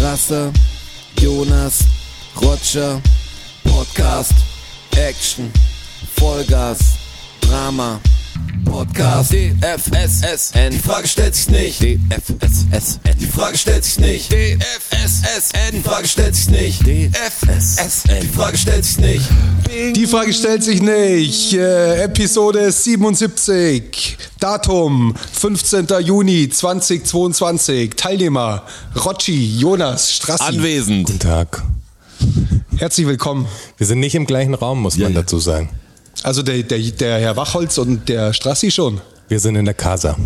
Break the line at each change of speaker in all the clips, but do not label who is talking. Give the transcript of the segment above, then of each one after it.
Rasse, Jonas, Roger, Podcast, Action, Vollgas, Drama, Podcast, DFSSN, die Frage stellt sich nicht, DFSSN, die Frage stellt sich nicht, DFSSN, die Frage stellt sich nicht, DFSSN, die Frage stellt sich nicht.
Die Frage stellt sich nicht. Äh, Episode 77. Datum 15. Juni 2022. Teilnehmer Rocci, Jonas, Strassi.
Anwesend.
Guten Tag.
Herzlich willkommen.
Wir sind nicht im gleichen Raum, muss man
ja.
dazu sagen.
Also der, der, der Herr Wachholz und der Strassi schon.
Wir sind in der Casa.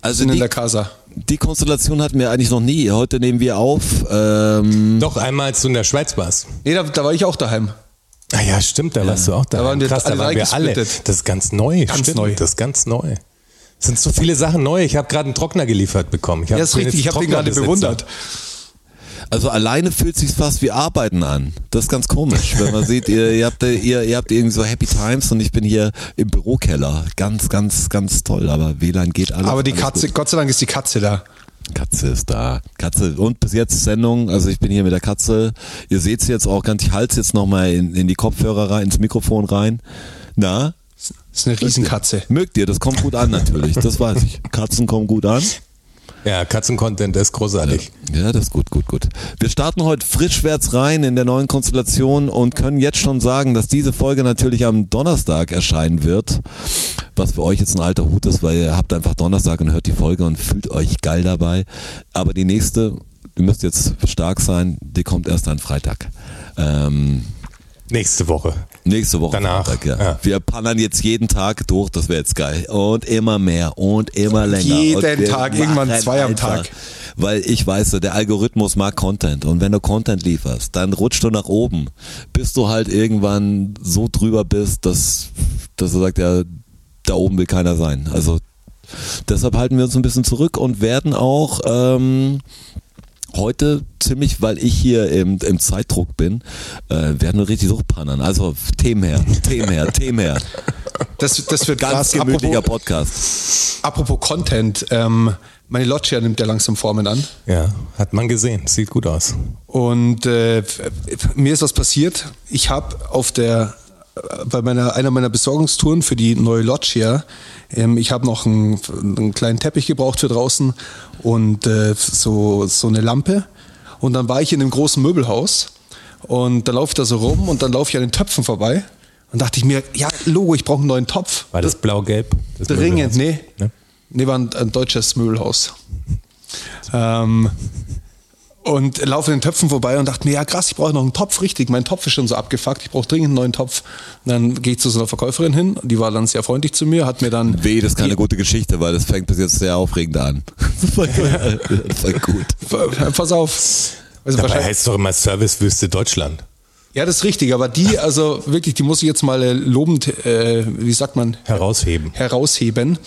Also
Sind in
die,
der Casa.
die Konstellation hatten wir eigentlich noch nie. Heute nehmen wir auf. Ähm,
Doch, einmal als du in der Schweiz warst.
Nee, da, da war ich auch daheim.
Ah ja, stimmt, da warst du auch da.
waren wir
Krass, da
alle
waren wir alle. Das
gesplittet.
ist ganz neu.
Ganz
stimmt,
neu.
Das ist ganz neu. Es sind so viele Sachen neu. Ich habe gerade einen Trockner geliefert bekommen. Ich hab
Ja, ist
bin
richtig.
jetzt
Ich habe den gerade
Trocknerbesitzer.
bewundert.
also alleine fühlt sich fast wie Arbeiten an. Das ist ganz komisch, wenn man sieht, ihr, ihr, habt, äh, ihr, ihr habt irgendwie so Happy Times und ich bin hier im Bürokeller. Ganz, ganz, ganz toll. Aber WLAN geht alles.
Aber die
alles
Katze, Gott sei Dank ist die Katze da.
Katze ist da. Katze. Und bis jetzt Sendung. Also ich bin hier mit der Katze. Ihr seht sie jetzt auch ganz. Ich halte jetzt nochmal in, in die Kopfhörer rein, ins Mikrofon rein. Na?
Ist eine Riesenkatze.
Mögt ihr? Das kommt gut an natürlich. Das weiß ich. Katzen kommen gut an.
Ja, Katzencontent ist großartig.
Ja, das ist gut, gut, gut. Wir starten heute frischwärts rein in der neuen Konstellation und können jetzt schon sagen, dass diese Folge natürlich am Donnerstag erscheinen wird. Was für euch jetzt ein alter Hut ist, weil ihr habt einfach Donnerstag und hört die Folge und fühlt euch geil dabei. Aber die nächste, ihr müsst jetzt stark sein, die kommt erst an Freitag. Ähm,
Nächste Woche.
Nächste Woche.
Danach,
Freitag, ja.
ja.
Wir pannern jetzt jeden Tag durch, das wäre jetzt geil. Und immer mehr und immer länger.
Jeden
und wir
Tag, irgendwann
machen
zwei am
einfach.
Tag.
Weil ich weiß, so, der Algorithmus mag Content. Und wenn du Content lieferst, dann rutscht du nach oben, bis du halt irgendwann so drüber bist, dass, dass er sagt, ja, da oben will keiner sein. Also deshalb halten wir uns ein bisschen zurück und werden auch ähm, heute ziemlich, weil ich hier im, im Zeitdruck bin, äh, werden wir richtig durchpannern. Also Themen her, Themen her, Themen her.
Das, das wird
Ganz
krass.
gemütlicher
Apropos,
Podcast.
apropos Content. Ähm, meine Loggia nimmt ja langsam Formen an.
Ja, hat man gesehen. Sieht gut aus.
Und äh, f- f- mir ist was passiert. Ich habe auf der äh, bei meiner, einer meiner Besorgungstouren für die neue Loggia, ähm, ich habe noch einen, einen kleinen Teppich gebraucht für draußen und äh, so, so eine Lampe. Und dann war ich in einem großen Möbelhaus und da laufe ich da so rum und dann laufe ich an den Töpfen vorbei und dachte ich mir, ja, Logo, ich brauche einen neuen Topf.
War das blau-gelb? Das
Dringend, nee.
Möbelhaus? Ne?
Nee, war ein, ein deutsches Möbelhaus. Ähm, und laufe den Töpfen vorbei und dachte mir, ja krass, ich brauche noch einen Topf, richtig. Mein Topf ist schon so abgefuckt, ich brauche dringend einen neuen Topf. Und dann gehe ich zu so einer Verkäuferin hin, die war dann sehr freundlich zu mir, hat mir dann
Weh, das ist keine gute Geschichte, weil das fängt bis jetzt sehr aufregend an. Voll geil. Voll gut.
pass auf. Also
Dabei
wahrscheinlich,
heißt es doch immer Servicewüste Deutschland.
ja, das ist richtig, aber die, also wirklich, die muss ich jetzt mal äh, lobend, äh, wie sagt man,
Herausheben.
herausheben.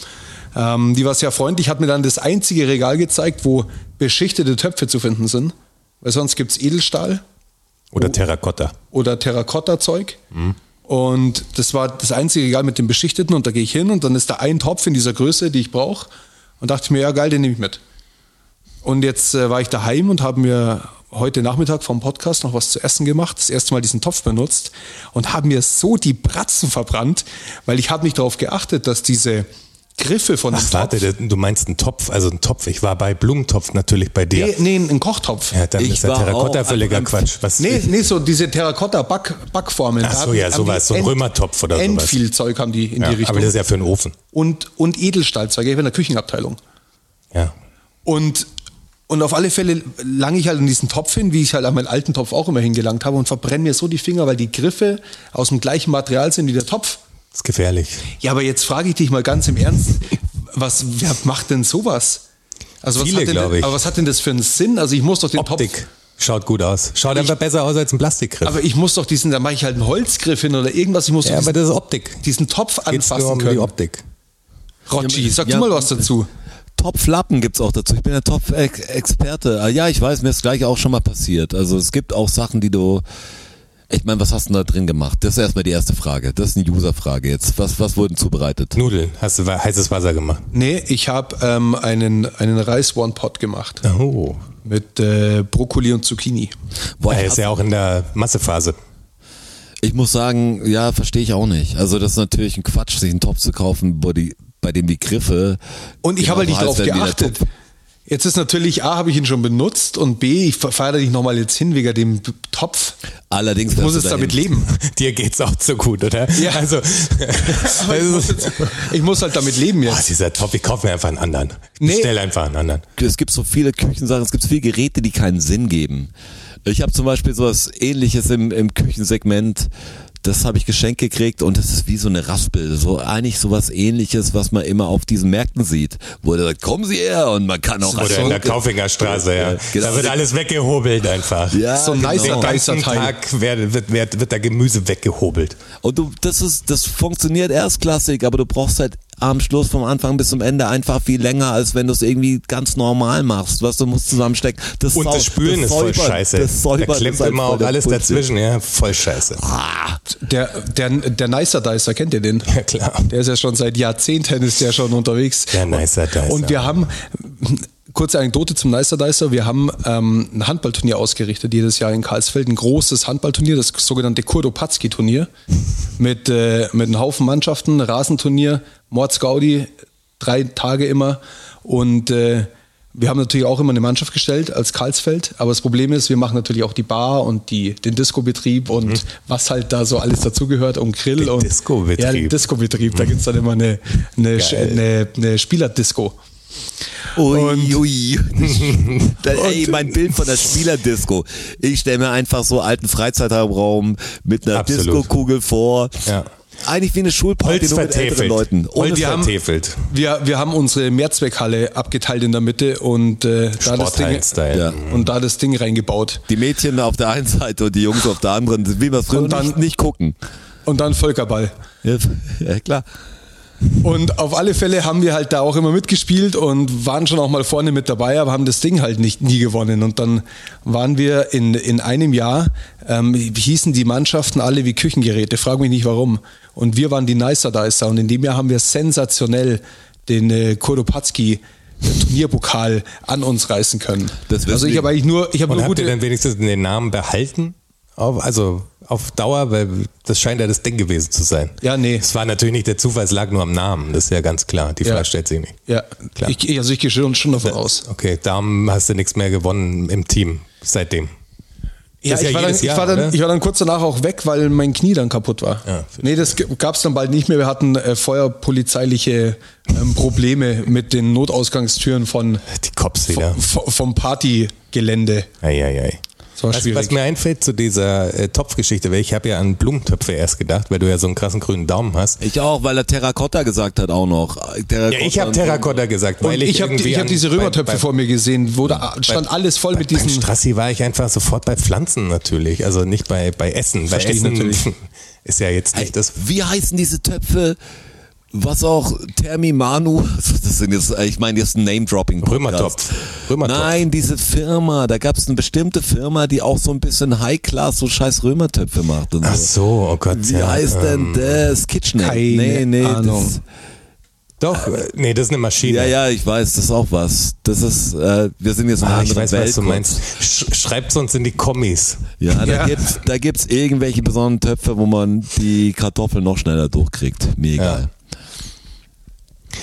Ähm, die war sehr freundlich, hat mir dann das einzige Regal gezeigt, wo beschichtete Töpfe zu finden sind. Weil sonst gibt's Edelstahl
Oder
Oh.
Terrakotta.
oder Terrakotta-Zeug. Und das war das einzige Regal mit dem Beschichteten und da gehe ich hin und dann ist da ein Topf in dieser Größe, die ich brauche. Und dachte ich mir, ja geil, den nehme ich mit. Und jetzt äh, war ich daheim und habe mir heute Nachmittag vom Podcast noch was zu essen gemacht, das erste Mal diesen Topf benutzt und habe mir so die Bratzen verbrannt, weil ich habe nicht darauf geachtet, dass diese Griffe von dem
Ach,
Topf...
warte, das- du meinst einen Topf, also einen Topf. Ich war bei Blumentopf natürlich bei dir.
Nee, nee, ein Kochtopf.
Ja, dann
Ich
ist der
war
Terrakotta
auch
völliger
am-
Quatsch. Was
Nee, nee, so diese Terrakotta-Backformen.
Ach so, ja, sowas, so ein Römertopf oder sowas.
End viel Zeug haben die in
ja,
die Richtung.
Aber das ist ja für einen Ofen.
und, und Edelstahlzeuge. Ich war in der Küchenabteilung.
Ja.
Und, und auf alle Fälle lange ich halt in diesen Topf hin, wie ich halt an meinen alten Topf auch immer hingelangt habe und verbrenne mir so die Finger, weil die Griffe aus dem gleichen Material sind wie der Topf.
Ist gefährlich.
Ja, aber jetzt frage ich dich mal ganz im Ernst, was, wer macht denn sowas? Also was
Viele,
hat denn,
glaub ich.
Aber was hat denn das für einen Sinn? Also ich muss doch den Topf...
Optik. Schaut gut aus. Schaut einfach besser aus als ein Plastikgriff.
Aber ich muss doch diesen, da mache ich halt einen Holzgriff hin oder irgendwas. Ich muss
ja,
doch
aber
diesen,
das ist Optik.
diesen Topf
Geht's nur
anfassen
um die
können.
Optik.
Rotschi, sag
Ja,
du mal was dazu.
Topflappen gibt's auch dazu. Ich bin der Topf-Experte. Ah, Ja, ich weiß, mir ist gleich auch schon mal passiert. Also es gibt auch Sachen, die du. Ich meine, was hast du denn da drin gemacht? Das ist erstmal die erste Frage. Das ist eine User-Frage jetzt. Was, was wurden zubereitet?
Nudeln. Hast du wa- heißes Wasser gemacht?
Nee, ich habe ähm, einen, einen Reis One-Pot gemacht.
Oh.
Mit äh, Brokkoli und Zucchini.
Boah,
Er ist ja auch in der Massephase.
Ich muss sagen, ja, verstehe ich auch nicht. Also das ist natürlich ein Quatsch, sich einen Topf zu kaufen, bei, die, bei dem die Griffe. Genau,
Und ich habe halt nicht
genauso heiß
darauf
werden wie der
geachtet.
Topf.
Jetzt ist natürlich, A, habe ich ihn schon benutzt und B, ich feiere dich nochmal jetzt hin wegen dem Topf.
Allerdings
Ich muss
wärst du
jetzt damit
dahin-
leben.
Dir geht's auch zu gut, oder?
Ja.
Also,
Aber ich, muss jetzt, ich muss halt damit leben
boah,
jetzt.
Oh, dieser Topf, ich kaufe mir einfach einen anderen. Ich
Nee.
bestell einfach einen anderen.
es gibt so viele Küchensachen, es gibt viele Geräte, die keinen Sinn geben. Ich habe zum Beispiel sowas ähnliches im, im Küchensegment, das habe ich geschenkt gekriegt und das ist wie so eine Raspel. So eigentlich sowas ähnliches, was man immer auf diesen Märkten sieht. Wo der sagt, kommen Sie her und man kann auch
Oder in der Kaufingerstraße, ja.
Ja, genau.
Da wird alles weggehobelt einfach.
Ja,
so ein
genau.
nicer
Den
nicer
ganzen
Teil.
Tag wird, wird, wird, wird da Gemüse weggehobelt.
Und du, das ist, das funktioniert erstklassig, aber du brauchst halt am Schluss vom Anfang bis zum Ende einfach viel länger, als wenn du es irgendwie ganz normal machst, was du musst zusammenstecken. Das
Und
Sau-
das Spülen ist voll
Säubern-
scheiße.
Das
Da
Säubern
klemmt
ist halt
immer
voll
auch
der
alles
Bullshit.
dazwischen, ja. Voll scheiße.
Ah,
Der, der, der Nicer Dicer, kennt ihr den?
Ja, klar.
Der ist ja schon seit Jahrzehnten ist der schon unterwegs.
Der Nicer Dicer.
Und wir haben, kurze Anekdote zum Nicer Dicer, wir haben ähm, ein Handballturnier ausgerichtet, jedes Jahr in Karlsfeld, ein großes Handballturnier, das sogenannte Kurdopatzki-Turnier, mit, äh, mit einem Haufen Mannschaften, Rasenturnier, Mordsgaudi, drei Tage immer und äh, wir haben natürlich auch immer eine Mannschaft gestellt als Karlsfeld, aber das Problem ist, wir machen natürlich auch die Bar und die, den Disco-Betrieb und was halt da so alles dazugehört und Grill
Mhm. Den
und
Disco-Betrieb.
Ja, den Disco-Betrieb, da gibt es dann immer eine, eine, Sch- eine, eine Spielerdisco.
Ui, ui. Da, ey, mein Bild von der Spielerdisco. Ich stelle mir einfach so alten Freizeitraum mit einer
Absolut.
Disco-Kugel vor.
Ja.
Eigentlich wie eine Schulparty
Holz
nur mit älteren
vertäfelt.
Leuten.
Holz
wir haben-
vertäfelt.
Wir, wir haben unsere Mehrzweckhalle abgeteilt in der Mitte und, äh, da, das Ding,
Sporthallen-Style.
Ja.
und da das Ding reingebaut.
Die Mädchen auf der einen Seite und die Jungs auf der anderen, wie wir es früher
Und dann-
nicht, nicht gucken.
Und dann Völkerball.
Ja, ja klar.
Und auf alle Fälle haben wir halt da auch immer mitgespielt und waren schon auch mal vorne mit dabei, aber haben das Ding halt nicht nie gewonnen. Und dann waren wir in, in einem Jahr, ähm, hießen die Mannschaften alle wie Küchengeräte, frag mich nicht warum. Und wir waren die Nicer Dicer und in dem Jahr haben wir sensationell den äh, Kuropatski Turnierpokal an uns reißen können.
Das wissen
also ich
wir.
habe eigentlich nur, ich habe
Und
nur
habt ihr
gute,
dann wenigstens den Namen behalten? Auf, also auf Dauer, weil das scheint ja das Ding gewesen zu sein.
Ja, nee.
Es war natürlich nicht der Zufall, es lag nur am Namen, das ist ja ganz klar. Die
Ja.
Frage stellt sich nicht.
ja,
Klar.
ich, also ich gehe schon schon davon aus.
Okay, Damen hast du nichts mehr gewonnen im Team seitdem.
Ja,
Das
ich,
ist ja
war dann,
jedes Jahr,
ich, war dann,
oder?
ich war dann kurz danach auch weg, weil mein Knie dann kaputt war.
Ja,
nee, das gab es dann bald nicht mehr. Wir hatten äh, feuerpolizeiliche ähm, Probleme mit den Notausgangstüren von,
Die Cops wieder.
v- vom Partygelände.
Eieiei.
Das war
Was,
schwierig.
was mir einfällt zu dieser äh, Topfgeschichte, weil ich habe ja an Blumentöpfe erst gedacht, weil du ja so einen krassen grünen Daumen hast.
Ich auch, weil er Terracotta gesagt hat auch noch. Terracotta
Ja, ich habe Terrakotta gesagt, weil
Und ich habe
irgendwie
hab
an-
diese Römertöpfe
bei, bei,
vor mir gesehen, wo da stand alles voll mit
Beim
diesen.
Strassi war ich einfach sofort bei Pflanzen natürlich, also nicht bei, bei Essen. Bei
Versteh ich
Essen
natürlich.
ist ja jetzt
Ey,
nicht das.
wie heißen diese Töpfe? Was auch Termi Manu, das sind jetzt, ich meine jetzt ein Name-Dropping.
Römertopf. Römertopf.
Nein, diese Firma, da gab es eine bestimmte Firma, die auch so ein bisschen High-Class so scheiß Römertöpfe macht und
Ach
so.
so, oh Gott.
Wie
ja,
heißt denn
ähm,
das? KitchenAid?
keine Ahnung.
Doch, äh, nee, das ist eine Maschine.
Das, ja, ja, ich weiß, das ist auch was. Das ist, äh, wir sind jetzt in einer
Ah, ich
anderen
weiß,
Welt.
was du
kurz.
meinst. Sch schreib's uns in die Kommis.
Ja, da
Ja.
gibt's, da gibt's irgendwelche besonderen Töpfe, wo man die Kartoffeln noch schneller durchkriegt. Mir egal.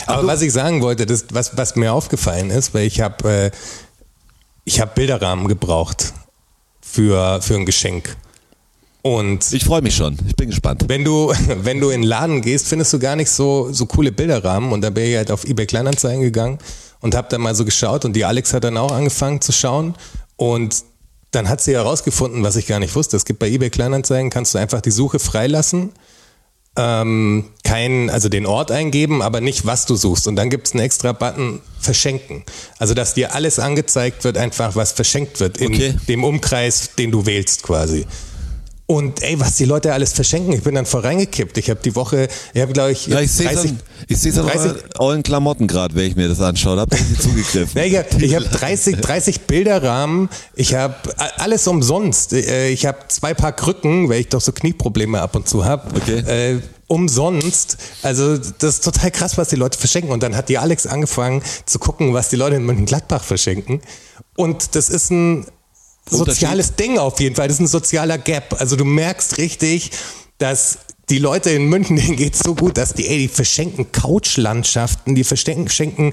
Aber was ich sagen wollte, das, was, was mir aufgefallen ist, weil ich habe äh, ich hab Bilderrahmen gebraucht für, für ein Geschenk. Und
Ich freue mich schon. Ich bin gespannt.
wenn du, wenn du in den Laden gehst, findest du gar nicht so, so coole Bilderrahmen. Und da bin ich halt auf eBay Kleinanzeigen gegangen und habe dann mal so geschaut. Und die Alex hat dann auch angefangen zu schauen. Und dann hat sie herausgefunden, was ich gar nicht wusste. Es gibt bei eBay Kleinanzeigen, kannst du einfach die Suche freilassen ähm, kein, also den Ort eingeben, aber nicht, was du suchst. Und dann gibt's einen extra Button verschenken. Also, dass dir alles angezeigt wird, einfach was verschenkt wird in
Okay.
dem Umkreis, den du wählst quasi. Und ey, was die Leute alles verschenken. Ich bin dann vorreingekippt. Ich habe die Woche, ich habe glaube ich,
Ja, ich sehe dann, ich seh's an
30
euren- euren Klamotten gerade, wenn ich mir das anschaue. Da hab ich sie zugegriffen.
Ja, ich habe ich hab 30, 30 Bilderrahmen, ich habe alles Äh, umsonst. Äh, Ich habe zwei Paar Krücken, weil ich doch so Knieprobleme ab und zu habe.
Okay.
Äh, umsonst. Also das ist total krass, was die Leute verschenken. Und dann hat die Alex angefangen zu gucken, was die Leute in Mönchengladbach verschenken. Und das ist ein soziales Ding auf jeden Fall. Das ist ein sozialer Gap. Also du merkst richtig, dass die Leute in München, denen geht's so gut, dass die, ey, die verschenken Couchlandschaften, die verschenken verschenken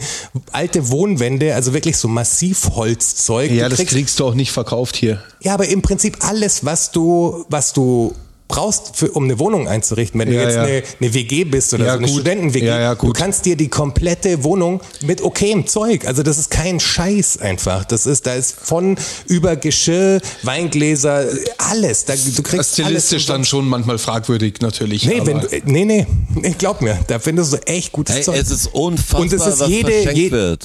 alte Wohnwände, also wirklich so Massivholzzeug.
Ja,
Du
das
kriegst-
kriegst du auch nicht verkauft hier.
ja, aber im Prinzip alles, was du, was du brauchst, für, um eine Wohnung einzurichten, wenn du
Ja,
jetzt
ja.
Eine, eine WG bist oder
Ja,
so eine
gut.
Studenten-WG,
Ja, ja,
du
gut.
kannst dir die komplette Wohnung mit okayem Zeug, also das ist kein Scheiß einfach, das ist, da ist von über Geschirr, Weingläser, alles, da, du kriegst
Stilistisch
alles
dann schon manchmal fragwürdig natürlich.
Nee,
aber-
wenn du, nee, nee, nee, glaub mir, da findest du echt gutes
Ey,
Zeug.
es ist unfassbar,
Und es ist
was
jede-
verschenkt
je-
wird.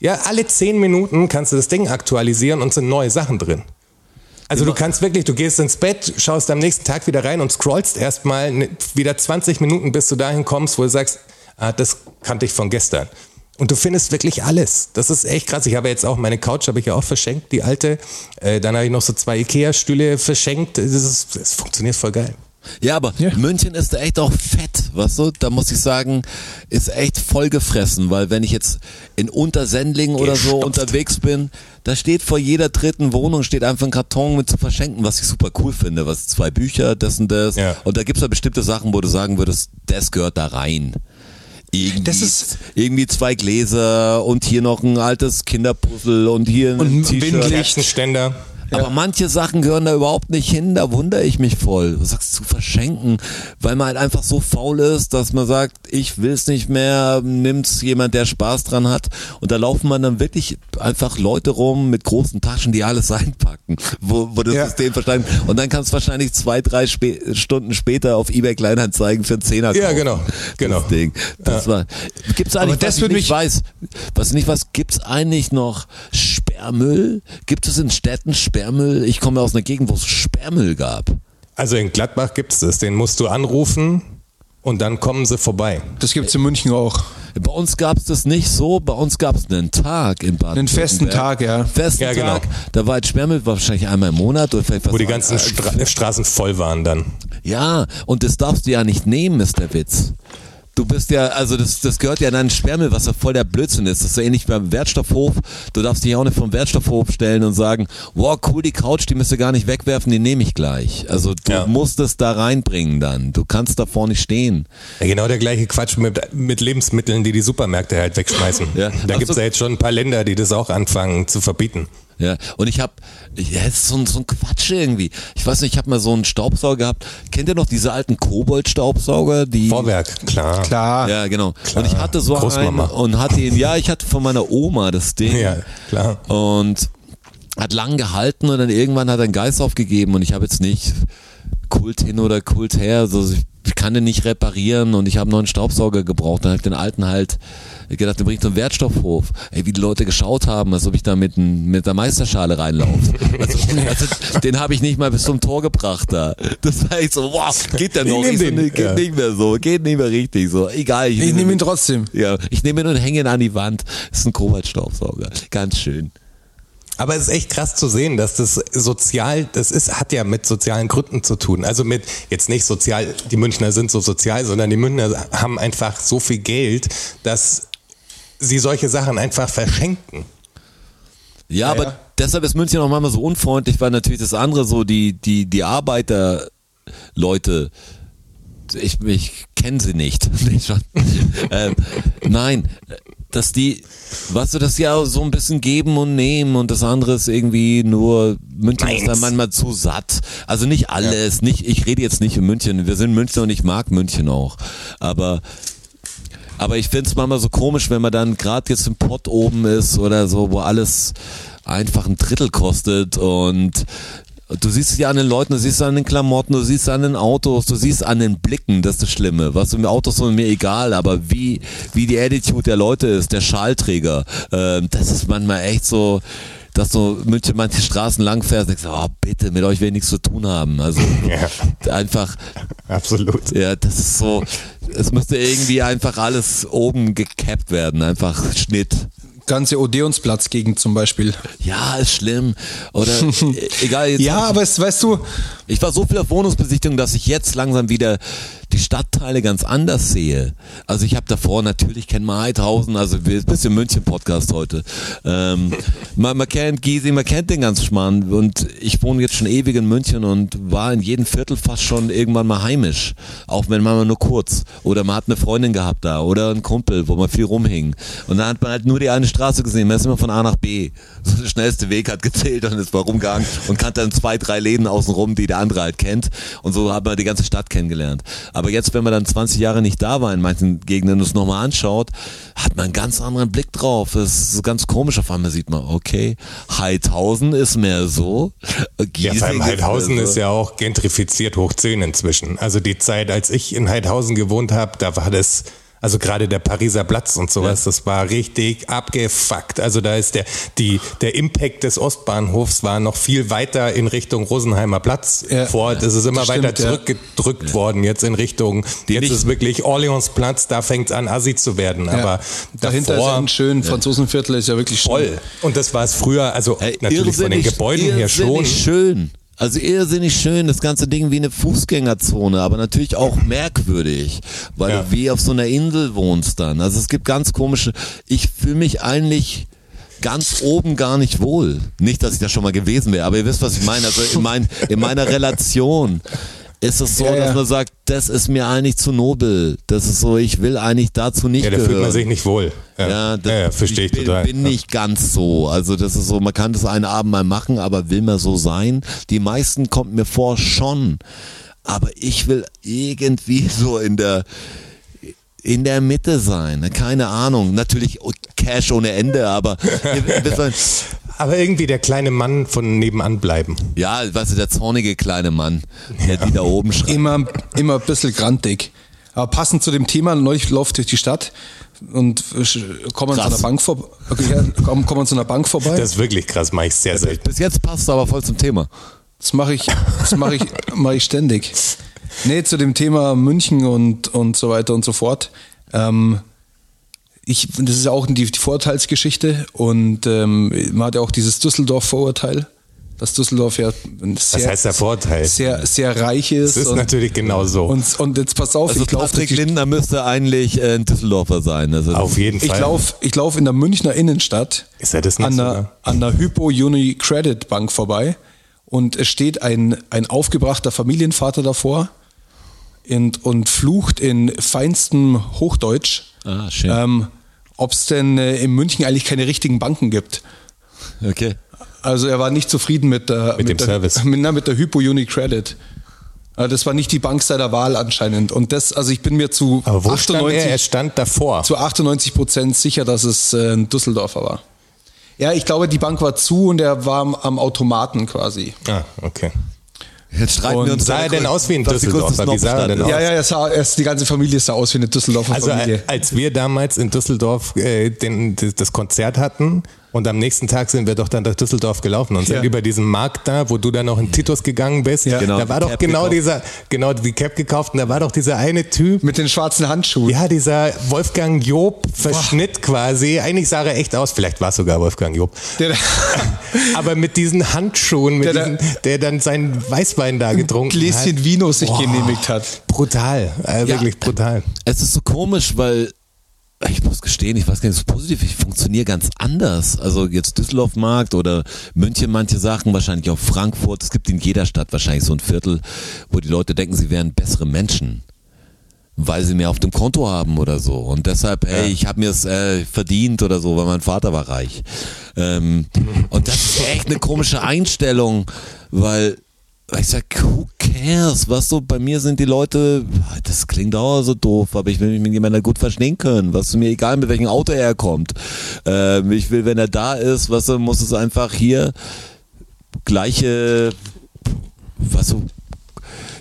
Ja, alle zehn Minuten kannst du das Ding aktualisieren und sind neue Sachen drin. Also du kannst wirklich, du gehst ins Bett, schaust am nächsten Tag wieder rein und scrollst erstmal ne- wieder 20 Minuten, bis du dahin kommst, wo du sagst, ah, das kannte ich von gestern. Und du findest wirklich alles. Das ist echt krass. Ich habe jetzt auch meine Couch, habe ich ja auch verschenkt, die alte. Äh, dann habe ich noch so zwei Ikea-Stühle verschenkt. Das, ist, das funktioniert voll geil.
Ja, aber
Ja.
München ist da echt auch fett, weißt du? Da muss ich sagen, ist echt vollgefressen, weil wenn ich jetzt in Untersendling oder so
Gestopft.
unterwegs bin, da steht vor jeder dritten Wohnung steht einfach ein Karton mit zu verschenken, was ich super cool finde, was zwei Bücher, das und das.
Ja.
Und da gibt's da bestimmte Sachen, wo du sagen würdest, das gehört da rein. Irgendwie,
Das ist-
irgendwie zwei Gläser und hier noch ein altes Kinderpuzzle und hier ein
Und ein
T-Shirt.
Windel.
Kerzenständer.
Aber manche Sachen gehören da überhaupt nicht hin, da wundere ich mich voll. Du sagst zu verschenken, weil man halt einfach so faul ist, dass man sagt, ich will's nicht mehr, nimmt's jemand, der Spaß dran hat. Und da laufen man dann wirklich einfach Leute rum mit großen Taschen, die alles einpacken, wo, wo das
Ja.
System verstanden. Und dann kannst du wahrscheinlich zwei, drei Spä- Stunden später auf eBay Kleinanzeigen für einen Zehner kaufen.
Ja, genau, genau.
Das Ding. Das war. Gibt's eigentlich,
Aber das
was ich
würde
nicht
mich-
weiß, was ich nicht weiß, gibt's eigentlich noch Sperrmüll? Gibt es in Städten Sperrmüll? Ich komme aus einer Gegend, wo es Sperrmüll gab.
Also in Gladbach gibt's das. Den musst du anrufen und dann kommen sie vorbei.
Das gibt's in München auch.
Bei uns gab's das nicht so, bei uns gab's einen Tag in Baden.
Einen festen Tag, ja.
Festen
Ja, genau.
Tag. Da war halt Sperrmüll wahrscheinlich einmal im Monat oder vielleicht was
Wo die
an-
ganzen Stra äh, Straßen voll waren dann.
Ja, und das darfst du ja nicht nehmen, ist der Witz. Du bist ja, also das, das gehört ja in einen Sperrmüll, was ja voll der Blödsinn ist. Das ist ja ähnlich beim Wertstoffhof. Du darfst dich auch nicht vom Wertstoffhof stellen und sagen, wow, cool, die Couch, die müsst ihr gar nicht wegwerfen, die nehme ich gleich. Also du
Ja.
musst es da reinbringen dann. Du kannst davor nicht stehen.
Ja, genau der gleiche Quatsch mit, mit Lebensmitteln, die die Supermärkte halt wegschmeißen.
Ja.
Da
Ach
gibt's
so.
ja jetzt schon ein paar Länder, die das auch anfangen zu verbieten.
Ja, und ich hab, ja, das ist so, ein- so ein Quatsch irgendwie. Ich weiß nicht, ich hab mal so einen Staubsauger gehabt. Kennt ihr noch diese alten Kobold-Staubsauger, die
Vorwerk, klar.
Klar.
Ja, genau. Und ich hatte so
Großmama.
einen und hatte ihn, ja, ich hatte von meiner Oma das Ding.
Ja, klar.
Und hat lang gehalten und dann irgendwann hat er einen Geist aufgegeben und ich habe jetzt nicht Kult hin oder Kult her, so also ich kann den nicht reparieren und ich habe noch einen Staubsauger gebraucht. Dann habe ich den alten halt gedacht, den bringt zum Wertstoffhof. Ey, wie die Leute geschaut haben, als ob ich da mit, n- mit der Meisterschale reinlaufe. Also, also, den habe ich nicht mal bis zum Tor gebracht da. Das war echt so, wow, geht der
Ich
noch?
nehm
Ich so,
den.
nee, geht
Ja.
nicht mehr so, geht nicht mehr richtig so. Egal,
Ich nehme ihn
mit-
trotzdem.
Ja, ich nehme ihn und hänge ihn an die Wand. Das ist ein Kobaltstaubsauger. Ganz schön.
Aber es ist echt krass zu sehen, dass das sozial, das ist, hat ja mit sozialen Gründen zu tun. Also mit, jetzt nicht sozial, die Münchner sind so sozial, sondern die Münchner haben einfach so viel Geld, dass sie solche Sachen einfach verschenken.
Ja, aber
ja.
deshalb ist München auch manchmal so unfreundlich, weil natürlich das andere so die, die, die Arbeiterleute, ich, ich kenne sie nicht. Nee, schon. ähm, nein, dass die, weißt du, das ja so ein bisschen geben und nehmen und das andere ist irgendwie nur, München ist
Meins.
dann manchmal zu satt. Also nicht alles, nicht, ich rede jetzt nicht in München, wir sind Münchner und ich mag München auch, aber aber ich find's manchmal so komisch, wenn man dann gerade jetzt im Pott oben ist oder so, wo alles einfach ein Drittel kostet und du siehst es ja an den Leuten, du siehst es an den Klamotten, du siehst es an den Autos, du siehst es an den Blicken, das ist das Schlimme. Was im Autos sind mir egal, aber wie, wie die Attitude der Leute ist, der Schalträger, ähm, das ist manchmal echt so, dass du München manche Straßen lang fährst und denkst, oh bitte, mit euch will ich nichts zu tun haben. Also
Ja.
einfach,
Absolut.
ja, das ist so. Es müsste irgendwie einfach alles oben gekappt werden. Einfach Schnitt.
Ganze Odeonsplatz-Gegend zum Beispiel.
Ja, ist schlimm. Oder e- egal, jetzt
Ja, aber es, weißt du,
ich war so viel auf Wohnungsbesichtigung, dass ich jetzt langsam wieder die Stadtteile ganz anders sehe. Also ich habe davor natürlich kennt man Heidhausen, also wir- bisschen München-Podcast heute. Ähm, man, man kennt Giesing, man kennt den ganzen Schmarrn und ich wohne jetzt schon ewig in München und war in jedem Viertel fast schon irgendwann mal heimisch. Auch wenn man mal nur kurz oder man hat eine Freundin gehabt da oder einen Kumpel, wo man viel rumhing. Und dann hat man halt nur die eine Straße gesehen, man ist immer von A nach B. So der schnellste Weg hat gezählt und ist mal rumgegangen und kannte dann zwei, drei Läden außenrum, die der andere halt kennt. Und so hat man die ganze Stadt kennengelernt. Aber jetzt, wenn man dann 20 Jahre nicht da war in manchen Gegenden und es nochmal anschaut, hat man einen ganz anderen Blick drauf. Das ist so ganz komisch. Auf einmal sieht man, okay, Heidhausen ist mehr so.
Ja, vor allem
Giesing
Heidhausen
mehr so.
ist ja auch gentrifiziert hoch 10 inzwischen. Also die Zeit, als ich in Heidhausen gewohnt habe, da war das, also gerade der Pariser Platz und sowas, das war richtig abgefuckt. Also da ist der, die, der Impact des Ostbahnhofs war noch viel weiter in Richtung Rosenheimer Platz
Ja.
vor. Das ist immer
Das
weiter
stimmt, ja.
zurückgedrückt worden, jetzt in Richtung, jetzt
nicht-
ist wirklich Orleansplatz, da fängt es an, assi zu werden. Aber
dahinter ist
davor,
ein schön, Franzosenviertel ist ja wirklich schön.
voll. Und das war es früher, also
Ey,
natürlich von den
irrsinnig-
Gebäuden her schon.
irrsinnig schön. Also irrsinnig schön, das ganze Ding wie eine Fußgängerzone, aber natürlich auch merkwürdig, weil
Ja.
du wie auf so einer Insel wohnst dann. Also es gibt ganz komische, ich fühle mich eigentlich ganz oben gar nicht wohl. Nicht, dass ich da schon mal gewesen wäre, aber ihr wisst, was ich meine. Also in, mein, in meiner Relation ist es so,
Ja, ja.
dass man sagt, das ist mir eigentlich zu nobel. Das ist so, ich will eigentlich dazu nicht
Ja, da
gehören.
fühlt man sich nicht wohl. Ja, ja,
das-
ja, verstehe ich
bin,
total.
Bin nicht ganz so. Also das ist so, man kann das einen Abend mal machen, aber will man so sein? Die meisten kommt mir vor schon. Aber ich will irgendwie so in der in der Mitte sein. Keine Ahnung. Natürlich oh, Cash ohne Ende, aber ihr wisst schon,
Aber irgendwie der kleine Mann von nebenan bleiben.
ja, weißt du, der zornige kleine Mann, der die da oben schreit.
immer, immer ein bisschen grantig. Aber passend zu dem Thema, neulich läuft durch die Stadt und sch- kommen zu
Krass.
einer Bank vorbei. Okay, ja, kommen, kommen zu einer Bank vorbei.
Das ist wirklich krass, mache ich sehr selten.
Bis jetzt passt es aber voll zum Thema.
Das mache ich, das mache ich, mache ich ständig. Nee, zu dem Thema München und, und so weiter und so fort. Ähm, ich, das ist auch die, die Vorurteilsgeschichte und ähm, man hat ja auch dieses Düsseldorf-Vorurteil, dass Düsseldorf ja ein sehr,
Das heißt der Vorteil. Es
sehr, sehr reich ist.
ist
und,
natürlich genau so.
und, und jetzt pass auf,
Also
ich laufe
Patrick Lindner müsste eigentlich äh, ein Düsseldorfer sein. Also
Auf jeden
ich
Fall.
lauf, ich lauf in der Münchner Innenstadt
Ist ja das nicht
an,
so,
der,
ne?
an der Hypo Uni Credit Bank vorbei und es steht ein, ein aufgebrachter Familienvater davor und, und flucht in feinstem Hochdeutsch,
Ah, schön.
ähm, ob es denn äh, in München eigentlich keine richtigen Banken gibt.
okay.
Also er war nicht zufrieden mit der,
Mit dem
der,
Service.
Mit, na, mit der Hypo Uni Credit. Also Das war nicht die Bank seiner Wahl anscheinend. Und das, also ich bin mir zu
Aber wo stand er? Er stand davor.
zu 98 Prozent sicher, dass es äh, ein Düsseldorfer war. Ja, ich glaube, die Bank war zu und er war am, am Automaten quasi.
Ah, okay.
Jetzt streiten wir
Und
uns
Sah er
darüber,
denn aus wie ein
dass die größte
Düsseldorfer? Wie sah er
Snobstadt
denn
ist.
aus?
Ja, ja, er sah, er, die ganze Familie sah aus wie eine Düsseldorfer
Also
Familie.
a- als wir damals in Düsseldorf äh, den, d- das Konzert hatten und am nächsten Tag sind wir doch dann nach Düsseldorf gelaufen und sind
Ja.
über diesen Markt da, wo du dann noch in Titus gegangen bist.
Ja.
Genau,
da war
die
doch
Cap
genau
gekauft.
dieser, genau die Cap gekauft und da war doch dieser eine Typ,
Mit den schwarzen Handschuhen.
Ja, dieser Wolfgang Job-Verschnitt quasi. Eigentlich sah er echt aus, vielleicht war es sogar Wolfgang Job.
Der,
Aber mit diesen Handschuhen, mit
Der da-
diesen, der dann seinen Weißwein da getrunken
Gläschen
hat.
Vino sich
Boah,
genehmigt hat.
Brutal, äh, wirklich brutal.
Es ist so komisch, weil ich muss gestehen, ich weiß gar nicht, so positiv, ich funktioniere ganz anders. Also jetzt Düsseldorf-Markt oder München, manche Sachen, wahrscheinlich auch Frankfurt. Es gibt in jeder Stadt wahrscheinlich so ein Viertel, wo die Leute denken, sie wären bessere Menschen. Weil sie mehr auf dem Konto haben oder so. Und deshalb, ey, ich habe mir es äh, verdient oder so, weil mein Vater war reich. Ähm, und das ist echt eine komische Einstellung, weil ich sag, who cares? Was so, bei mir sind die Leute, das klingt auch so doof, aber ich will mich mit jemandem gut verstehen können. Was ist mir egal, mit welchem Auto er kommt. Ähm, ich will, wenn er da ist, was so, muss es einfach hier gleiche, was so,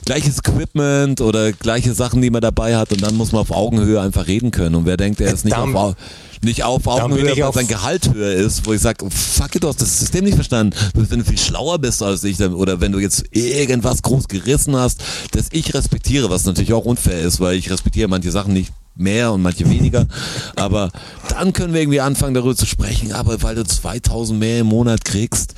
gleiches Equipment oder gleiche Sachen, die man dabei hat und dann muss man auf Augenhöhe einfach reden können. Und wer denkt, er ist nicht
Darum-
auf Au- nicht auf
bin
Augenhöhe,
ich
weil
auf-
sein Gehalt höher ist, wo ich sage, fuck it, du hast das System nicht verstanden. Wenn du viel schlauer bist als ich, dann, oder wenn du jetzt irgendwas groß gerissen hast, das ich respektiere, was natürlich auch unfair ist, weil ich respektiere manche Sachen nicht mehr und manche weniger, aber dann können wir irgendwie anfangen darüber zu sprechen, aber weil du 2000 mehr im Monat kriegst,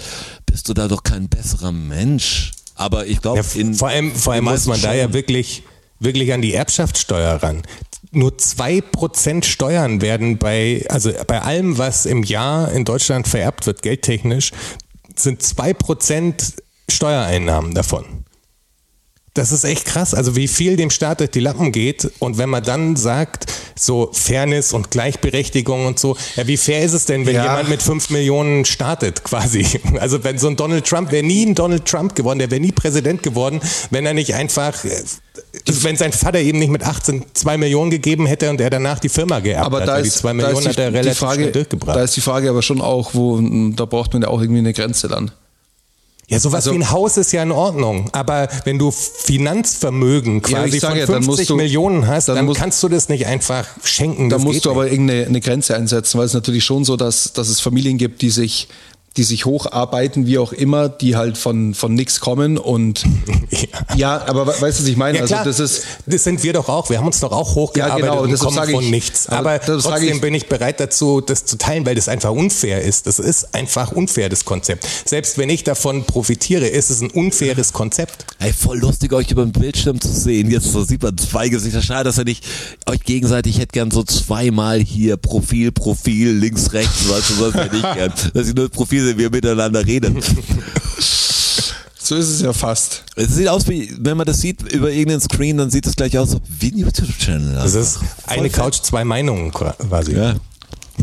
bist du da doch kein besserer Mensch. Aber ich glaube,
Ja, vor allem, vor allem muss man da ja wirklich wirklich an die Erbschaftssteuer ran. Nur 2% Steuern werden bei, also bei allem, was im Jahr in Deutschland vererbt wird, geldtechnisch, sind 2% Steuereinnahmen davon. Das ist echt krass, also wie viel dem Staat durch die Lappen geht. Und wenn man dann sagt, so Fairness und Gleichberechtigung und so, ja, wie fair ist es denn, wenn
Ja.
jemand mit 5 Millionen startet, quasi? Also wenn so ein Donald Trump, wäre nie ein Donald Trump geworden, der wäre nie Präsident geworden, wenn er nicht einfach, äh, wenn sein Vater eben nicht mit 18 2 Millionen gegeben hätte und er danach die Firma geerbt
Aber
hat.
da
Weil
ist,
die 2
da
Millionen
ist die,
hat er
die
relativ schnell
Frage,
durchgebracht.
da ist die Frage aber schon auch, wo, da braucht man ja auch irgendwie eine Grenze dann.
Ja, sowas
Also-
wie ein Haus ist ja in Ordnung, aber wenn du Finanzvermögen
Ja,
quasi
ich sag
von
ja, dann
50
musst du-
Millionen hast,
dann
dann,
musst-
kannst du das nicht einfach schenken.
Da
das geht
musst du
nicht.
aber irgendeine eine Grenze einsetzen, weil es natürlich schon so, dass, dass es Familien gibt, die sich, die sich hocharbeiten, wie auch immer, die halt von, von nichts kommen und
Ja.
ja, aber we- weißt du, was ich meine?
Ja, klar,
Also das ist,
das sind wir doch auch. Wir haben uns doch auch hochgearbeitet
Ja, genau,
und
deshalb
kommen
sag ich-
von nichts.
aber
Aber,
deshalb sag
trotzdem
ich-
bin ich bereit dazu, das zu teilen, weil das einfach unfair ist. Das ist einfach unfair, das Konzept. Selbst wenn ich davon profitiere, ist es ein unfaires Konzept.
Ey, voll lustig, euch über den Bildschirm zu sehen. Jetzt so sieht man zwei Gesichter. Schade, dass ihr nicht euch gegenseitig ich hätte gern so zweimal hier Profil, Profil, links, rechts, was du sonst hätte ich gern. Dass ich nur das Profil sehe, wie wir miteinander reden.
so ist es ja fast.
Es sieht aus wie, wenn man das sieht über irgendeinen Screen, dann sieht es gleich aus wie ein YouTube-Channel.
Das ist eine
fett.
Couch, zwei Meinungen quasi.
Ja.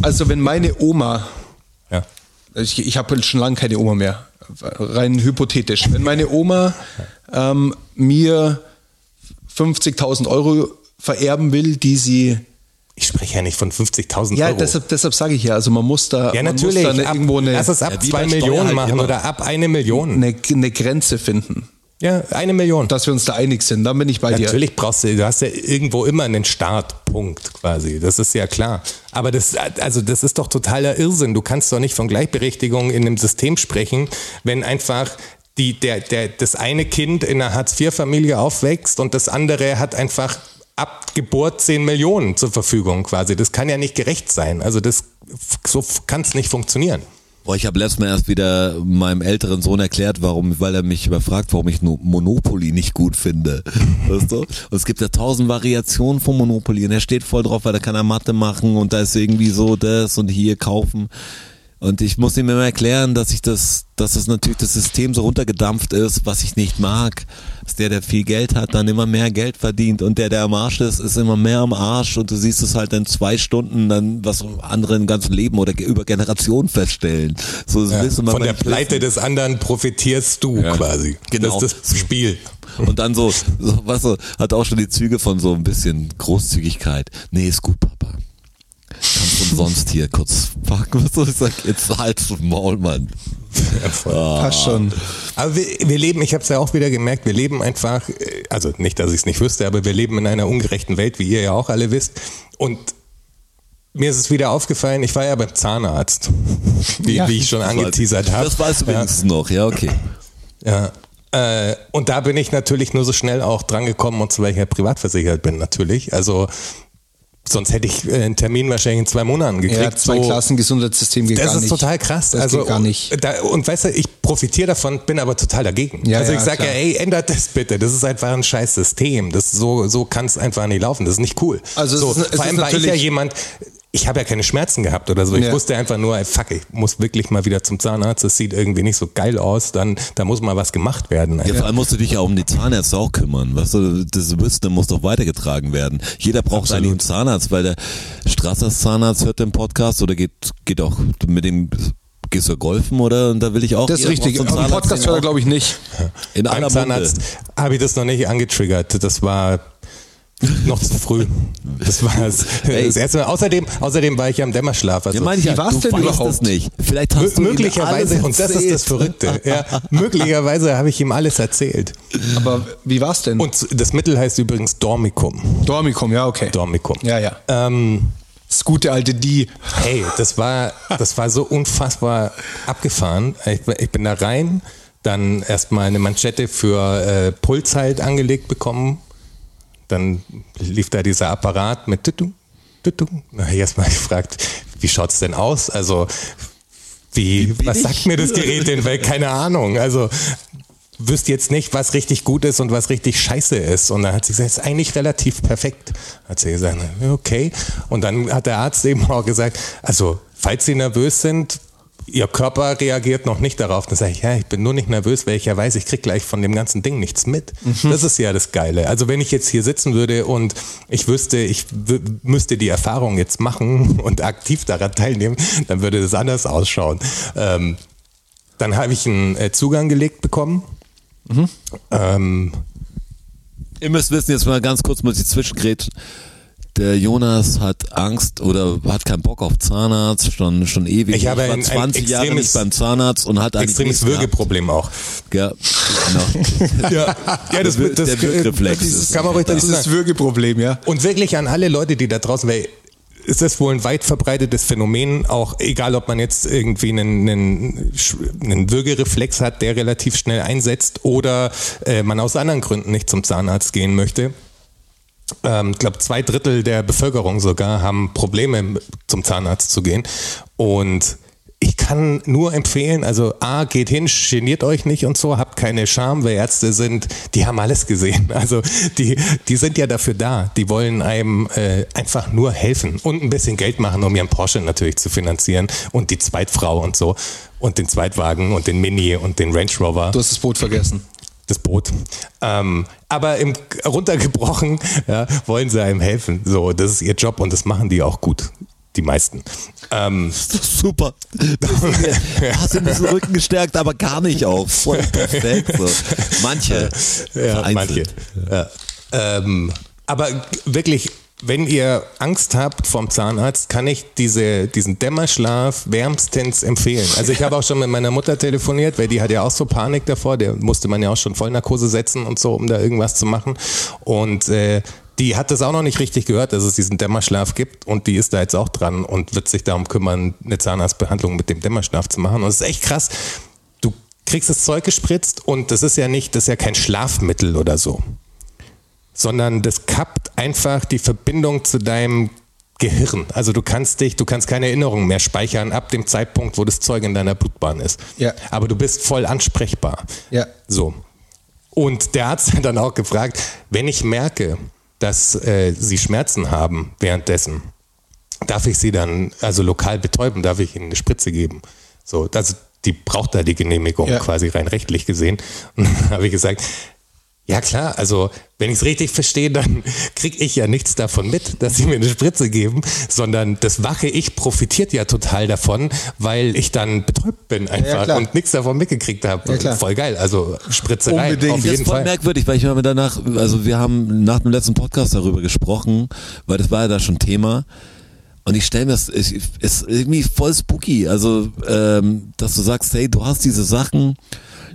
Also wenn meine Oma,
Ja.
ich, ich habe schon lange keine Oma mehr, rein hypothetisch, wenn meine Oma ähm, mir 50.000 Euro vererben will, die sie
Ich spreche ja nicht von 50.000
Ja,
Euro.
deshalb, deshalb sage ich ja, also man muss da,
Ja,
man
natürlich.
muss da eine,
ab,
irgendwo eine,
lass es ab
Ja, wie
zwei
bei Steuer
Millionen
halt
machen
immer.
oder ab eine Million.
eine, eine Grenze finden,
Ja, eine Million.
dass wir uns da einig sind. Dann bin ich bei dir.
Natürlich brauchst du, du hast ja irgendwo immer einen Startpunkt quasi. Das ist ja klar. Aber das, also das ist doch totaler Irrsinn. Du kannst doch nicht von Gleichberechtigung in einem System sprechen, wenn einfach die, der, der, das eine Kind in einer Hartz-IV-Familie aufwächst und das andere hat einfach ab Geburt 10 Millionen zur Verfügung quasi. Das kann ja nicht gerecht sein. Also das, so kann es nicht funktionieren.
Boah, ich habe letztes Mal erst wieder meinem älteren Sohn erklärt, warum, weil er mich überfragt, warum ich nur Monopoly nicht gut finde. Weißt du? Und es gibt ja tausend Variationen von Monopoly und er steht voll drauf, weil da kann er Mathe machen und da ist irgendwie so das und hier kaufen. Und ich muss ihm immer erklären, dass ich das, dass das natürlich das System so runtergedampft ist, was ich nicht mag. Dass der, der viel Geld hat, dann immer mehr Geld verdient und der, der am Arsch ist, ist immer mehr am Arsch und du siehst es halt in zwei Stunden dann, was andere im ganzen Leben oder ge- über Generationen feststellen. So, das
Ja,
willst du mal
Von der
nicht
Pleite
wissen.
des anderen profitierst du
Ja,
quasi.
genau.
Das ist das Spiel.
Und dann so, so, weißt du, hat auch schon die Züge von so ein bisschen Großzügigkeit. Nee, ist gut, Papa. Kannst umsonst hier kurz packen, was soll ich sagen? Jetzt halt's Maul, Mann.
Ja, voll.
Passt schon.
Aber wir, wir leben, ich habe es ja auch wieder gemerkt, wir leben einfach, äh, also nicht, dass ich es nicht wüsste, aber wir leben in einer ungerechten Welt, wie ihr ja auch alle wisst. Und mir ist es wieder aufgefallen, ich war ja beim Zahnarzt, wie,
Ja.
wie ich schon angeteasert habe.
Das weißt du wenigstens noch, ja, okay.
Ja. Äh, und da bin ich natürlich nur so schnell auch drangekommen und so, weil ich ja privat versichert bin, natürlich. Also sonst hätte ich äh, einen Termin wahrscheinlich in zwei Monaten gekriegt.
Ja, zwei
so,
Klassen Gesundheitssystem geht
das
gar
ist
nicht.
total krass.
Das
also,
geht gar nicht.
Da, und weißt du, ich profitiere davon, bin aber total dagegen.
Ja,
also
ja,
ich sage ja,
klar.
ey, ändert das bitte. Das ist einfach ein scheiß System. Das, so so kann es einfach nicht laufen. Das ist nicht cool.
Also es
so,
ist- es
vor allem
ist
war ich ja
natürlich-
jemand, ich habe ja keine Schmerzen gehabt oder so. Ich
Ja.
wusste einfach nur, ey, fuck, ich muss wirklich mal wieder zum Zahnarzt. Das sieht irgendwie nicht so geil aus. Dann, da muss mal was gemacht werden.
Ja, vor allem musst du dich ja um die Zahnärzte auch kümmern. Weißt du, das Wissen muss doch weitergetragen werden. Jeder braucht eigentlich einen Zahnarzt, weil der Strassers Zahnarzt hört den Podcast oder geht, geht auch mit dem, gehst du golfen oder? Und da will ich auch.
Das
jeder
ist richtig.
braucht
Am
so einen Zahnarzt,
Podcast
den
hört er,
auch
glaube ich, nicht.
in aller
Beim Zahnarzt
Munde.
habe ich das noch nicht angetriggert. Das war noch zu früh. Das war das,
Ey.
das erste Mal. Außerdem, außerdem war ich ja im Dämmerschlaf. Also
Ja, meine ich
Wie
ja, du
war's denn
weißt
überhaupt?
es nicht. Vielleicht hast du
Mö-
ihnen
möglicherweise,
alles
und das ist
erzählt.
das Verrückte, ja, möglicherweise habe ich ihm alles erzählt.
Aber wie war's denn?
Und das Mittel heißt übrigens Dormicum.
Dormicum, ja, okay.
Dormicum.
Ja, ja.
Ähm,
Das gute alte Die.
hey, das war, das war so unfassbar abgefahren. Ich, bin- ich bin da rein, dann erstmal eine Manschette für äh, Puls halt angelegt bekommen. Dann lief da dieser Apparat mit Tütung, Tütung. Da habe ich erstmal gefragt, wie schaut's denn aus? Also, wie, was sagt mir das Gerät denn? Weil keine Ahnung. Also, wüsste jetzt nicht, was richtig gut ist und was richtig scheiße ist. Und dann hat sie gesagt, ist eigentlich relativ perfekt. Hat sie gesagt, okay. Und dann hat der Arzt eben auch gesagt, also falls Sie nervös sind, Ihr Körper reagiert noch nicht darauf. Dann sage ich, ja, ich bin nur nicht nervös, weil ich ja weiß, ich krieg gleich von dem ganzen Ding nichts mit. Das ist ja das Geile. Also wenn ich jetzt hier sitzen würde und ich wüsste, ich w- müsste die Erfahrung jetzt machen und aktiv daran teilnehmen, dann würde das anders ausschauen. Ähm, dann habe ich einen äh, Zugang gelegt bekommen. Ähm,
Ihr müsst wissen, jetzt mal ganz kurz muss ich zwischengrätschen. Der Jonas hat Angst oder hat keinen Bock auf Zahnarzt, schon, schon ewig.
Ich habe
war
ein- ein
20 Jahre
extremes-
nicht beim Zahnarzt und hat eigentlich
extremes
nichts gehabt.
Würgeproblem auch.
Ja, genau.
Ja, ja das,
Der Wür-
das,
der Würgreflex
das
ist-
kann man ruhig dazu
Das ist
sagen.
das Würgeproblem, ja.
Und wirklich an alle Leute, die da draußen, weil es ist wohl ein weit verbreitetes Phänomen, auch egal, ob man jetzt irgendwie einen, einen, Sch- einen Würgereflex hat, der relativ schnell einsetzt oder äh, man aus anderen Gründen nicht zum Zahnarzt gehen möchte. Ähm, ich glaube, zwei Drittel der Bevölkerung sogar haben Probleme, m- zum Zahnarzt zu gehen. Und ich kann nur empfehlen, also A, geht hin, geniert euch nicht und so, habt keine Scham, weil Ärzte sind, die haben alles gesehen. Also die, die sind ja dafür da. Die wollen einem äh, einfach nur helfen und ein bisschen Geld machen, um ihren Porsche natürlich zu finanzieren und die Zweitfrau und so und den Zweitwagen und den Mini und den Range Rover
Du hast das Boot vergessen.
das Boot. Ähm, aber im, runtergebrochen ja, wollen sie einem helfen. So, das ist ihr Job und das machen die auch gut, die meisten. Ähm,
Super. Hast du ein bisschen Rücken gestärkt, aber gar nicht auch. Voll perfekt. So. Manche.
ja, manche.
vereinzelt.
Ja. Ähm, aber g- wirklich, wenn ihr Angst habt vom Zahnarzt, kann ich diese, diesen Dämmerschlaf wärmstens empfehlen. Also ich habe auch schon mit meiner Mutter telefoniert, weil die hat ja auch so Panik davor, der musste man ja auch schon Vollnarkose setzen und so, um da irgendwas zu machen. Und äh, die hat das auch noch nicht richtig gehört, dass es diesen Dämmerschlaf gibt und die ist da jetzt auch dran und wird sich darum kümmern, eine Zahnarztbehandlung mit dem Dämmerschlaf zu machen. Und es ist echt krass. Du kriegst das Zeug gespritzt und das ist ja nicht, das ist ja kein Schlafmittel oder so sondern das kappt einfach die Verbindung zu deinem Gehirn. Also du kannst dich, du kannst keine Erinnerungen mehr speichern ab dem Zeitpunkt, wo das Zeug in deiner Blutbahn ist.
Ja.
Aber du bist voll ansprechbar.
Ja.
So. Und der Arzt hat dann auch gefragt, wenn ich merke, dass äh, sie Schmerzen haben währenddessen, darf ich sie dann also lokal betäuben, darf ich ihnen eine Spritze geben. So, also die braucht da die Genehmigung
Ja.
quasi rein rechtlich gesehen. Und dann habe ich gesagt, ja klar, also wenn ich es richtig verstehe, dann kriege ich ja nichts davon mit, dass sie mir eine Spritze geben, sondern das wache Ich profitiert ja total davon, weil ich dann betäubt bin einfach
klar.
und nichts davon mitgekriegt habe.
Ja, klar.
Voll geil, also Spritze rein,
Unbedingt.
auf
Das ist
jeden
voll
Fall.
merkwürdig, weil ich habe danach, also wir haben nach dem letzten Podcast darüber gesprochen, weil das war ja da schon Thema. Und ich stelle mir das, ich, ist irgendwie voll spooky. Also, ähm, dass du sagst, hey, du hast diese Sachen,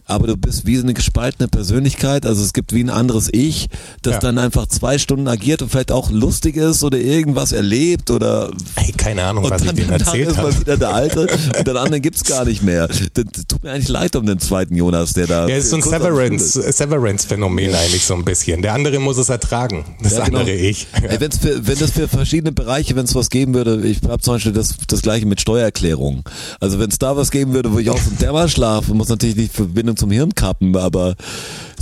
aber du bist wie eine gespaltene Persönlichkeit. Also es gibt wie ein anderes Ich, das
Ja.
dann einfach zwei Stunden agiert und vielleicht auch lustig ist oder irgendwas erlebt oder
Hey, keine Ahnung,
und
was ich
dann,
denen
danach
erzählt
ist
habe.
mal wieder der Alte und den anderen gibt's gar nicht mehr. Das das tut mir eigentlich leid um den zweiten Jonas, der da.
Ja, es ist so ein
kurz am Stuhl ist.
Severance, Severance-Phänomen eigentlich so ein bisschen. Der andere muss es ertragen, das
Ja, genau.
andere ich.
Ey, wenn's für, wenn das für verschiedene Bereiche, wenn es was geben würde, ich habe zum Beispiel das, das gleiche mit Steuererklärungen. Also wenn es da was geben würde, wo ich auch so dermal schlafe, muss natürlich die Verbindung zum Hirn kappen, aber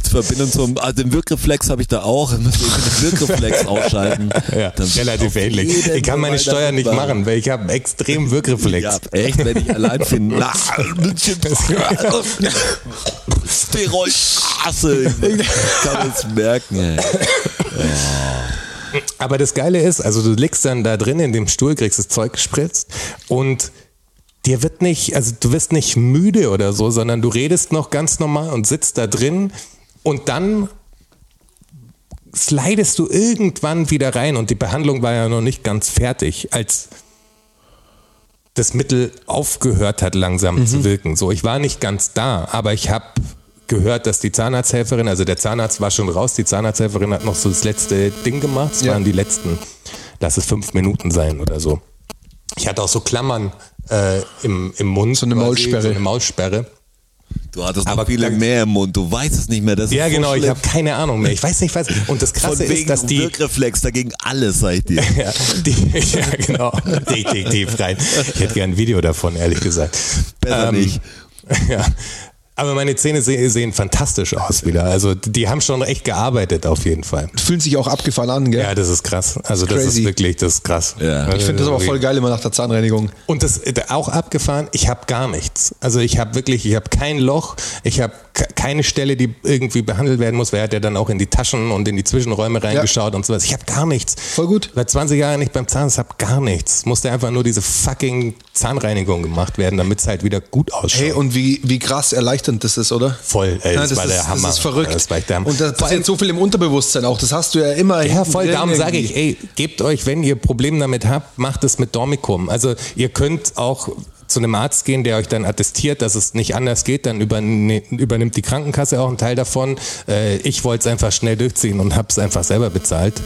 die Verbindung zum, also den Wirkreflex habe ich da auch, ich müsste den Wirkreflex ausschalten.
Ja,
Dann-
relativ ähnlich.
jeden
Ich kann meine
Fall
Steuer nicht
darüber.
machen, weil ich habe extrem Wirkreflex.
Ja, echt, wenn ich allein bin. Na, Steroid, hasse. Ich kann es merken. Ey.
Aber das Geile ist, also du liegst dann da drin in dem Stuhl, kriegst das Zeug gespritzt und dir wird nicht, also du wirst nicht müde oder so, sondern du redest noch ganz normal und sitzt da drin und dann slidest du irgendwann wieder rein und die Behandlung war ja noch nicht ganz fertig, als das Mittel aufgehört hat, langsam
Mhm.
zu wirken. So, ich war nicht ganz da, aber ich habe gehört, dass die Zahnarzthelferin, also der Zahnarzt war schon raus, die Zahnarzthelferin hat noch so das letzte Ding gemacht. Es
Ja.
waren die letzten, lass es fünf Minuten sein oder so. Ich hatte auch so Klammern äh, im, im Mund.
So eine
quasi,
Maulsperre.
So eine Maulsperre.
Du hattest
Aber
noch viele
dank-
mehr im Mund, du weißt es nicht mehr. Das
Ja,
ist so
genau, ich
schlimm.
habe keine Ahnung mehr. Ich weiß nicht, was. Und das
Von
Krasse
wegen
ist, dass die.
Wirkreflex dagegen alles, sag ich dir.
Ja, die, ja genau. Ähm, Richtig tief rein. Ich hätte gern ein Video davon, ehrlich gesagt.
Besser nicht.
Ja. Aber meine Zähne se sehen fantastisch aus wieder. Also die haben schon echt gearbeitet auf jeden Fall.
Fühlen sich auch abgefahren an, gell?
Ja, das ist krass. Also das
Crazy.
ist wirklich, das ist krass. Äh,
Ja.
Ich finde das aber voll geil immer nach der Zahnreinigung.
Und das äh, auch abgefahren, ich habe gar nichts. Also ich habe wirklich, ich habe kein Loch, ich habe keine Stelle, die irgendwie behandelt werden muss. Wer hat ja dann auch in die Taschen und in die Zwischenräume reingeschaut und so was. Ich habe gar nichts.
Voll gut.
Seit 20 Jahren nicht beim Zahnarzt, habe gar nichts. Musste einfach nur diese fucking Zahnreinigung gemacht werden, damit es halt wieder gut ausschaut.
Hey, und wie, wie krass erleichternd das ist, oder?
Voll, ey,
Ja,
das, war der Hammer.
Das ist verrückt.
Das war echt der Hammer.
Und da passiert so viel im Unterbewusstsein auch. Das hast du ja immer.
Ja, voll.
hinten
Darum
drin
sage ich,
irgendwie.
ey, gebt euch, wenn ihr Probleme damit habt, macht es mit Dormicum. Also ihr könnt auch zu einem Arzt gehen, der euch dann attestiert, dass es nicht anders geht, dann überne übernimmt die Krankenkasse auch einen Teil davon. Äh, ich wollte es einfach schnell durchziehen und habe es einfach selber bezahlt.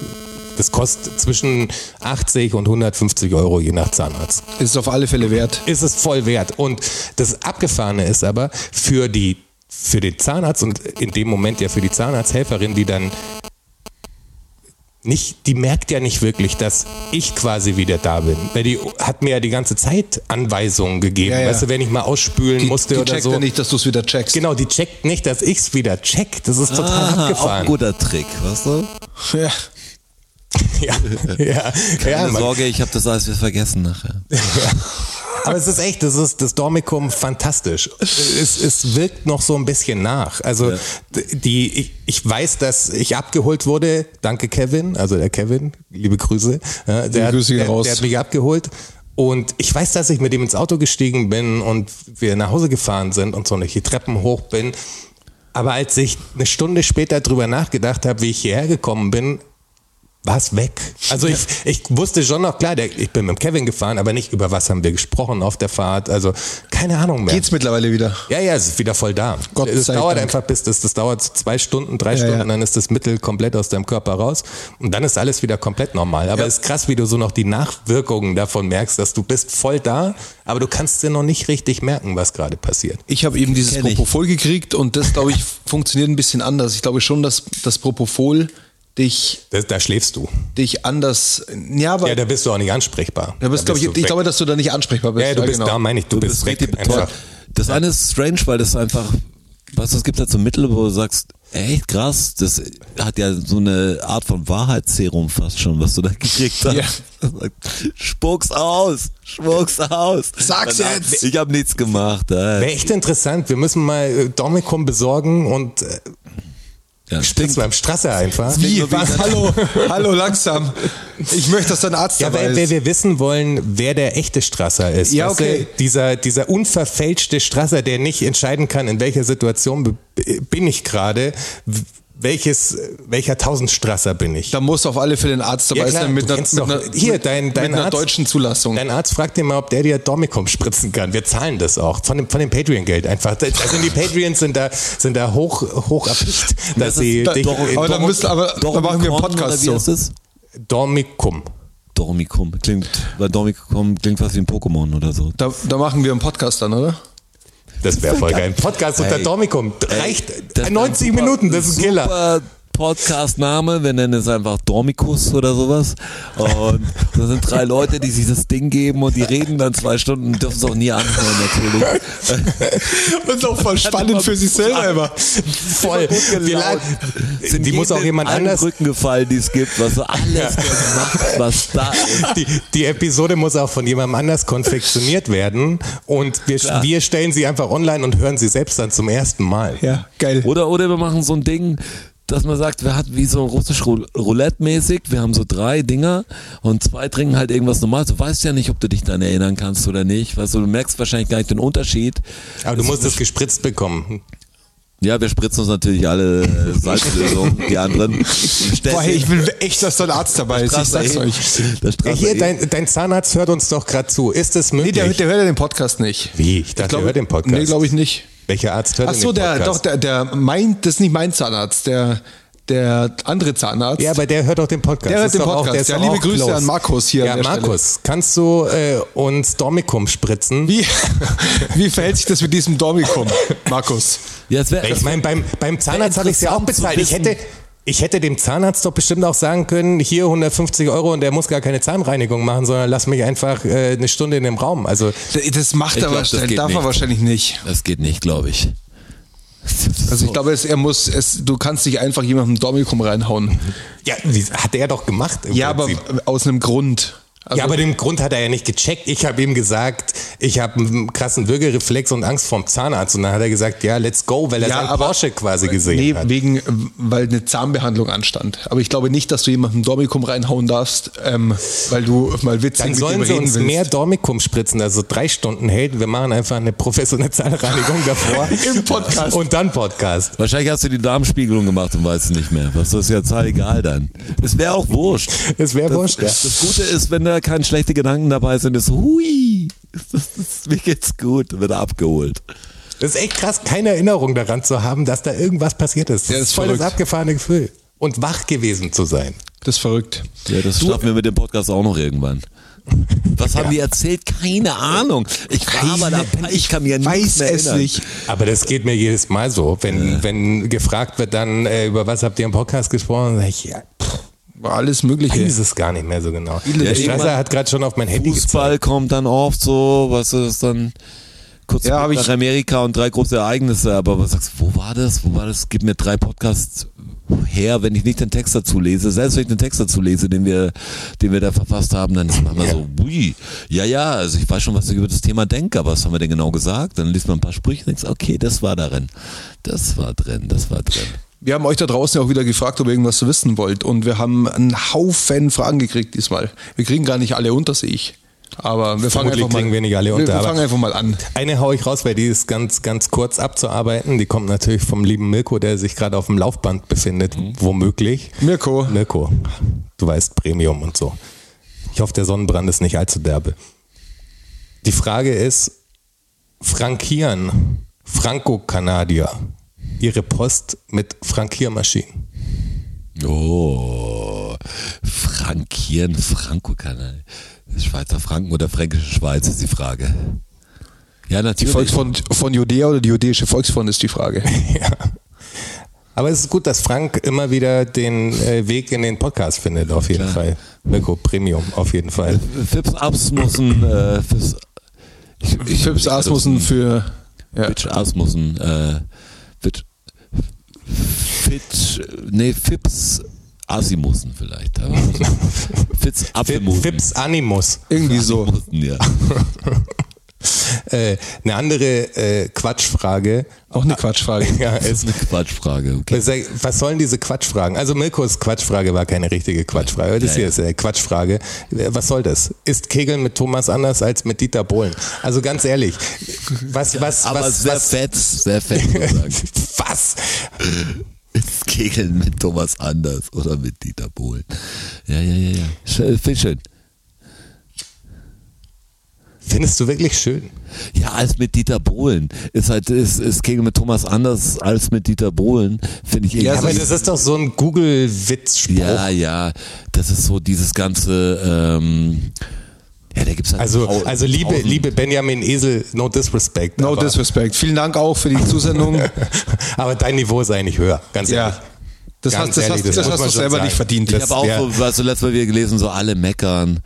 Das kostet zwischen 80 und 150 Euro je nach Zahnarzt
Ist es auf alle Fälle wert.
ist es voll wert. Und das Abgefahrene ist aber für die für den Zahnarzt und in dem Moment ja für die Zahnarzthelferin, die dann nicht, die merkt ja nicht wirklich, dass ich quasi wieder da bin. Weil die hat mir ja die ganze Zeit Anweisungen gegeben.
Ja, ja.
Weißt du, wenn ich mal ausspülen musste
die
oder
checkt
so.
ja nicht, dass du es wieder checkst.
Genau, die checkt nicht, dass ich's wieder check. Das ist total
Ah, auch ein
abgefahren.
guter Trick, weißt du?
Ja.
Ja, ja, ja,
Keine
Mann.
Sorge, ich habe das alles wieder vergessen nachher.
Aber es ist echt, das ist das Dormicum fantastisch. Es, es wirkt noch so ein bisschen nach. Also
Ja.
d- die, ich, ich weiß, dass ich abgeholt wurde. Danke Kevin, also der Kevin, liebe Grüße. Ja, der, hat,
Grüße gehen
der,
raus.
der hat mich abgeholt. Und ich weiß, dass ich mit ihm ins Auto gestiegen bin und wir nach Hause gefahren sind und so und ich die Treppen hoch bin. Aber als ich eine Stunde später drüber nachgedacht habe, wie ich hierher gekommen bin, war es weg. Also ich, ich wusste schon noch, klar, der, ich bin mit dem Kevin gefahren, aber nicht über was haben wir gesprochen auf der Fahrt. Also keine Ahnung mehr.
Geht's mittlerweile wieder.
Ja, ja, es ist wieder voll da.
Gott
es
sei
dauert
Dank.
einfach, bis das, das dauert so zwei Stunden, drei
Ja,
Stunden,
ja.
dann ist das Mittel komplett aus deinem Körper raus und dann ist alles wieder komplett normal. Aber
Ja.
es ist krass, wie du so noch die Nachwirkungen davon merkst, dass du bist voll da, aber du kannst dir noch nicht richtig merken, was gerade passiert.
Ich habe eben dieses
Kenn ich.
Propofol gekriegt und das, glaube ich, funktioniert ein bisschen anders. Ich glaube schon, dass das Propofol dich,
Da, da schläfst du.
dich anders. Ja, aber
Ja, da bist du auch nicht ansprechbar.
da bist,
Da
glaub ich,
du
ich
weg.
glaube, dass du da nicht ansprechbar bist. genau.
ja, ja, du bist da, meine ich, du, bist, weg.
richtig
Einfach.
betäubt. Das eine ist strange, weil das einfach, was es gibt halt so Mittel, wo du sagst, echt krass, das hat ja so eine Art von Wahrheitsserum fast schon, was du da gekriegt hast.
Ja.
Spuck's aus, spuck's aus.
Sag's
Dann-
jetzt!
Ich habe nichts gemacht. äh. Ey.
Wäre echt interessant. Wir müssen mal äh, Domicom besorgen und äh,
Ja,
spitzen beim Strasser einfach.
Wie?
Wie? Was? Hallo, hallo, langsam. Ich möchte, dass dein Arzt
Ja,
dabei
weil,
ist.
weil wir wissen wollen, wer der echte Strasser ist.
Ja,
Weißt du,
okay.
Dieser, dieser unverfälschte Strasser, der nicht entscheiden kann, in welcher Situation be- bin ich gerade, w- welches, welcher Tausendstrasser bin ich.
Da muss auf alle Fälle ein Arzt dabei
Ja, klar,
sein mit
du
einer,
kennst
mit
doch-
einer,
hier,
mit,
dein- dein
mit einer
Arzt-
deutschen Zulassung.
Dein Arzt fragt dir mal, ob der dir Domicom spritzen kann. Wir zahlen das auch. Von dem, von dem Patreon-Geld einfach. Da da sind die Patreons sind da, sind da hoch, hoch erpicht, dass
ist
sie
da-
dich
doch-
in
aber da, müssen, aber da machen wir einen Podcast
so.
so.
Ist das?
Dormicum.
Dormicum klingt, weil Dormicum klingt fast wie ein Pokémon oder so.
Da, da machen wir einen Podcast dann, oder?
Das wäre voll geil. Podcast unter Dormicum. Reicht.
Das ist ein
90
super-
Minuten, das ist ein Killer.
Super Podcast-Name, wir nennen es einfach Dormikus oder sowas. Und da sind drei Leute, die sich das Ding geben und die reden dann zwei Stunden, dürfen es auch nie anhören natürlich.
Und auch voll spannend für sich selber immer.
Voll. Wir laden-
Sind
die muss
jedem
auch jemand
allen
anders.
Rücken gefallen, die es gibt, was so alles gemacht, was da ist.
Die, die Episode muss auch von jemandem anders konfektioniert werden und wir, wir stellen sie einfach online und hören sie selbst dann zum ersten Mal.
Ja, geil.
Oder, oder wir machen so ein Ding, dass man sagt, wir hatten wie so russisch Roul- Roulette-mäßig, wir haben so drei Dinger und zwei trinken halt irgendwas normal. Du weißt ja nicht, ob du dich dann erinnern kannst oder nicht. Weißt du, du merkst wahrscheinlich gar nicht den Unterschied.
Aber du musst es gespritzt bekommen.
Ja, wir spritzen uns natürlich alle äh, Salzlösung, die anderen.
Boah, hey, ich will echt, dass da ein Arzt dabei ist. Ich
Straße
sag's
eh.
euch.
Das Straße
Hier,
eh.
dein, dein Zahnarzt hört uns doch gerade zu. Ist es
Nee,
möglich?
der, der hört ja den Podcast nicht.
Wie? Ich dachte,
glaub-
er hört den Podcast.
Nee, glaube ich nicht.
Welcher Arzt hört
Ach
denn
so,
den
der,
Podcast?
doch, der, der mein, das ist nicht mein Zahnarzt, der, der andere Zahnarzt.
Ja, aber der hört auch den Podcast.
Der hört
Ist
den
doch
Podcast.
ist
Ja,
doch
liebe Grüße
close.
an Markus hier
Ja,
an der
Markus, kannst du äh, uns Dormicum spritzen?
wie, wie verhält sich das mit diesem Dormicum, Markus?
ja, es wär,
Ich meine, beim, beim Zahnarzt habe ich es ja auch bezahlt. Ich
Interessant zu
hätte, ich hätte dem Zahnarzt doch bestimmt auch sagen können, hier 150 Euro und der muss gar keine Zahnreinigung machen, sondern lass mich einfach äh, eine Stunde in dem Raum. Also
Das macht
Ich
er
glaub, das
wahrscheinlich,
geht
darf er
nicht.
wahrscheinlich nicht.
das geht nicht, glaube ich.
Also ich glaube, es, er muss, es, du kannst nicht einfach jemandem Dominikum reinhauen.
Ja, die- hat er doch gemacht. im
Ja, aber
Prinzip.
aus einem Grund. Also,
ja, aber den Grund hat er ja nicht gecheckt. Ich habe ihm gesagt, ich habe einen krassen Würgereflex und Angst vorm Zahnarzt. Und dann hat er gesagt, ja, let's go, weil er
Ja,
seinen
aber-
Porsche quasi gesehen
nee,
hat.
wegen, weil eine Zahnbehandlung anstand. Aber ich glaube nicht, dass du jemandem Dominikum reinhauen darfst, ähm, weil du mal witzig
Dann
mit ihm
sollen sie
reden
uns
willst.
mehr Dormicum spritzen, also drei Stunden hält. Wir machen einfach eine professionelle Zahnreinigung davor.
Im Podcast.
Und dann Podcast.
Wahrscheinlich hast du die Darmspiegelung gemacht und weißt es nicht mehr. Das ist ja total egal dann. Es wäre auch wurscht.
Es wäre wurscht. Ja.
Das Gute ist, wenn da keine schlechten Gedanken dabei sind, ist hui, das, das, mir geht's gut, wird abgeholt.
Das ist echt krass, keine Erinnerung daran zu haben, dass da irgendwas passiert ist. Das
Ja, das
ist
ist
voll das
verrückt.
abgefahrene Gefühl. Und wach gewesen zu sein.
Das ist verrückt.
Ja, das
Du-
schaffen wir mit dem Podcast auch noch irgendwann. Was haben wir erzählt? Keine Ahnung. Ich war aber dabei, ich kann mir nichts
Weiß
mehr
es
erinnern.
nicht.
Aber das geht mir jedes Mal so. Wenn, wenn gefragt wird dann, äh, über was habt ihr im Podcast gesprochen, sage ich, ja, pff,
War alles Mögliche.
weiß es gar nicht mehr so genau.
Ja,
Der Strasser
irgendwann-
hat gerade schon auf mein Handy
Fußball kommt dann oft so, was ist dann kurz
Ja, hab ich-
nach Amerika und drei große Ereignisse, aber was sagst du, wo war das? Wo war das? Gib mir drei Podcasts her, wenn ich nicht den Text dazu lese, selbst wenn ich den Text dazu lese, den wir, den wir da verfasst haben, dann ist man immer so, ui, ja, ja, also ich weiß schon, was ich über das Thema denke, aber was haben wir denn genau gesagt? Dann liest man ein paar Sprüche und denkt, okay, das war darin, das war drin, das war drin.
Wir haben euch da draußen ja auch wieder gefragt, ob ihr irgendwas zu wissen wollt. Und wir haben einen Haufen Fragen gekriegt diesmal. Wir kriegen gar nicht alle unter, sehe ich. Aber wir fangen,
Vermutlich
einfach mal,
kriegen wir nicht alle
wir-
unter,
wir
aber-
fangen einfach mal an.
Eine hau ich raus, weil die ist ganz, ganz kurz abzuarbeiten. Die kommt natürlich vom lieben Mirko, der sich gerade auf dem Laufband befindet, womöglich.
Mirko,
Mirko, du weißt Premium und so. Ich hoffe, der Sonnenbrand ist nicht allzu derbe. Die Frage ist, frankieren Franco-Kanadier ihre Post mit Frankiermaschinen?
Oh, frankieren, Franco-Kanal. Schweizer Franken oder fränkische Schweiz ist die Frage. Ja,
die
natürlich.
Volksfront von Judäa oder die jüdische Volksfront ist die Frage.
Ja. Aber es ist gut, dass Frank immer wieder den äh, Weg in den Podcast findet, auf jeden Fall. Mirko, Premium, auf jeden Fall.
Äh, Fips Asmussen, äh, Fips, ich, ich,
Fips Asmussen für. Ja.
Fitch Asmussen, äh, Fitch, Fitch, nee, Fips Asimussen vielleicht. aber- Fitz Apfelmusen.
Fips Animus.
Irgendwie so.
Ja.
Äh, eine andere äh, Quatschfrage.
Auch eine Quatschfrage.
Ja,
Ist
ist,
eine Quatschfrage, okay.
Was, sag- was sollen diese Quatschfragen? Also Milkos Quatschfrage war keine richtige Quatschfrage. aber Das
Ja,
hier
ja.
ist eine Quatschfrage. Äh, Was soll das? Ist Kegeln mit Thomas anders als mit Dieter Bohlen? Also ganz ehrlich, was, was,
Aber
was,
sehr
was,
fett, sehr fett, muss ich sagen.
was?
Das Kegeln mit Thomas Anders oder mit Dieter Bohlen. Ja, ja, ja, ja. Schön, Finde ich schön.
Findest du wirklich schön?
Ja, als mit Dieter Bohlen. Ist halt, ist, ist Kegeln mit Thomas Anders als mit Dieter Bohlen, finde also ich
Ja,
irgendwie-
aber das ist doch so ein Google-Witzspruch.
Ja, ja. Das ist so dieses ganze, ähm, ja, da gibt's halt
Also,
tau-
also liebe,
tausend-
liebe Benjamin Esel, no disrespect.
No
aber,
disrespect. Vielen Dank auch für die Zusendung.
aber dein Niveau ist eigentlich höher, ganz ehrlich.
ja. Das
Ganz
hast, das
ehrlich,
hast,
das
das
muss
hast
man
du
schon
selber
sagen.
nicht verdient.
Ich habe auch
wär-
so, weißt du, letztes Mal wieder gelesen, so alle meckern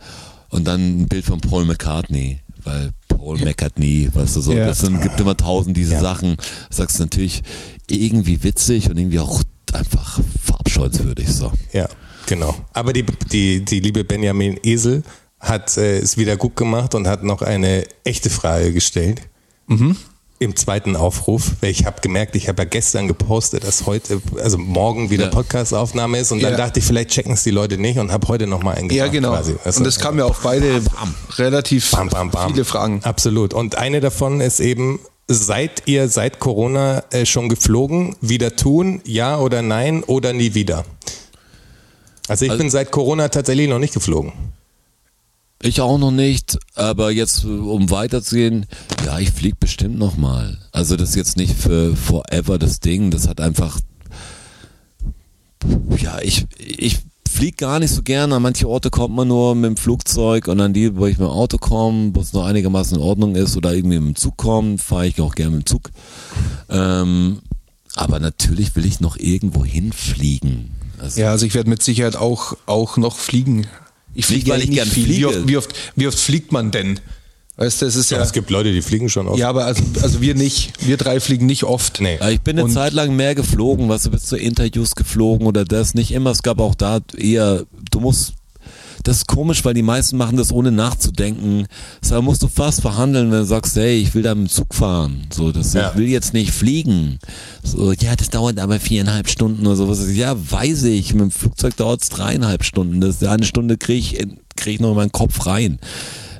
und dann ein Bild von Paul McCartney, weil Paul meckert nie, weißt du, so.
Ja.
Das sind, gibt immer tausend diese Sachen. Sagst natürlich irgendwie witzig und irgendwie auch einfach verabscheuenswürdig, so.
Ja, genau. Aber die, die, die liebe Benjamin Esel hat äh, es wieder gut gemacht und hat noch eine echte Frage gestellt.
Mhm.
Im zweiten Aufruf, weil ich habe gemerkt, ich habe ja gestern gepostet, dass heute, also morgen wieder
Ja.
Podcastaufnahme ist und dann
Ja.
dachte ich, vielleicht checken es die Leute nicht und habe heute nochmal einen
Ja,
gemacht
genau.
quasi. Also
Und das kamen ja auch beide relativ
Bam, bam, bam.
viele Fragen.
Absolut. Und eine davon ist eben, seid ihr seit Corona äh, schon geflogen? Wieder tun? Ja oder nein? Oder nie wieder? Also ich bin seit Corona tatsächlich noch nicht geflogen.
Ich auch noch nicht, aber jetzt, um weiterzugehen, ja, ich flieg bestimmt nochmal. Also das ist jetzt nicht für forever das Ding, das hat einfach, ja, ich, ich flieg gar nicht so gerne, an manche Orte kommt man nur mit dem Flugzeug und an die, wo ich mit dem Auto komme, wo es noch einigermaßen in Ordnung ist oder irgendwie mit dem Zug komme, fahre ich auch gerne mit dem Zug. Ähm, aber natürlich will ich noch irgendwo hinfliegen. Also,
Ja, also ich werde mit Sicherheit auch, auch noch fliegen. Ich
Nicht, weil ich gern fliege.
Wie oft, wie, oft, wie oft fliegt man denn? Weißt du, es ist ja.
Also Es gibt Leute, die fliegen schon oft.
Ja, aber also, also wir nicht. Wir drei fliegen nicht oft.
Nee.
Ja, ich bin eine
Und-
Zeit lang mehr geflogen, was du bist zu Interviews geflogen oder das nicht immer. Es gab auch da eher, du musst, das ist komisch, weil die meisten machen das ohne nachzudenken. Da musst du fast verhandeln, wenn du sagst, hey, ich will da mit dem Zug fahren. So, das,
Ja.
ich will jetzt nicht fliegen. So, ja, das dauert aber viereinhalb Stunden oder sowas. Ja, weiß ich. Mit dem Flugzeug dauert es dreieinhalb Stunden. Das, eine Stunde kriege ich, in- krieg ich noch in meinen Kopf rein.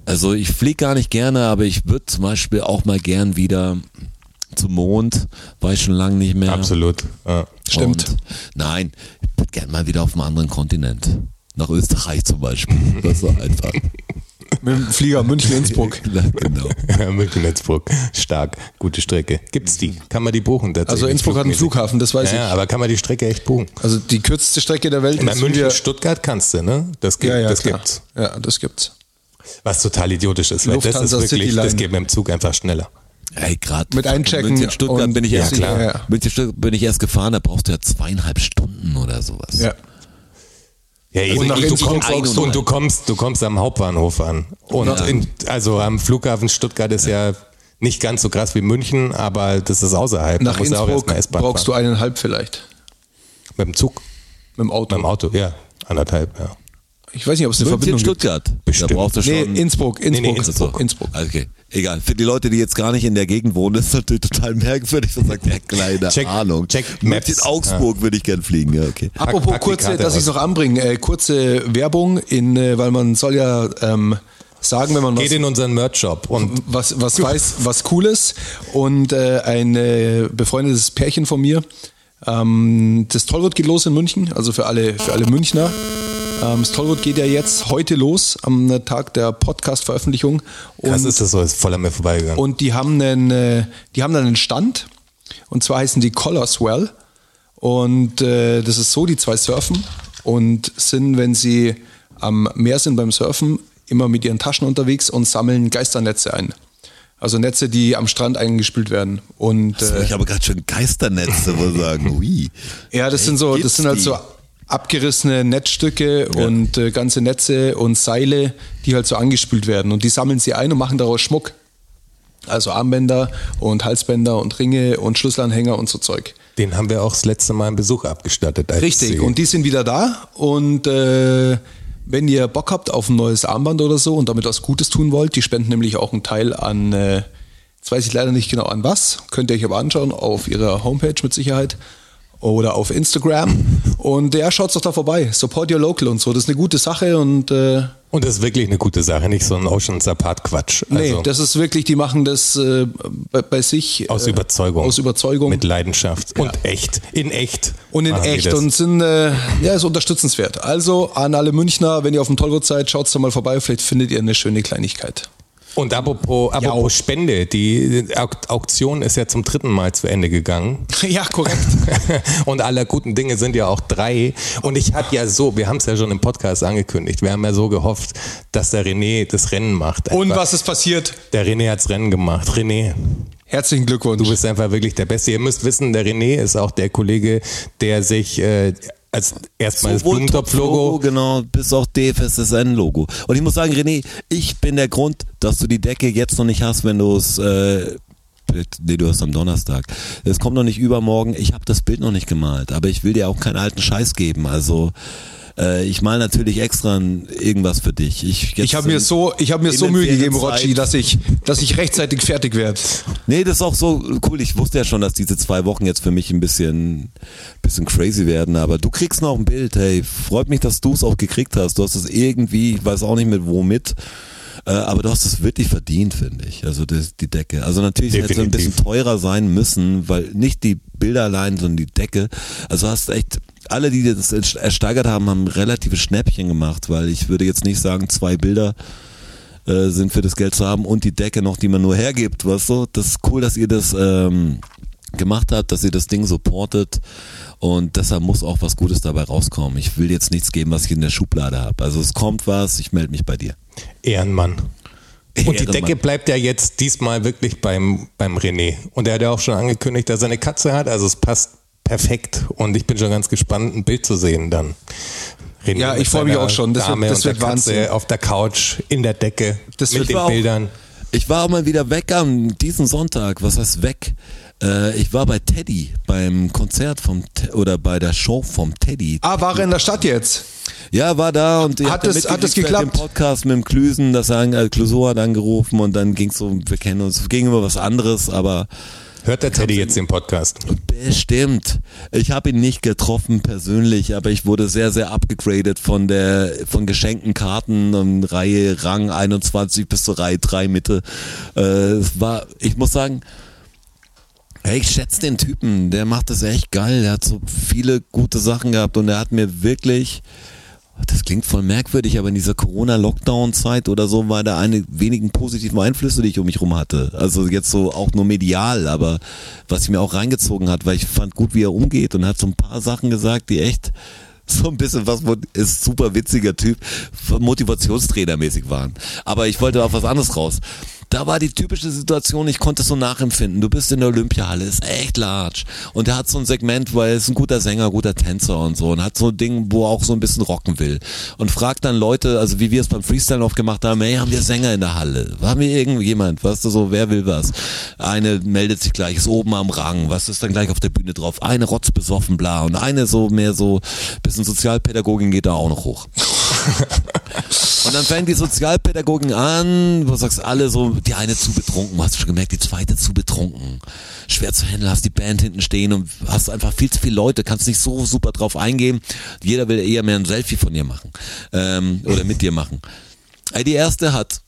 Also ich fliege gar nicht gerne, aber ich würde zum Beispiel auch mal gern wieder zum Mond, war ich schon lange nicht mehr.
Absolut. Ja.
Stimmt.
Und, nein, ich würde gern mal wieder auf einem anderen Kontinent. Nach Österreich zum Beispiel. Das war einfach.
Mit dem Flieger München, Innsbruck.
genau.
München-Netzburg. Stark. Gute Strecke. Gibt's die? Kann man die buchen tatsächlich?
Also Innsbruck hat einen
Flugmäßig.
Flughafen, das weiß
Ja, ja,
ich.
aber kann man die Strecke echt buchen?
Also die kürzeste Strecke der Welt
Na,
ist
München,
wieder,
Stuttgart kannst du, ne? Das, gibt,
ja, ja,
das
klar.
gibt's.
Ja, das gibt's.
Was total idiotisch ist, weil
Lufthansa
das ist wirklich,
Cityline.
das geht mit dem Zug einfach schneller.
Ey, gerade
Mit einchecken
München Stuttgart
und-
bin ich
Ja,
erst
klar. Ja.
München Stuttgart bin ich erst gefahren, da brauchst du ja zweieinhalb Stunden oder sowas.
Ja.
Ja, eben.
Und Also nach
du
Innsbruck
kommst,
ein und
und du kommst, du kommst am Hauptbahnhof an. Und
Ja.
in, also am Flughafen Stuttgart ist ja nicht ganz so krass wie München, aber das ist außerhalb.
Nach
du
Innsbruck brauchst du eineinhalb vielleicht.
du mit dem Zug,
Mit dem Auto.
mit dem Auto, ja, anderthalb. Ja.
Ich weiß nicht, ob es eine
München
Verbindung gibt.
Stuttgart.
Bestimmt.
Da brauchst du schon
Nee, Innsbruck, Innsbruck,
ähm, nee,
Innsbruck. Innsbruck.
Okay, egal. Für die Leute, die jetzt gar nicht in der Gegend wohnen, ist natürlich total merkwürdig, was sagt der kleine
Check-
Ahnung.
check
Mit
Maps.
in Augsburg würde ich gern fliegen, ja, okay.
Pack-
Apropos
pack die
kurze,
Karte
dass ich es
aus.
noch anbringe, äh, kurze Werbung in, äh, weil man soll ja ähm, sagen, wenn man was
Geht in unseren Merch-Shop und
was, was weiß, was Cooles. Und äh, ein äh, befreundetes Pärchen von mir, ähm, das Tollwood geht los in München, also für alle, für alle Münchner. Ähm, das Tollwood geht ja jetzt heute los, am Tag der Podcast-Veröffentlichung.
das
Und,
ist das so, ist voll an mir vorbeigegangen.
und die haben einen, äh, die haben dann einen Stand. Und zwar heißen die Colorswell. Und äh, das ist so, die zwei surfen und sind, wenn sie am Meer sind beim Surfen, immer mit ihren Taschen unterwegs und sammeln Geisternetze ein. Also Netze, die am Strand eingespült werden. Und
So,
äh,
ich habe gerade schon Geisternetze, wo wir sagen, ui.
ja, das sind so,
Gibt's
das sind halt
die?
so abgerissene Netzstücke
Ja.
und äh, ganze Netze und Seile, die halt so angespült werden. Und die sammeln sie ein und machen daraus Schmuck. Also Armbänder und Halsbänder und Ringe und Schlüsselanhänger und so Zeug.
Den haben wir auch das letzte Mal einen Besuch abgestattet. als
Richtig,
sie-
und die sind wieder da. Und äh, wenn ihr Bock habt auf ein neues Armband oder so und damit was Gutes tun wollt, die spenden nämlich auch einen Teil an, äh, jetzt weiß ich leider nicht genau an was, könnt ihr euch aber anschauen auf ihrer Homepage mit Sicherheit oder auf Instagram. Und ja, schaut doch da vorbei. Support your local und so. Das ist eine gute Sache und äh,
und das ist wirklich eine gute Sache, nicht so ein Oceans Apart Quatsch.
nee,
Also
das ist wirklich, die machen das äh, bei, bei sich.
aus
äh,
Überzeugung.
Aus Überzeugung.
Mit Leidenschaft und echt. In echt.
Und in
machen die
echt
das.
und sind, äh, ja, ist unterstützenswert. Also an alle Münchner, wenn ihr auf dem Tollwood seid, schaut's doch mal vorbei, vielleicht findet ihr eine schöne Kleinigkeit.
Und apropos, apropos
Ja.
Spende, die Auk- Auktion ist ja zum dritten Mal zu Ende gegangen.
Ja, korrekt.
und aller guten Dinge sind ja auch drei. Und ich habe ja so, wir haben es ja schon im Podcast angekündigt, wir haben ja so gehofft, dass der René das Rennen macht.
Und
Einfach-
was ist passiert?
Der René hat's Rennen gemacht. René,
Herzlichen Glückwunsch.
Du bist einfach wirklich der Beste. Ihr müsst wissen, der René ist auch der Kollege, der sich äh, als erstmal das
Sowohl Topf-Logo,
Blumentopf-Logo.
Genau, bis auch DFSSN-Logo. Und ich muss sagen, René, ich bin der Grund, dass du die Decke jetzt noch nicht hast, wenn du es. Äh, Nee, du hast am Donnerstag. Es kommt noch nicht übermorgen. Ich habe das Bild noch nicht gemalt, aber ich will dir auch keinen alten Scheiß geben. Also äh, ich male natürlich extra ein- irgendwas für dich. Ich, jetzt
ich habe mir
in-
so, ich hab mir
in
so
der
Mühe gegeben,
Ferienzeit-
Rotschi, dass ich, dass ich rechtzeitig fertig werde.
Nee, das ist auch so cool. Ich wusste ja schon, dass diese zwei Wochen jetzt für mich ein bisschen, bisschen crazy werden, aber du kriegst noch ein Bild, hey. Freut mich, dass du es auch gekriegt hast. Du hast es irgendwie, ich weiß auch nicht mit womit, äh, aber du hast es wirklich verdient, finde ich. Also das, die Decke. Also natürlich hätte es ein
Definitiv.
bisschen teurer sein müssen, weil nicht die Bilder allein, sondern die Decke. Also hast echt, alle, die das ersteigert haben, haben relative Schnäppchen gemacht, weil ich würde jetzt nicht sagen, zwei Bilder äh, sind für das Geld zu haben und die Decke noch, die man nur hergibt, weißt du? Das ist cool, dass ihr das ähm, gemacht habt, dass ihr das Ding supportet und deshalb muss auch was Gutes dabei rauskommen. Ich will jetzt nichts geben, was ich in der Schublade habe. Also es kommt was, ich melde mich bei dir.
Ehrenmann. Und die
Ehrenmann.
Decke bleibt ja jetzt diesmal wirklich beim, beim René. Und er hat ja auch schon angekündigt, dass er eine Katze hat. Also es passt perfekt. Und ich bin schon ganz gespannt, ein Bild zu sehen dann. René
Ja,
mit
ich freu mich
seiner
auch schon. Das wird-
Dame
das
und
wird
der Katze
Wahnsinn.
Auf der Couch, in der Decke,
Das
mit
wird
den
auch-
Bildern.
Ich war auch mal wieder weg am diesen Sonntag. Was heißt weg? Äh, ich war bei Teddy beim Konzert vom Te oder bei der Show vom Teddy.
Ah, war er in der Stadt jetzt?
Ja, war da und ihr habt
Hat
ja
es- hat
mitgekriegt
es
seit
geklappt?
Dem Podcast mit dem Klüsen, das sagen, äh, Clouseau hat angerufen und dann ging's so, wir kennen uns, ging immer was anderes, aber
Hört der Teddy jetzt den Podcast?
Bestimmt. Ich habe ihn nicht getroffen persönlich, aber ich wurde sehr, sehr abgegradet von der von geschenkten Karten und Reihe Rang 21 bis zur Reihe 3 Mitte. Äh, es war, ich muss sagen, hey, ich schätze den Typen, der macht das echt geil. Der hat so viele gute Sachen gehabt und er hat mir wirklich. Das klingt voll merkwürdig, aber in dieser Corona-Lockdown-Zeit oder so war da eine wenigen positiven Einflüsse, die ich um mich rum hatte. Also jetzt so auch nur medial, aber was ich mir auch reingezogen hat, weil ich fand gut, wie er umgeht und hat so ein paar Sachen gesagt, die echt so ein bisschen was, wo- ist super witziger Typ, Motivationstrainermäßig waren. Aber ich wollte auf was anderes raus. Da war die typische Situation, ich konnte es so nachempfinden. Du bist in der Olympiahalle, ist echt large. Und er hat so ein Segment, weil er ist ein guter Sänger, guter Tänzer und so. Und hat so ein Ding, wo er auch so ein bisschen rocken will. Und fragt dann Leute, also wie wir es beim Freestyle oft gemacht haben, hey, haben wir Sänger in der Halle? Haben wir irgendjemand? Weißt du so, wer will was? Eine meldet sich gleich, ist oben am Rang. Was ist dann gleich auf der Bühne drauf? Eine rotzt besoffen, bla. Und eine so mehr so, bisschen Sozialpädagogin geht da auch noch hoch. Und dann fangen die Sozialpädagogen an, wo du sagst, alle so, die eine zu betrunken, hast du schon gemerkt, die zweite zu betrunken. Schwer zu handeln, hast die Band hinten stehen und hast einfach viel zu viele Leute, kannst nicht so super drauf eingehen. Jeder will eher mehr ein Selfie von dir machen. Ähm, oder mit dir machen. Ey, die erste hat,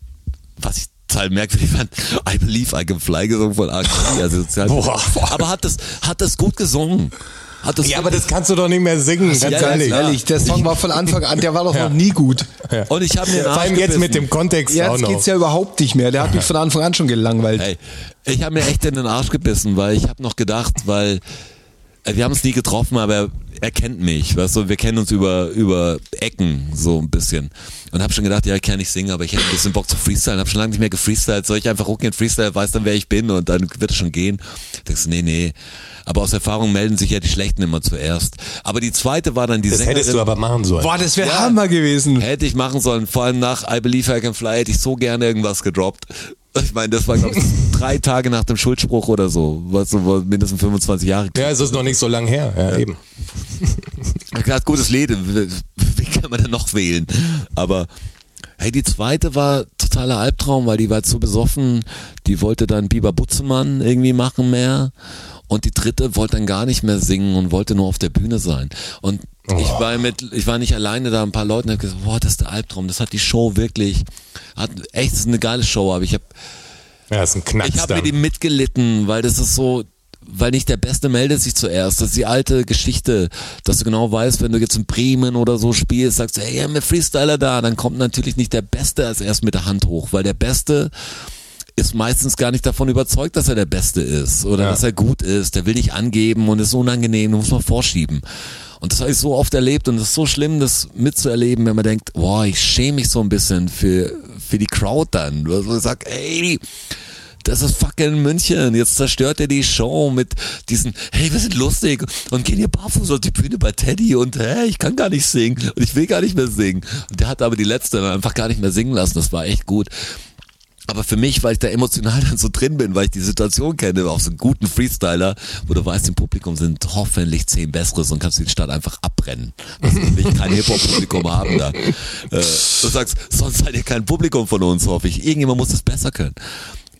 was ich total merkwürdig fand, I believe I can fly gesungen von A. Kelly, also
Boah.
Aber hat das, hat das gut gesungen. Hat das
Ja, aber das kannst du doch nicht mehr singen, ganz
ja,
ehrlich.
klar.
Ehrlich, der Song war von Anfang an, der war doch
Ja.
noch nie gut.
und ich habe mir
Vor allem jetzt mit dem Kontext auch
Jetzt
noch.
geht's ja überhaupt nicht mehr. Der hat mich von Anfang an schon gelangweilt.
Ey, ich habe mir echt in den Arsch gebissen, weil ich habe noch gedacht, weil äh, wir haben es nie getroffen, aber er, er kennt mich, weißt du, wir kennen uns über über Ecken so ein bisschen und habe schon gedacht, ja, ich kann nicht singen, aber ich hätte ein bisschen Bock zu freestylen, habe schon lange nicht mehr gefreestylt, soll ich einfach ruckend freestyle, weiß dann wer ich bin und dann wird es schon gehen. Denkst du, nee, nee. Aber aus Erfahrung melden sich ja die Schlechten immer zuerst. Aber die zweite war dann die
Das
Sängerin.
hättest du aber machen sollen.
Boah, das wäre Hammer gewesen.
Hätte ich machen sollen. Vor allem nach I Believe I Can Fly hätte ich so gerne irgendwas gedroppt. Ich meine, das war, glaube ich, drei Tage nach dem Schuldspruch oder so. Was, so, wo mindestens 25 Jahre.
Ja, es ist noch nicht so lang her. Ja, eben.
Ich hab gedacht, gutes Leben. Wie kann man denn noch wählen? Aber, hey, die zweite war totaler Albtraum, weil die war zu besoffen. Die wollte dann Biber Butzemann irgendwie machen mehr. Und die dritte wollte dann gar nicht mehr singen und wollte nur auf der Bühne sein. Und ich war mit, ich war nicht alleine da, ein paar Leute und hab gesagt, boah, das ist der Albtraum. Das hat die Show wirklich, hat echt, das ist eine geile Show, aber ich habe
Ja, ist ein Knacks
ich habe
dann.
mit ihm mitgelitten, weil das ist so, weil nicht der Beste meldet sich zuerst. Das ist die alte Geschichte, dass du genau weißt, wenn du jetzt in Bremen oder so spielst, sagst du, hey, wir haben einen Freestyler da, dann kommt natürlich nicht der Beste als erst mit der Hand hoch, weil der Beste ist meistens gar nicht davon überzeugt, dass er der Beste ist oder
Ja.
dass er gut ist. Der will nicht angeben und ist unangenehm, den muss man vorschieben. Und das habe ich so oft erlebt und es ist so schlimm, das mitzuerleben, wenn man denkt, boah, ich schäme mich so ein bisschen für, für die Crowd dann. Du hast gesagt, ey, das ist fucking München. Jetzt zerstört er die Show mit diesen, hey, wir sind lustig und gehen hier barfuß auf die Bühne bei Teddy und hey, ich kann gar nicht singen und ich will gar nicht mehr singen. Und der hat aber die letzte dann einfach gar nicht mehr singen lassen. Das war echt gut. Aber für mich, weil ich da emotional dann so drin bin, weil ich die Situation kenne, auf so einen guten Freestyler, wo du weißt, im Publikum sind hoffentlich zehn Besseres und kannst die Stadt einfach abbrennen. Also ich kein Hip-Hop-Publikum haben da. Äh, du sagst, sonst seid ihr kein Publikum von uns, hoffe ich. Irgendjemand muss es besser können.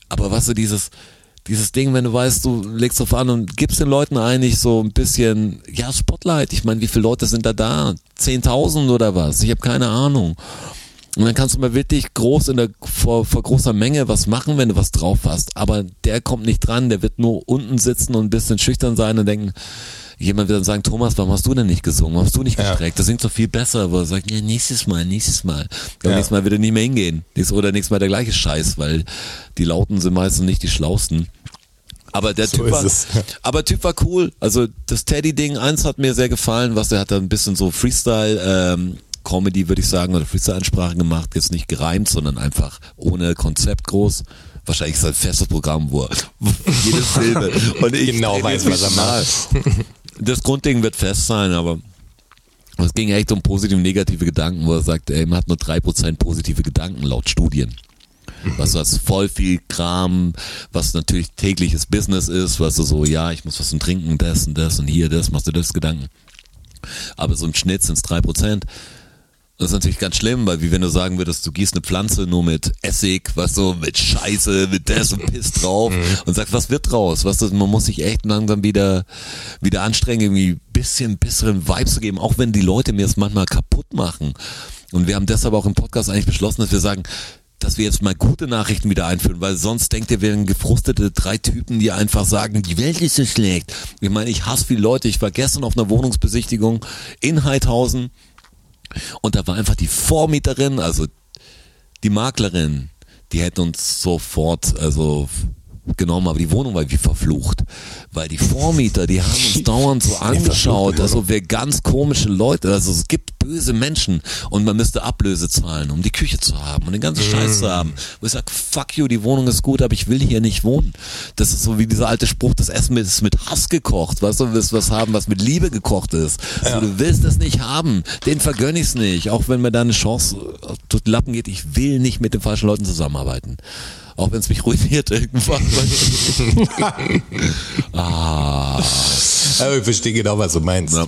Aber was so dieses, dieses Ding, wenn du weißt, du legst drauf an und gibst den Leuten eigentlich so ein bisschen, ja, Spotlight. Ich meine, wie viele Leute sind da da? Zehntausend oder was? Ich habe keine Ahnung. Und dann kannst du mal wirklich groß in der, vor, vor großer Menge was machen, wenn du was drauf hast. Aber der kommt nicht dran, der wird nur unten sitzen und ein bisschen schüchtern sein und denken, jemand wird dann sagen, Thomas, warum hast du denn nicht gesungen? Warum hast du nicht
Ja.
gestreckt? Das singt so viel besser, wo er sagt, ja, nächstes Mal, nächstes Mal. Aber
Ja.
nächstes Mal wird er nicht mehr hingehen. Nächstes- Oder nächstes Mal der gleiche Scheiß, weil die Lauten sind meistens nicht die schlausten. Aber der
So
Typ
ist
war,
es.
aber Typ war cool. Also das Teddy-Ding, eins hat mir sehr gefallen, was er hat da ein bisschen so Freestyle, ähm, Comedy, würde ich sagen, oder Freestyle-Ansprachen gemacht, jetzt nicht gereimt, sondern einfach ohne Konzept groß. Wahrscheinlich ist das ein festes Programm, wo er jede Silbe. Und ich
Genau weiß, was er
macht. Das Grundding wird fest sein, aber es ging echt um positive und negative Gedanken, wo er sagt, ey, man hat nur 3% positive Gedanken laut Studien. was was voll viel Kram, was natürlich tägliches Business ist, was du so, ja, ich muss was zum Trinken, das und das und hier, das, machst du das Gedanken. Aber so im Schnitt sind es 3%. Das ist natürlich ganz schlimm, weil wie wenn du sagen würdest, du gießt eine Pflanze nur mit Essig, was so mit Scheiße, mit das und Piss drauf und sagst, was wird draus? Was das, man muss sich echt langsam wieder, wieder anstrengen, irgendwie ein bisschen besseren Vibe zu geben, auch wenn die Leute mir das manchmal kaputt machen. Und wir haben deshalb auch im Podcast eigentlich beschlossen, dass wir sagen, dass wir jetzt mal gute Nachrichten wieder einführen, weil sonst denkt ihr, wir wären gefrustete drei Typen, die einfach sagen, die Welt ist so schlecht. Ich meine, ich hasse viele Leute. Ich war gestern auf einer Wohnungsbesichtigung in Heidhausen. Und da war einfach die Vormieterin, also die Maklerin, die hätte uns sofort, also genommen, aber die Wohnung war wie verflucht, weil die Vormieter, die haben uns dauernd so angeschaut, also wir ganz komische Leute, also es gibt böse Menschen und man müsste Ablöse zahlen, um die Küche zu haben und den ganzen Scheiß zu haben. Wo ich sag, fuck you, die Wohnung ist gut, aber ich will hier nicht wohnen. Das ist so wie dieser alte Spruch, das Essen ist mit Hass gekocht, weißt du, du willst was haben, was mit Liebe gekocht ist. So, du willst das nicht haben, den vergönn ich's nicht, auch wenn mir da eine Chance auf den Lappen geht, ich will nicht mit den falschen Leuten zusammenarbeiten auch wenn es mich ruiniert irgendwann. ah,
Aber ich verstehe genau, was du meinst.
ja.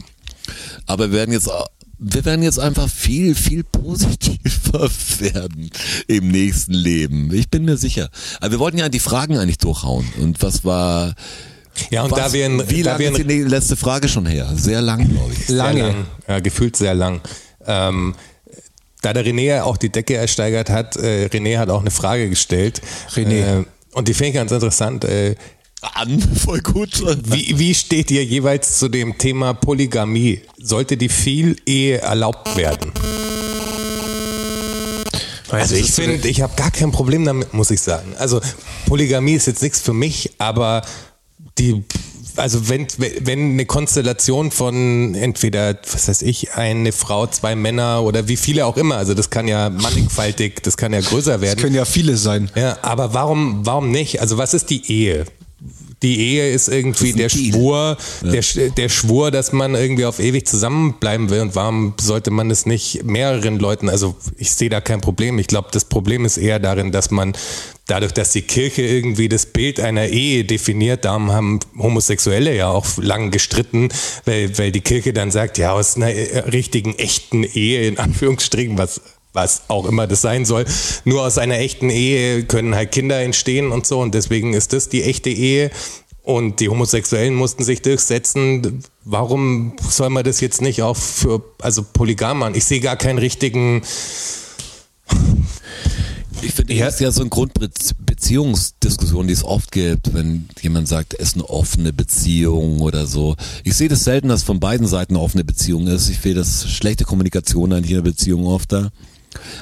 Aber wir werden jetzt, wir werden jetzt einfach viel, viel positiver werden im nächsten Leben. Ich bin mir sicher. Aber wir wollten ja die Fragen eigentlich durchhauen. Und was war?
Ja, und
was,
da wir ein,
wie
da
lange
wir ein
ist die letzte Frage schon her? Sehr lang, glaube ich.
Sehr
Lange.
lang, ja, gefühlt sehr lang. Ähm, da der René ja auch die Decke ersteigert hat, äh, René hat auch eine Frage gestellt.
René.
Äh, und die finde ich ganz interessant. Äh,
An, voll gut.
wie, wie steht ihr jeweils zu dem Thema Polygamie? Sollte die viel Ehe erlaubt werden? Also ich finde, ich habe gar kein Problem damit, muss ich sagen. Also Polygamie ist jetzt nichts für mich, aber die, also wenn, wenn eine Konstellation von entweder, was weiß ich, eine Frau, zwei Männer oder wie viele auch immer, also das kann ja mannigfaltig, das kann ja größer werden.
Können ja viele sein.
Ja, aber warum, warum nicht? Also was ist die Ehe? Die Ehe ist irgendwie
Das ist ein Deal.
der Schwur, der, Sch- der Schwur, dass man irgendwie auf ewig zusammenbleiben will. Und warum sollte man es nicht mehreren Leuten? Also ich sehe da kein Problem. Ich glaube, das Problem ist eher darin, dass man dadurch, dass die Kirche irgendwie das Bild einer Ehe definiert, da haben Homosexuelle ja auch lange gestritten, weil, weil die Kirche dann sagt, ja, aus einer äh, richtigen, echten Ehe in Anführungsstrichen, was was auch immer das sein soll. Nur aus einer echten Ehe können halt Kinder entstehen und so und deswegen ist das die echte Ehe. Und die Homosexuellen mussten sich durchsetzen. Warum soll man das jetzt nicht auch für, also polygam machen? Ich sehe gar keinen richtigen,
Ich finde, das ist ja so eine Grundbeziehungsdiskussion, die es oft gibt, wenn jemand sagt, es ist eine offene Beziehung oder so. Ich sehe das selten, dass von beiden Seiten eine offene Beziehung ist. Ich sehe das schlechte Kommunikation eigentlich in der Beziehung oft da.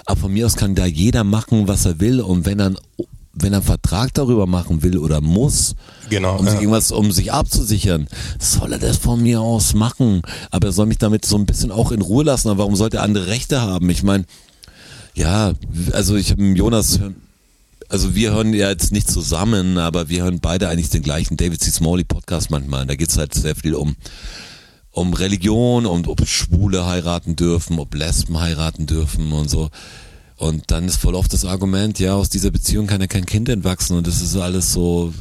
Aber von mir aus kann da jeder machen, was er will und wenn er, wenn er einen Vertrag darüber machen will oder muss,
Genau,
um sich
ja.
irgendwas, um sich abzusichern, soll er das von mir aus machen. Aber er soll mich damit so ein bisschen auch in Ruhe lassen. Aber warum sollte er andere Rechte haben? Ich meine, ja, also ich habe Jonas, also wir hören ja jetzt nicht zusammen, aber wir hören beide eigentlich den gleichen David C. Smalley Podcast manchmal. Da geht's halt sehr viel um um Religion und ob Schwule heiraten dürfen, ob Lesben heiraten dürfen und so. Und dann ist voll oft das Argument, ja, aus dieser Beziehung kann ja kein Kind entwachsen und das ist alles so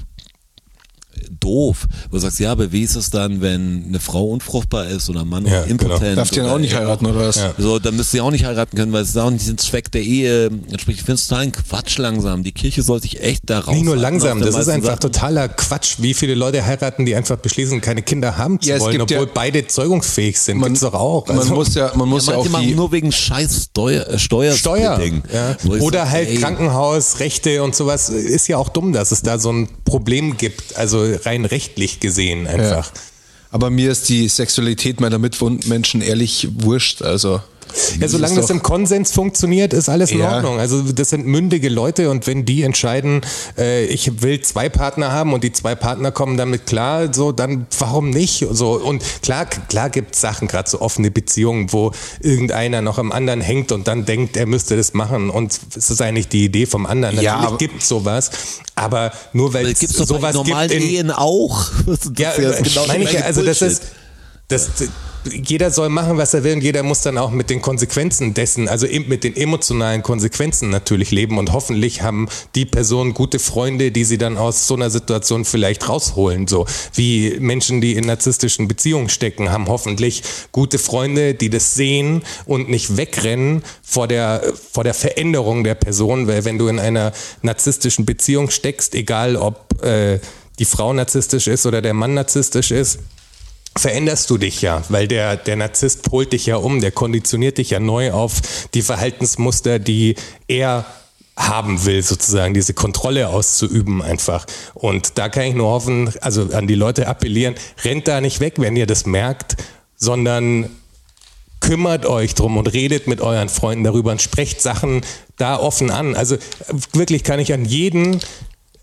doof. Wo du sagst, ja, aber wie ist es dann, wenn eine Frau unfruchtbar ist oder ein Mann
Ja,
impotent?
genau.
Darf den
oder
auch nicht heiraten, oder was?
Ja.
so, dann müsst ihr auch nicht heiraten können, weil es ist auch nicht den Zweck der Ehe. Sprich, ich finde es totalen Quatsch langsam. Die Kirche soll sich echt da raus.
nicht nur langsam, das ist einfach totaler Quatsch, wie viele Leute heiraten, die einfach beschließen, keine Kinder haben zu
Ja, es
wollen,
gibt
obwohl
ja-
beide zeugungsfähig sind.
Man-
Gibt's doch auch.
Man
Also-
muss ja, man muss ja,
Ja, manche
auch
machen
die,
nur wegen scheiß Steuer, äh, Steuer.
Steuer. Ja.
Wo ich
Oder
sag,
halt
ey,
Krankenhaus, Rechte und sowas. Ist ja auch dumm, dass es da so ein Problem gibt. Also rein rechtlich gesehen einfach.
aber mir ist die Sexualität meiner Mitmenschen ehrlich wurscht, also.
Ja, solange
ist
das
doch-
im Konsens funktioniert, ist alles in
Ja.
Ordnung. Also das sind mündige Leute und wenn die entscheiden, äh, ich will zwei Partner haben und die zwei Partner kommen damit klar, so dann warum nicht? So und klar, klar gibt es Sachen, gerade so offene Beziehungen, wo irgendeiner noch am anderen hängt und dann denkt, er müsste das machen und es ist eigentlich die Idee vom anderen.
Ja,
Natürlich
aber-
gibt sowas, aber nur weil
weil
es
Gibt's doch bei
sowas
normalen
gibt in,
Ehen auch. Das ist
ja, äh,
genau
meine ich
gleiche
ja, also das
Bullshit.
ist das, jeder soll machen, was er will und jeder muss dann auch mit den Konsequenzen dessen, also eben mit den emotionalen Konsequenzen natürlich leben und hoffentlich haben die Personen gute Freunde, die sie dann aus so einer Situation vielleicht rausholen, so wie Menschen, die in narzisstischen Beziehungen stecken, haben hoffentlich gute Freunde, die das sehen und nicht wegrennen vor der, vor der Veränderung der Person, weil wenn du in einer narzisstischen Beziehung steckst, egal ob äh, die Frau narzisstisch ist oder der Mann narzisstisch ist, veränderst du dich ja, weil der, der Narzisst holt dich ja um, der konditioniert dich ja neu auf die Verhaltensmuster, die er haben will, sozusagen, diese Kontrolle auszuüben einfach. Und da kann ich nur hoffen, also an die Leute appellieren, rennt da nicht weg, wenn ihr das merkt, sondern kümmert euch drum und redet mit euren Freunden darüber und sprecht Sachen da offen an. Also wirklich kann ich an jeden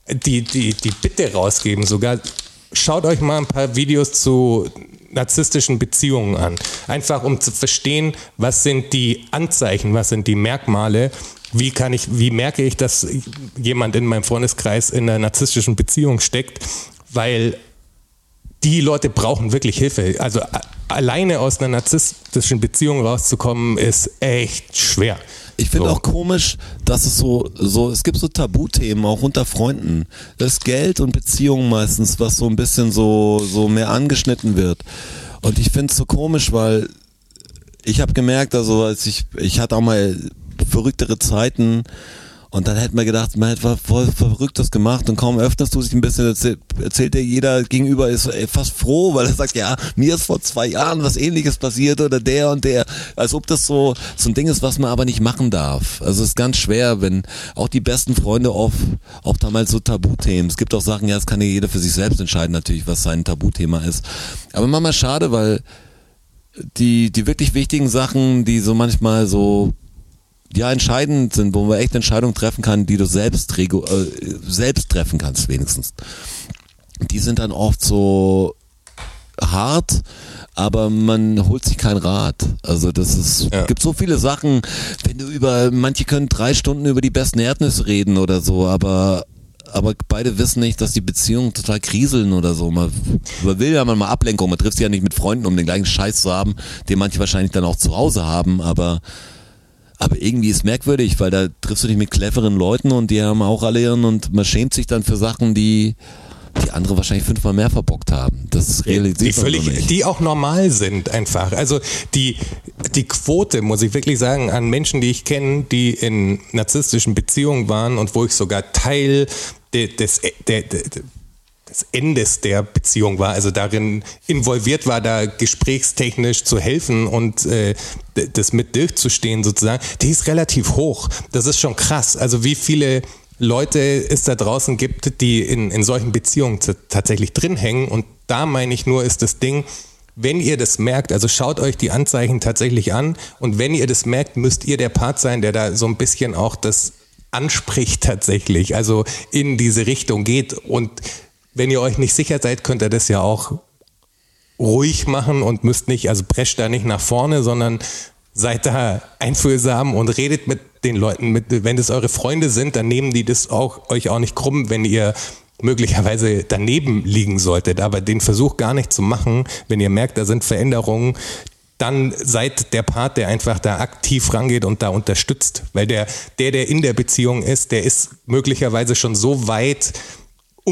die, die, die Bitte rausgeben, sogar schaut euch mal ein paar Videos zu narzisstischen Beziehungen an. Einfach um zu verstehen, was sind die Anzeichen, was sind die Merkmale, wie kann ich, wie merke ich, dass jemand in meinem Freundeskreis in einer narzisstischen Beziehung steckt, weil die Leute brauchen wirklich Hilfe. Also a- alleine aus einer narzisstischen Beziehung rauszukommen, ist echt schwer.
Ich finde
So.
auch komisch, dass es so, so, es gibt so Tabuthemen auch unter Freunden. Das Geld und Beziehungen meistens, was so ein bisschen so, so mehr angeschnitten wird. Und ich finde es so komisch, weil ich habe gemerkt, also als ich, ich hatte auch mal verrücktere Zeiten und dann hätte man gedacht, man hätte was voll Verrücktes gemacht und kaum öffnest du dich ein bisschen, erzähl- erzählt dir jeder gegenüber, ist ey, fast froh, weil er sagt, ja, mir ist vor zwei Jahren was ähnliches passiert oder der und der. Als ob das so, so ein Ding ist, was man aber nicht machen darf. Also es ist ganz schwer, wenn auch die besten Freunde oft, auch damals so Tabuthemen. Es gibt auch Sachen, ja, das kann ja jeder für sich selbst entscheiden natürlich, was sein Tabuthema ist. Aber manchmal schade, weil die, die wirklich wichtigen Sachen, die so manchmal so ja entscheidend sind, wo man echt Entscheidungen treffen kann, die du selbst, regu- äh, selbst treffen kannst wenigstens. Die sind dann oft so hart, aber man holt sich keinen Rat. Also das ist,
Ja.
gibt so viele Sachen, wenn du über, manche können drei Stunden über die besten Erdnüsse reden oder so, aber aber beide wissen nicht, dass die Beziehungen total kriseln oder so. Man, man will ja mal mal Ablenkung. Man trifft sich ja nicht mit Freunden, um den gleichen Scheiß zu haben, den manche wahrscheinlich dann auch zu Hause haben. Aber, aber irgendwie ist merkwürdig, weil da triffst du dich mit cleveren Leuten und die haben auch alle ihren und man schämt sich dann für Sachen, die die andere wahrscheinlich fünfmal mehr verbockt haben. Das realisiert
die
man so
völlig,
nicht.
die auch normal sind einfach. Also die, die Quote, muss ich wirklich sagen, an Menschen, die ich kenne, die in narzisstischen Beziehungen waren und wo ich sogar Teil de, des, der- der- des Endes der Beziehung war, also darin involviert war, da gesprächstechnisch zu helfen und äh, d- das mit durchzustehen sozusagen, die ist relativ hoch. Das ist schon krass. Also wie viele Leute es da draußen gibt, die in, in solchen Beziehungen t- tatsächlich drin hängen und da meine ich nur, ist das Ding, wenn ihr das merkt, also schaut euch die Anzeichen tatsächlich an und wenn ihr das merkt, müsst ihr der Part sein, der da so ein bisschen auch das anspricht tatsächlich, also in diese Richtung geht. Und wenn ihr euch nicht sicher seid, könnt ihr das ja auch ruhig machen und müsst nicht, also prescht da nicht nach vorne, sondern seid da einfühlsam und redet mit den Leuten. Mit, wenn es eure Freunde sind, dann nehmen die das auch, euch auch nicht krumm, wenn ihr möglicherweise daneben liegen solltet. Aber den Versuch gar nicht zu machen, wenn ihr merkt, da sind Veränderungen, dann seid der Part, der einfach da aktiv rangeht und da unterstützt. Weil der, der, der in der Beziehung ist, der ist möglicherweise schon so weit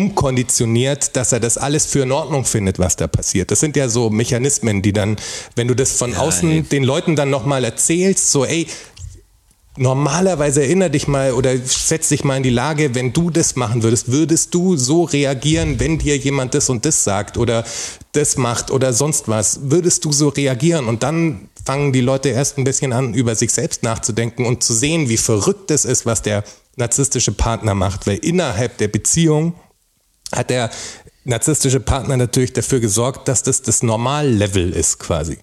umkonditioniert, dass er das alles für in Ordnung findet, was da passiert. Das sind ja so Mechanismen, die dann, wenn du das von außen
ey.
den Leuten dann nochmal erzählst, so, ey, normalerweise erinnere dich mal oder setz dich mal in die Lage, wenn du das machen würdest, würdest du so reagieren, wenn dir jemand das und das sagt oder das macht oder sonst was, würdest du so reagieren und dann fangen die Leute erst ein bisschen an, über sich selbst nachzudenken und zu sehen, wie verrückt es ist, was der narzisstische Partner macht, weil innerhalb der Beziehung hat der narzisstische Partner natürlich dafür gesorgt, dass das das Normallevel ist quasi.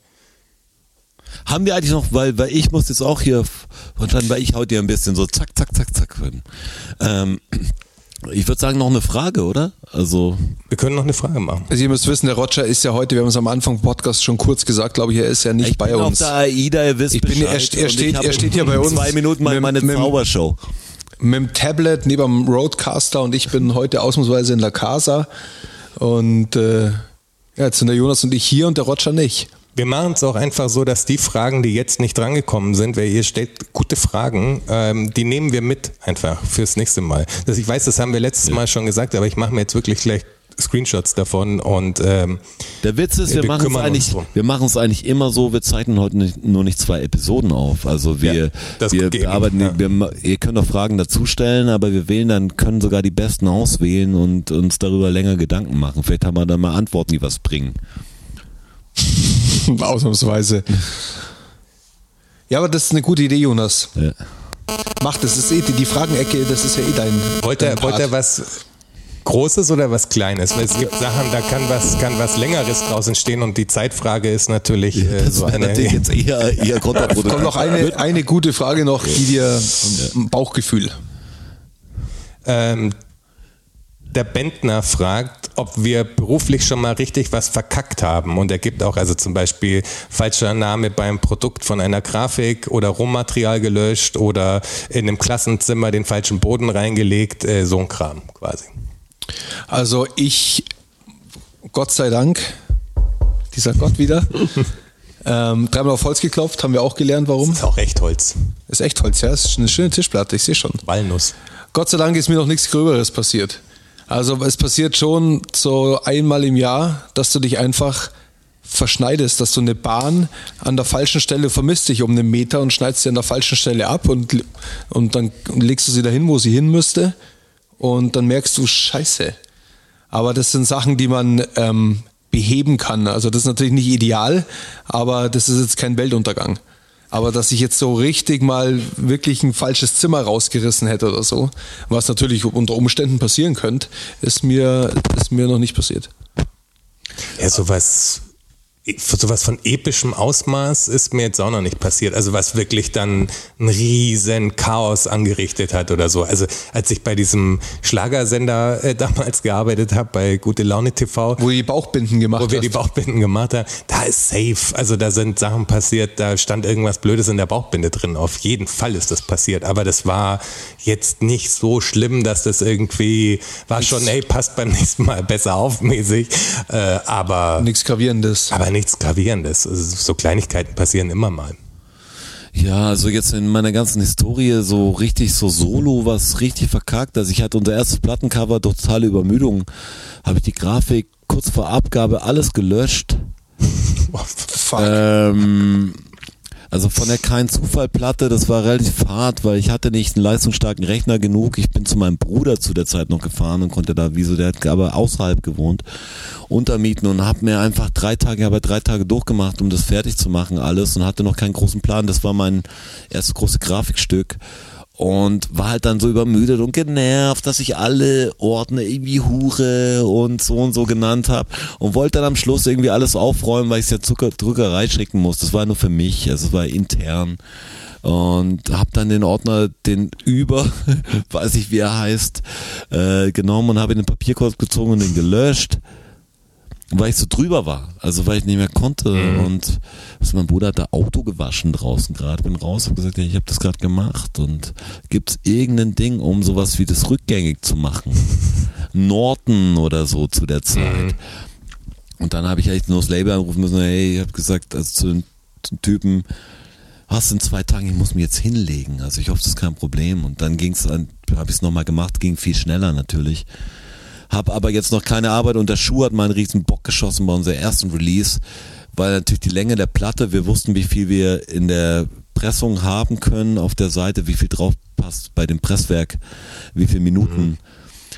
Haben wir eigentlich noch, weil, weil ich muss jetzt auch hier f- entscheiden, weil ich heute hier ein bisschen so zack, zack, zack, zack bin. Ähm, ich würde sagen, noch eine Frage, oder? Also,
Wir können noch eine Frage machen.
Also ihr müsst wissen, der Roger ist ja heute, wir haben es am Anfang im Podcast schon kurz gesagt, glaube ich, er ist ja nicht
ich
bei
bin
uns.
auf der AIDA, ihr wisst
Ich bin- er
Bescheid.
st- er
und
steht-
ich hab
er steht hier
in
bei uns
Zwei Minuten mal
mit-
meine
mit-
Zaubershow.
Mit dem Tablet neben dem Roadcaster und ich bin heute ausnahmsweise in La Casa und äh, ja, jetzt sind der Jonas und ich hier und der Roger nicht.
Wir machen es auch einfach so, dass die Fragen, die jetzt nicht drangekommen sind, weil ihr stellt gute Fragen, ähm, die nehmen wir mit einfach fürs nächste Mal. Das, ich weiß, das haben wir letztes Mal schon gesagt, aber ich mache mir jetzt wirklich gleich Screenshots davon und ähm,
Der Witz ist,
Ja,
wir,
wir
machen es
kümmern uns
eigentlich,
drum.
wir machen es eigentlich immer so, wir zeichnen heute nicht, nur nicht zwei Episoden auf. Also wir,
Ja, das
wir
geht eben,
bearbeiten,
ja.
wir, ma- ihr könnt auch Fragen dazu stellen, aber wir wählen dann, können sogar die besten auswählen und uns darüber länger Gedanken machen. Vielleicht haben wir dann mal Antworten, die was bringen.
Ausnahmsweise. Ja, aber das ist eine gute Idee, Jonas.
Ja.
Mach das, das ist eh die, die Fragenecke, das ist ja eh dein.
wollt
dein
ihr,
Part.
wollt ihr was Großes oder was Kleines? Weil es gibt Sachen, da kann was, kann was Längeres draus entstehen und die Zeitfrage ist natürlich äh,
Das
so
wäre
eine.
natürlich jetzt eher, eher kontraproduktiv.
Kommt noch eine, eine gute Frage noch, die dir Bauchgefühl.
Ähm, der Bentner fragt, ob wir beruflich schon mal richtig was verkackt haben. Und er gibt auch, also zum Beispiel falscher Name beim Produkt von einer Grafik oder Rohmaterial gelöscht oder in einem Klassenzimmer den falschen Boden reingelegt, äh, so ein Kram quasi.
Also ich, Gott sei Dank, dieser Gott wieder, ähm, dreimal auf Holz geklopft, haben wir auch gelernt, warum.
Ist auch echt Holz.
Ist echt Holz, ja, ist eine schöne Tischplatte, ich sehe schon.
Walnuss.
Gott sei Dank ist mir noch nichts Gröberes passiert. Also es passiert schon so einmal im Jahr, dass du dich einfach verschneidest, dass du eine Bahn an der falschen Stelle vermisst dich um einen Meter und schneidest sie an der falschen Stelle ab und, und dann legst du sie dahin, wo sie hin müsste und dann merkst du, scheiße. Aber das sind Sachen, die man ähm, beheben kann. Also das ist natürlich nicht ideal, aber das ist jetzt kein Weltuntergang. Aber dass ich jetzt so richtig mal wirklich ein falsches Zimmer rausgerissen hätte oder so, was natürlich unter Umständen passieren könnte, ist mir, ist mir noch nicht passiert.
Ja, sowas, sowas von epischem Ausmaß ist mir jetzt auch noch nicht passiert. Also was wirklich dann ein riesen Chaos angerichtet hat oder so. Also als ich bei diesem Schlagersender äh, damals gearbeitet habe, bei Gute Laune TV,
Wo die Bauchbinden gemacht
wo wir die
hast.
Bauchbinden gemacht haben, da ist safe. Also da sind Sachen passiert, da stand irgendwas Blödes in der Bauchbinde drin. Auf jeden Fall ist das passiert. Aber das war jetzt nicht so schlimm, dass das irgendwie war schon, hey, passt beim nächsten Mal besser auf mäßig. Äh, aber,
Nichts Gravierendes.
aber nichts Gravierendes. Also so Kleinigkeiten passieren immer mal.
Ja, also jetzt in meiner ganzen Historie so richtig so solo was richtig verkackt. Also ich hatte unser erstes Plattencover durch totale Übermüdung. Habe ich die Grafik kurz vor Abgabe alles gelöscht.
Oh, Äh,
Ähm, also von der kein Zufall Platte, das war relativ hart, weil ich hatte nicht einen leistungsstarken Rechner genug. Ich bin zu meinem Bruder zu der Zeit noch gefahren und konnte da, wieso, der hat aber außerhalb gewohnt, untermieten und hab mir einfach drei Tage, habe drei Tage durchgemacht, um das fertig zu machen alles und hatte noch keinen großen Plan. Das war mein erstes großes Grafikstück und war halt dann so übermüdet und genervt, dass ich alle Ordner irgendwie Hure und so und so genannt habe und wollte dann am Schluss irgendwie alles aufräumen, weil ich es ja zur Druckerei schicken muss. Das war nur für mich, also es war intern und habe dann den Ordner, den über, weiß ich wie er heißt, äh, genommen und habe in den Papierkorb gezogen und den gelöscht weil ich so drüber war, also weil ich nicht mehr konnte und also mein Bruder hat da Auto gewaschen draußen gerade, bin raus und gesagt, ja, ich habe das gerade gemacht und gibt's irgendein Ding, um sowas wie das rückgängig zu machen? Norton oder so zu der Zeit. Und dann habe ich echt nur das Label anrufen müssen, hey, ich habe gesagt, also zu den, zu den Typen, hast in zwei Tagen, ich muss mich jetzt hinlegen, also ich hoffe, das ist kein Problem und dann ging's an, habe ich es nochmal gemacht, ging viel schneller natürlich hab aber jetzt noch keine Arbeit und der Schuh hat mal einen riesen Bock geschossen bei unserem ersten Release, weil natürlich die Länge der Platte, wir wussten, wie viel wir in der Pressung haben können auf der Seite, wie viel drauf passt bei dem Presswerk, wie viel Minuten.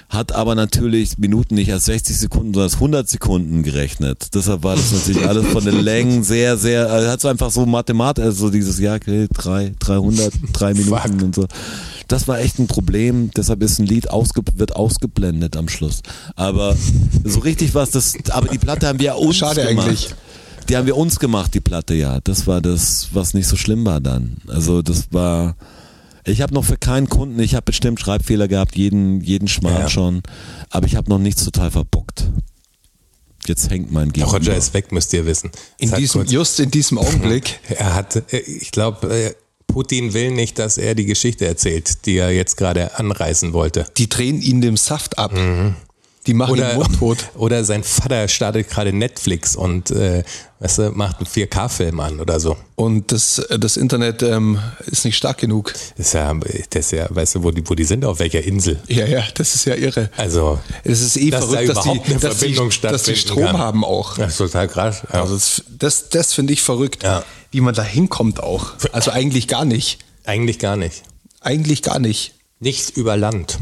Hat aber natürlich Minuten nicht als 60 Sekunden, sondern als 100 Sekunden gerechnet. Deshalb war das natürlich alles von den Längen sehr, sehr, also hat es einfach so mathematisch, also dieses Jahr, okay, drei, 300, drei Minuten und so. Das war echt ein Problem, deshalb ist ein Lied ausge wird ausgeblendet am Schluss. Aber so richtig was das, aber die Platte haben wir uns
Schade
gemacht.
eigentlich.
Die haben wir uns gemacht, die Platte, ja. Das war das, was nicht so schlimm war dann. Also das war, ich habe noch für keinen Kunden, ich habe bestimmt Schreibfehler gehabt, jeden, jeden Schmarrn
Ja.
schon, aber ich habe noch nichts total verbockt. Jetzt hängt mein
Der
Gegner.
Roger ist weg, müsst ihr wissen.
In
Sag
diesem,
kurz.
just in diesem Augenblick.
Er hat, äh, ich glaube, Putin will nicht, dass er die Geschichte erzählt, die er jetzt gerade anreißen wollte.
Die drehen ihn dem Saft ab. Die machen den
Oder,
Mund tot.
oder sein Vater startet gerade Netflix und äh, weißt du, macht einen 4K-Film an oder so.
Und das, das Internet ähm, ist nicht stark genug.
Das ist ja, das ist ja weißt du, wo die, wo die sind, auf welcher Insel.
Ja, ja, das ist ja irre.
Also,
Es ist eh
dass da
verrückt, dass die,
überhaupt eine
dass, die,
Verbindung
dass die
stattfinden
Strom
kann.
haben auch.
das ist total krass. Ja.
Also das, das, das finde ich verrückt,
Ja.
wie man da hinkommt auch. Also eigentlich gar nicht.
Eigentlich gar nicht.
Eigentlich gar nicht.
Nichts über Land.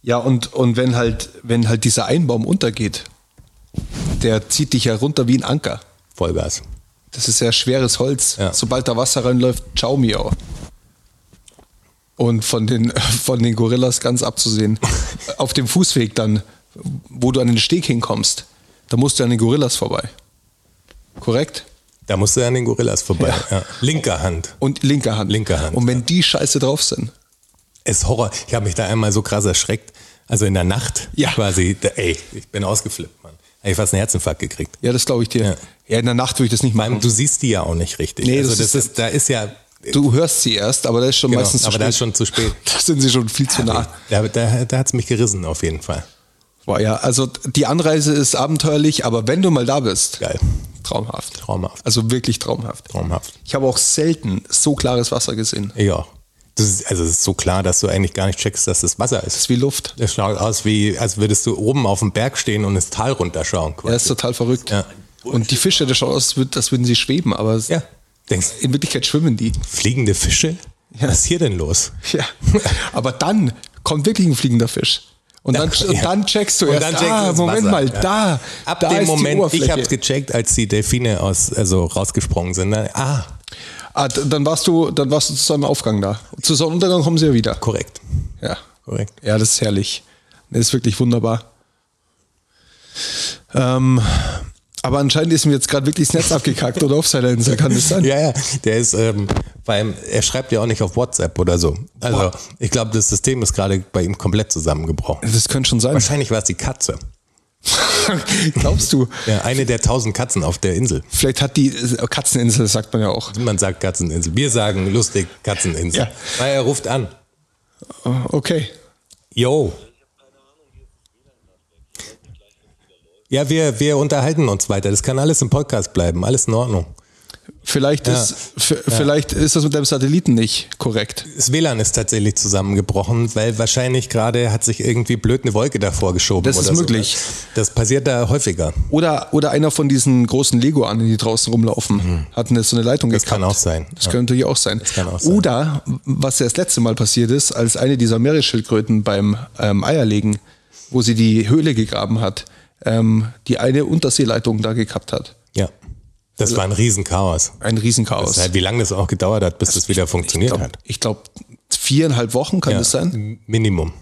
Ja, und, und wenn halt, wenn halt dieser Einbaum untergeht, der zieht dich ja runter wie ein Anker.
Vollgas.
Das ist ja schweres Holz.
Ja.
Sobald da Wasser reinläuft, ciao miau. Und von den, von den Gorillas ganz abzusehen. Auf dem Fußweg dann, wo du an den Steg hinkommst, da musst du an den Gorillas vorbei. Korrekt?
Da musst du an den Gorillas vorbei. Ja. Linker Hand.
Und linke Hand.
Linke Hand,
Und wenn die scheiße drauf sind.
Es ist Horror. Ich habe mich da einmal so krass erschreckt. Also in der Nacht
Ja.
quasi. Da, ey, ich bin ausgeflippt, Mann. Hab Ich fast einen Herzinfarkt gekriegt.
Ja, das glaube ich dir. Ja.
Ja.
in der Nacht würde ich das nicht
Vor allem,
machen.
du siehst die ja auch nicht richtig.
Nee,
also
das
das,
ist-
ist, da ist ja äh,
Du hörst sie erst, aber da ist schon
genau,
meistens zu
aber
spät.
da ist schon zu spät.
da sind sie schon viel zu nah.
Da, da, da hat's mich gerissen auf jeden Fall.
Boah, ja, also die Anreise ist abenteuerlich, aber wenn du mal da bist,
Geil.
traumhaft.
Traumhaft.
Also wirklich traumhaft.
Traumhaft.
Ich habe auch selten so klares Wasser gesehen.
Ich auch. Das ist, also es ist so klar, dass du eigentlich gar nicht checkst, dass das Wasser
Das
ist.
ist wie Luft.
Das schaut aus wie, als würdest du oben auf dem Berg stehen und ins Tal runterschauen.
Er ist
Quasi.
total verrückt.
Ja.
Und die Fische, das schaut aus, als würd- als würden sie schweben, aber es-
Ja. Denkst,
in Wirklichkeit schwimmen die.
fliegende Fische?
Ja.
Was ist hier denn los?
Ja. Aber dann kommt wirklich ein fliegender Fisch. Und dann,
Ja.
und dann checkst du
Und
erst,
dann checkst du
ah,
das
Moment
Wasser.
mal,
Ja.
da,
Ab
da
dem
ist die
Moment,
Oberfläche.
ich hab's gecheckt, als die Delfine aus, also rausgesprungen sind. Dann, ah,
ah, d- dann warst du, dann warst du zu seinem Aufgang da. Zu Sonnenuntergang kommen sie ja wieder.
korrekt.
Ja.
Korrekt.
Ja, das ist herrlich. Das ist wirklich wunderbar. Ähm, aber anscheinend ist mir jetzt gerade wirklich das Netz abgekackt oder auf seiner Insel, kann das sein?
Ja, ja, der ist, ähm, vor allem, er schreibt ja auch nicht auf WhatsApp oder so. Also, ich glaube, das System ist gerade bei ihm komplett zusammengebrochen.
Das könnte schon sein.
Wahrscheinlich war es die Katze.
Glaubst du?
Ja, eine der tausend Katzen auf der Insel.
Vielleicht hat die äh, Katzeninsel, das sagt man ja auch.
Man sagt Katzeninsel. Wir sagen lustig Katzeninsel.
Ja.
Weil er ruft an.
Okay.
Yo. Ja, wir, wir unterhalten uns weiter. Das kann alles im Podcast bleiben. Alles in Ordnung.
Vielleicht ist, v- vielleicht ist das mit deinem Satelliten nicht korrekt.
Das WLAN ist tatsächlich zusammengebrochen, weil wahrscheinlich gerade hat sich irgendwie blöd eine Wolke davor geschoben.
Das ist
oder
möglich.
So. ne? Das passiert da häufiger.
Oder, oder einer von diesen großen Lego-Annen, die draußen rumlaufen, hat eine, so eine Leitung
Hm. Das
gekappt.
kann auch sein.
Das
Ja.
könnte natürlich auch sein.
kann auch sein.
Oder, was ja das letzte Mal passiert ist, als eine dieser Meeresschildkröten beim ähm, Eierlegen, wo sie die Höhle gegraben hat, ähm, die eine Unterseeleitung da gekappt hat.
Ja.
Also
Das war ein Riesenchaos.
Ein Riesenchaos.
Das ist halt, wie lange das auch gedauert hat, bis das wieder funktioniert
Also glaub-
hat.
Ich glaube, viereinhalb Wochen kann
Ja.
das sein.
Minimum.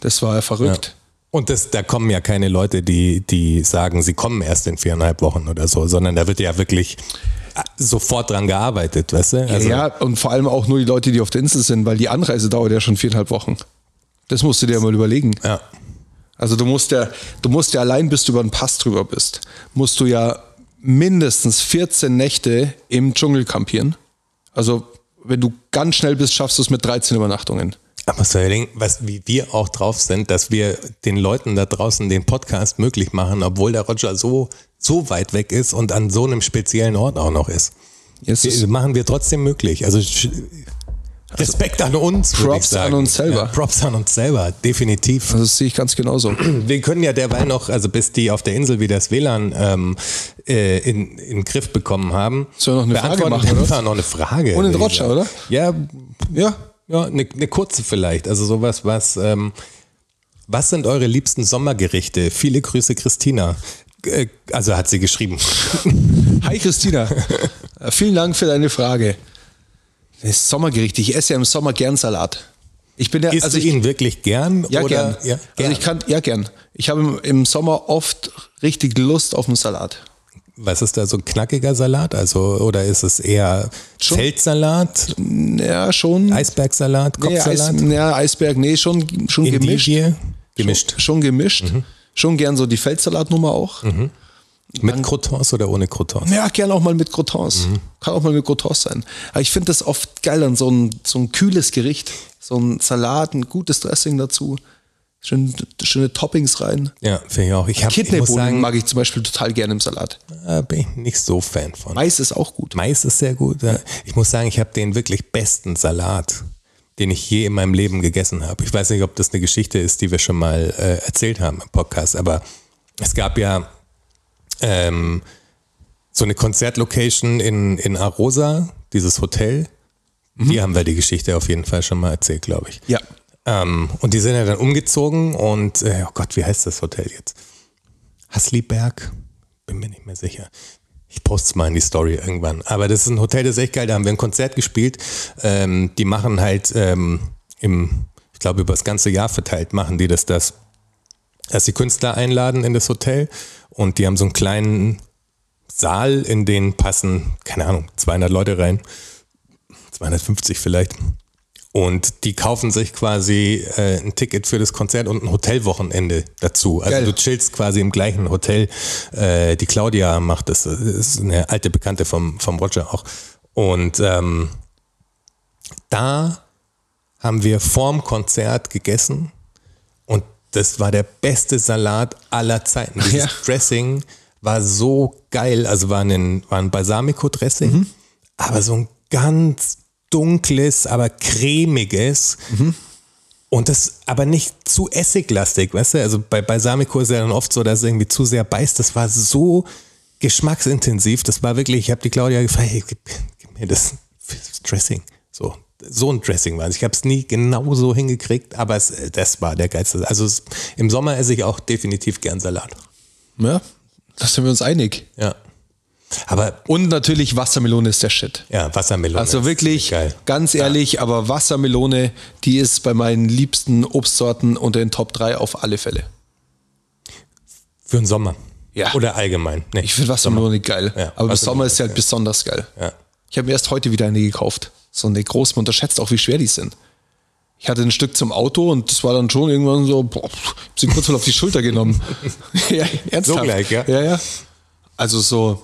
Das war ja verrückt.
Und das, da kommen ja keine Leute, die, die sagen, sie kommen erst in viereinhalb Wochen oder so, sondern da wird ja wirklich äh, sofort dran gearbeitet, weißt du?
Ja.
Also,
und vor allem auch nur die Leute, die auf der Insel sind, weil die Anreise dauert ja schon viereinhalb Wochen. Das musst du dir mal überlegen.
ja.
Also du musst ja, du musst ja allein, bis du über den Pass drüber bist, musst du ja mindestens 14 Nächte im Dschungel campieren. Also wenn du ganz schnell bist, schaffst du es mit 13 Übernachtungen.
Aber was soll ich denken, was, wie wir auch drauf sind, dass wir den Leuten da draußen den Podcast möglich machen, obwohl der Roger so, so weit weg ist und an so einem speziellen Ort auch noch ist.
Jetzt
Wir,
ist
machen wir trotzdem möglich. Also sch- Respekt an uns. würd
Props
ich sagen.
an uns selber.
Ja, Props an uns selber, definitiv.
also das sehe ich ganz genauso.
Wir können ja derweil noch, also bis die auf der Insel wieder das WLAN ähm, äh, in, in den Griff bekommen haben.
Sollen wir noch eine Frage
beantworten
machen,
wir
oder?
noch eine Frage.
Und den Roger, oder?
Ja,
Ja,
ja eine, eine kurze vielleicht. Also sowas, was, ähm, was sind eure liebsten Sommergerichte? Viele Grüße, Christina. Äh, Also hat sie geschrieben.
Hi Christina, Äh, vielen Dank für deine Frage. Das Sommergericht, ich esse ja im Sommer gern Salat. Ich bin ja,
Isst
also
du
ich,
ihn wirklich gern?
ja,
oder?
gern.
Ja,
Also
gern.
ich kann, ja gern. Ich habe im, im Sommer oft richtig Lust auf einen Salat.
was ist da so ein knackiger Salat? Also, oder ist es eher
Schon-
Feldsalat,
Ja, schon.
Eisbergsalat,
Nee, Eis,
Kopfsalat,
nee, Eisberg, nee, schon, schon gemischt.
Endivie? Gemischt.
Schon, schon gemischt.
Mhm.
Schon gern so die Feldsalatnummer auch.
Mit Croutons oder ohne Croutons?
Ja, gern auch mal mit Croutons.
Mhm.
Kann auch mal mit Croutons sein. Aber ich finde das oft geil an so ein, so ein kühles Gericht. So ein Salat, ein gutes Dressing dazu. schön, schöne Toppings rein.
Ja, finde ich auch. Ich, hab, ich muss
Kidneybohnen
sagen,
mag ich zum Beispiel total gerne im Salat.
da bin ich nicht so Fan von.
Mais ist auch gut.
Mais ist sehr gut. Ja. Ich muss sagen, ich habe den wirklich besten Salat, den ich je in meinem Leben gegessen habe. Ich weiß nicht, ob das eine Geschichte ist, die wir schon mal äh, erzählt haben im Podcast, aber es gab ja ähm, so eine Konzertlocation in, in Arosa, dieses Hotel. Hier haben wir die Geschichte auf jeden Fall schon mal erzählt, glaube ich.
Ja.
Ähm, und die sind ja dann umgezogen und, äh, oh Gott, wie heißt das Hotel jetzt? Haslieberg? Bin mir nicht mehr sicher. Ich poste es mal in die Story irgendwann. Aber das ist ein Hotel, das ist echt geil. Da haben wir ein Konzert gespielt. Ähm, die machen halt ähm, im, ich glaube, über das ganze Jahr verteilt machen die das, das, dass die Künstler einladen in das Hotel und die haben so einen kleinen Saal, in den passen, keine Ahnung, 200 Leute rein. 250 vielleicht. Und die kaufen sich quasi äh, ein Ticket für das Konzert und ein Hotelwochenende dazu. Also
Geil.
du chillst quasi im gleichen Hotel. Äh, die Claudia macht das, das ist eine alte Bekannte vom, vom Roger auch. Und ähm, da haben wir vorm Konzert gegessen und das war der beste Salat aller Zeiten. Dieses
Ja.
Dressing war so geil. Also war ein, war ein Balsamico-Dressing, aber so ein ganz dunkles, aber cremiges. Und das aber nicht zu essiglastig, weißt du? Also bei Balsamico ist ja dann oft so, dass es irgendwie zu sehr beißt. Das war so geschmacksintensiv. Das war wirklich, ich habe die Claudia gefragt, hey, gib, gib mir das, das Dressing. So, so ein Dressing war es. Ich habe es nie genau so hingekriegt, aber es, das war der geilste. Also es, im Sommer esse ich auch definitiv gern Salat.
Ja, da sind wir uns einig.
Ja. Aber
Und natürlich Wassermelone ist der Shit.
ja, Wassermelone.
Also
ist
wirklich,
Geil.
ganz ehrlich, aber Wassermelone, die ist bei meinen liebsten Obstsorten unter den Top 3 auf alle Fälle.
Für den Sommer.
Ja.
Oder allgemein. Nee.
Ich finde Wassermelone geil, aber
Ja,
im Sommer
Wassermelone
ist sie halt besonders geil.
Ja.
Ich habe mir erst heute wieder eine gekauft. So eine große, man unterschätzt auch, wie schwer die sind. Ich hatte ein Stück zum Auto und das war dann schon irgendwann so, boah, pff, hab sie kurz mal auf die Schulter genommen. ja, ernsthaft.
So gleich, ja?
Ja, ja. Also so,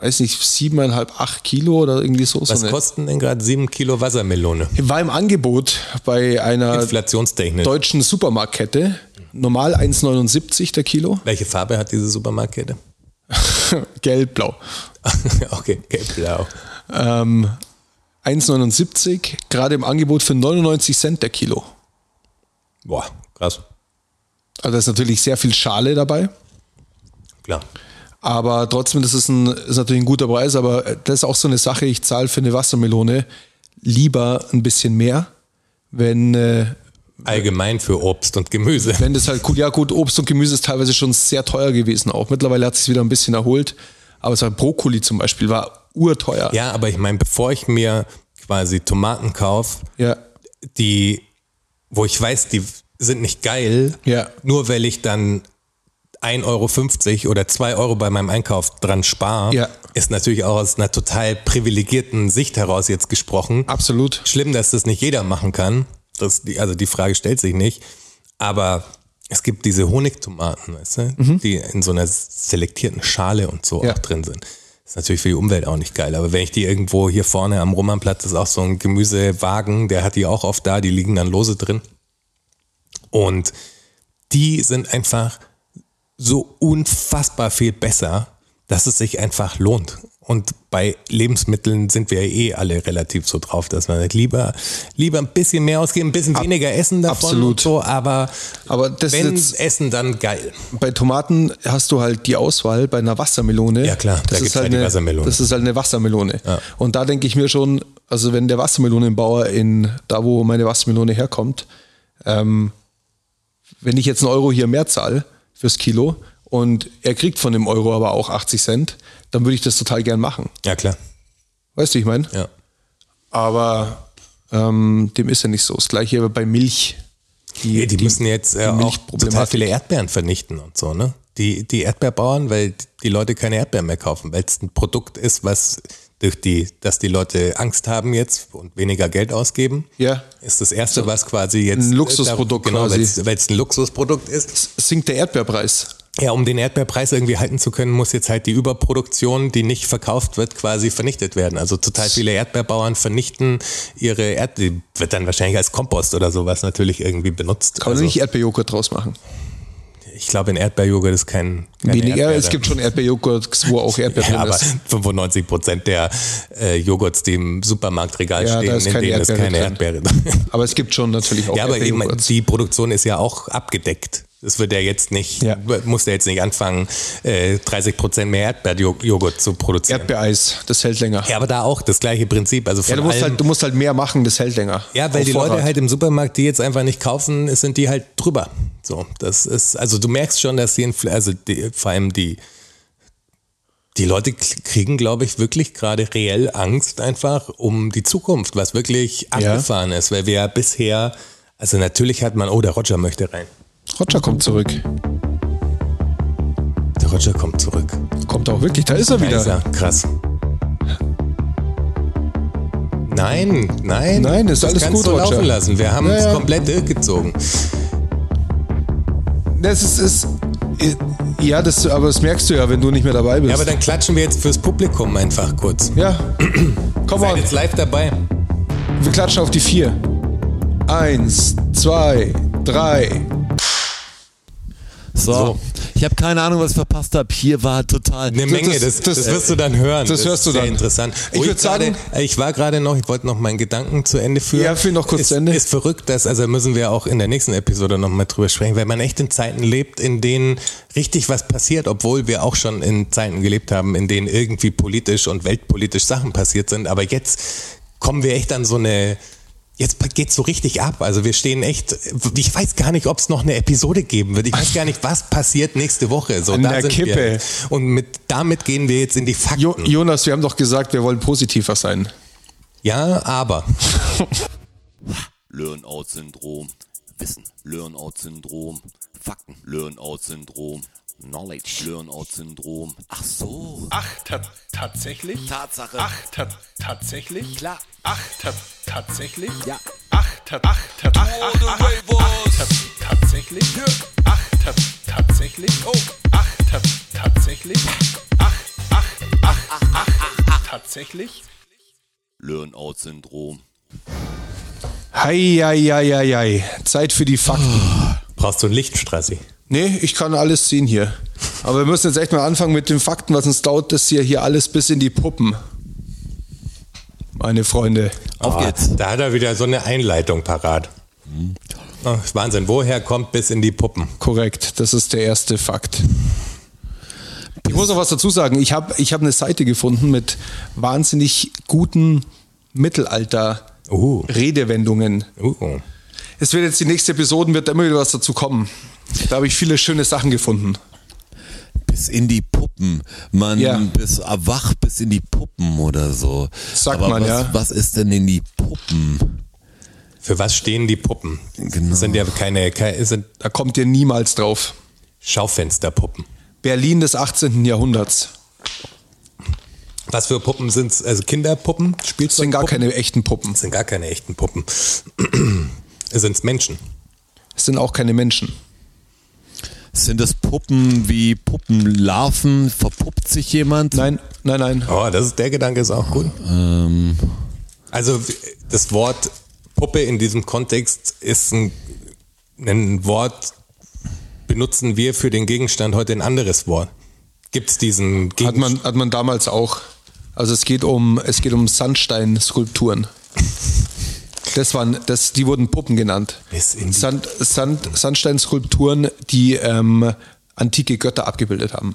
weiß nicht, siebeneinhalb, acht Kilo oder irgendwie so.
Was
so eine-
kosten denn gerade sieben Kilo Wassermelone?
war im Angebot bei einer
Inflationstechnisch.
deutschen Supermarktkette. Normal 1,79 der Kilo.
Welche Farbe hat diese Supermarktkette?
Gelb, blau.
okay, gelb-blau.
Ähm, 1,79, gerade im Angebot für 99 Cent der Kilo.
Boah, krass.
Also da ist natürlich sehr viel Schale dabei.
Klar.
Aber trotzdem, das ist, ein, ist natürlich ein guter Preis, aber das ist auch so eine Sache, ich zahle für eine Wassermelone lieber ein bisschen mehr, wenn, äh,
Allgemein für Obst und Gemüse.
wenn das halt gut, ja gut, Obst und Gemüse ist teilweise schon sehr teuer gewesen auch. Mittlerweile hat es sich wieder ein bisschen erholt, aber so ein Brokkoli zum Beispiel war urteuer.
Ja, aber ich meine, bevor ich mir quasi Tomaten kaufe,
Ja.
die, wo ich weiß, die sind nicht geil,
Ja.
nur weil ich dann 1,50 Euro oder 2 Euro bei meinem Einkauf dran spare,
Ja.
ist natürlich auch aus einer total privilegierten Sicht heraus jetzt gesprochen.
Absolut.
Schlimm, dass das nicht jeder machen kann. Das, die, also die Frage stellt sich nicht. Aber es gibt diese Honigtomaten, weißt du, die in so einer selektierten Schale und so
Ja.
auch drin sind. Ist natürlich für die Umwelt auch nicht geil. Aber wenn ich die irgendwo hier vorne am Romanplatz, ist auch so ein Gemüsewagen, der hat die auch oft da, die liegen dann lose drin. Und die sind einfach so unfassbar viel besser, dass es sich einfach lohnt. Und bei Lebensmitteln sind wir ja eh alle relativ so drauf, dass man sagt, lieber, lieber ein bisschen mehr ausgeben, ein bisschen weniger essen davon
absolut.
und so, aber
Aber das
wenn
ist jetzt,
Essen, dann geil.
bei Tomaten hast du halt die Auswahl, bei einer Wassermelone.
Ja, klar, da
das
gibt's
ist halt
halt die
eine
Wassermelone.
Das ist halt eine Wassermelone.
Ja.
Und da denke ich mir schon, also wenn der Wassermelonenbauer in da, wo meine Wassermelone herkommt, ähm, wenn ich jetzt einen Euro hier mehr zahle fürs Kilo und er kriegt von dem Euro aber auch 80 Cent, dann würde ich das total gern machen.
Ja, klar.
Weißt du, wie ich meine?
Ja.
Aber ähm, dem ist ja nicht so. Das gleiche bei Milch.
Die, die müssen jetzt äh, auch
Milchproblematik.
total viele Erdbeeren vernichten und so, ne? Die, die Erdbeerbauern, weil die Leute keine Erdbeeren mehr kaufen, weil es ein Produkt ist, was durch die, dass die Leute Angst haben jetzt und weniger Geld ausgeben.
Ja.
Ist das erste, was quasi jetzt.
Ein Luxusprodukt
Genau,
quasi.
weil es ein Luxusprodukt ist.
sinkt der Erdbeerpreis.
Ja, um den Erdbeerpreis irgendwie halten zu können, muss jetzt halt die Überproduktion, die nicht verkauft wird, quasi vernichtet werden. Also total viele Erdbeerbauern vernichten ihre Erdbeer, wird dann wahrscheinlich als Kompost oder sowas natürlich irgendwie benutzt.
Kann man
also,
nicht Erdbeerjoghurt draus machen.
ich glaube, in Erdbeerjoghurt ist kein, keine
Weniger,
Erdbeere.
es gibt schon Erdbeerjoghurt, wo auch Erdbeer
ja,
drin
aber
ist.
95 Prozent der äh, Joghurts, die im Supermarktregal
Ja, da
stehen,
ist
in
keine
denen ist
Erdbeere
keine
drin.
Erdbeere drin.
Aber es gibt schon natürlich auch
Ja, aber eben,
Erdbeerjoghurt.
die Produktion ist ja auch abgedeckt. Das wird ja jetzt nicht,
Ja.
muss der jetzt nicht anfangen, äh, 30 Prozent mehr Erdbeerjoghurt zu produzieren.
Erdbeereis, das hält länger.
ja, aber da auch das gleiche Prinzip. Also von
Ja, du musst,
allem,
halt, du musst halt mehr machen, das hält länger.
ja, weil
Auf
die Leute
Vorrat.
halt im Supermarkt, die jetzt einfach nicht kaufen, sind die halt drüber. So, das ist, also du merkst schon, dass die, Infl also die, vor allem die, die Leute k- kriegen, glaube ich, wirklich gerade reell Angst einfach um die Zukunft, was wirklich abgefahren ist, weil wir ja bisher, also natürlich hat man, oh, der Roger möchte rein.
Roger kommt zurück.
Der Roger kommt zurück.
Kommt auch wirklich, da ist er wieder.
Da ist er. Krass. Nein, nein.
Nein, ist
das
alles
kannst
gut,
du
Roger.
laufen lassen. Wir haben
Ja,
es
ja.
komplett durchgezogen.
Das ist, ist ja, das, aber das merkst du ja, wenn du nicht mehr dabei bist.
Ja, aber dann klatschen wir jetzt fürs Publikum einfach kurz.
Ja. Komm
Seid
on,
jetzt live dabei.
wir klatschen auf die vier. Eins, zwei, drei.
So.
So.
Ich habe keine Ahnung, was ich verpasst habe. Hier war total.
Eine Menge, das, das, wirst du dann hören.
das hörst
ist
du
sehr
dann.
interessant.
Ich
Wo
würd sagen-
gerade, ich war gerade noch, ich wollte noch meinen Gedanken zu Ende führen.
Ja, führ noch kurz
ist,
zu Ende.
Ist verrückt, dass, also müssen wir auch in der nächsten Episode nochmal drüber sprechen, weil man echt in Zeiten lebt, in denen richtig was passiert, obwohl wir auch schon in Zeiten gelebt haben, in denen irgendwie politisch und weltpolitisch Sachen passiert sind. Aber jetzt kommen wir echt an so eine, Jetzt geht's so richtig ab. Also wir stehen echt. Ich weiß gar nicht, ob es noch eine Episode geben wird. Ich weiß gar nicht, was passiert nächste Woche. So,
An der Kippe.
Wir. Und mit, damit gehen wir jetzt in die Fakten.
Jo Jonas, wir haben doch gesagt, wir wollen positiver sein.
Ja, aber.
Learn-out-Syndrom, Wissen, Learn-out-Syndrom, Fakten, Learn-out-Syndrom, Knowledge, Learn-out-Syndrom. Ach so.
Ach, ta tatsächlich?
Tatsache.
Ach, ta tatsächlich?
Klar.
Ach, ta tatsächlich?
Ja.
Ach, ta ach, ta ach, ach, ach, ach, ta tatsächlich? Ach, ta tatsächlich? Oh. Ach, ta tatsächlich? Ach, ach, ach, ach, ach, tatsächlich?
Learn-out-Syndrom.
Hei, hei, hei, hei, hei. Zeit für die Fakten.
Brauchst du einen Lichtstrassi?
Nee, ich kann alles sehen hier. Aber wir müssen jetzt echt mal anfangen mit den Fakten, was uns dauert, das hier, hier alles bis in die Puppen. Meine Freunde.
Auf geht's.
Ah, Da hat er wieder so eine Einleitung parat. Ach, Wahnsinn, woher kommt bis in die Puppen?
Korrekt, das ist der erste Fakt. Ich muss noch was dazu sagen. Ich habe ich hab eine Seite gefunden mit wahnsinnig guten
Uh.
Mittelalter-Redewendungen.
Uh.
Es wird jetzt die nächste Episode, wird immer wieder was dazu kommen. Da habe ich viele schöne Sachen gefunden.
Bis in die Puppen. Man
Ja.
bis erwacht bis in die Puppen oder so.
Sagt
Aber
man,
was,
ja.
Was ist denn in die Puppen?
Für was stehen die Puppen?
Genau.
Sind ja keine, keine sind
Da kommt ihr niemals drauf.
Schaufensterpuppen.
Berlin des 18. Jahrhunderts.
Was für Puppen sind's? Also Kinderpuppen?
Das sind gar
Spielzeugpuppen?
keine echten Puppen.
Das sind gar keine echten Puppen. Sind's Menschen?
Es sind auch keine Menschen.
Sind das Puppen wie Puppenlarven? Verpuppt sich jemand?
Nein, nein, nein.
Oh, das ist, der Gedanke ist auch gut.
Ähm,
Also das Wort Puppe in diesem Kontext ist ein, ein Wort, benutzen wir für den Gegenstand heute ein anderes Wort. Gibt es diesen
Hat
Gegenstand?
man, hat man damals auch. Also es geht um, es geht um Sandsteinskulpturen. Das waren, das, die wurden Puppen genannt.
Bis in die-
Sand, Sand, Sandsteinskulpturen, die ähm, antike Götter abgebildet haben.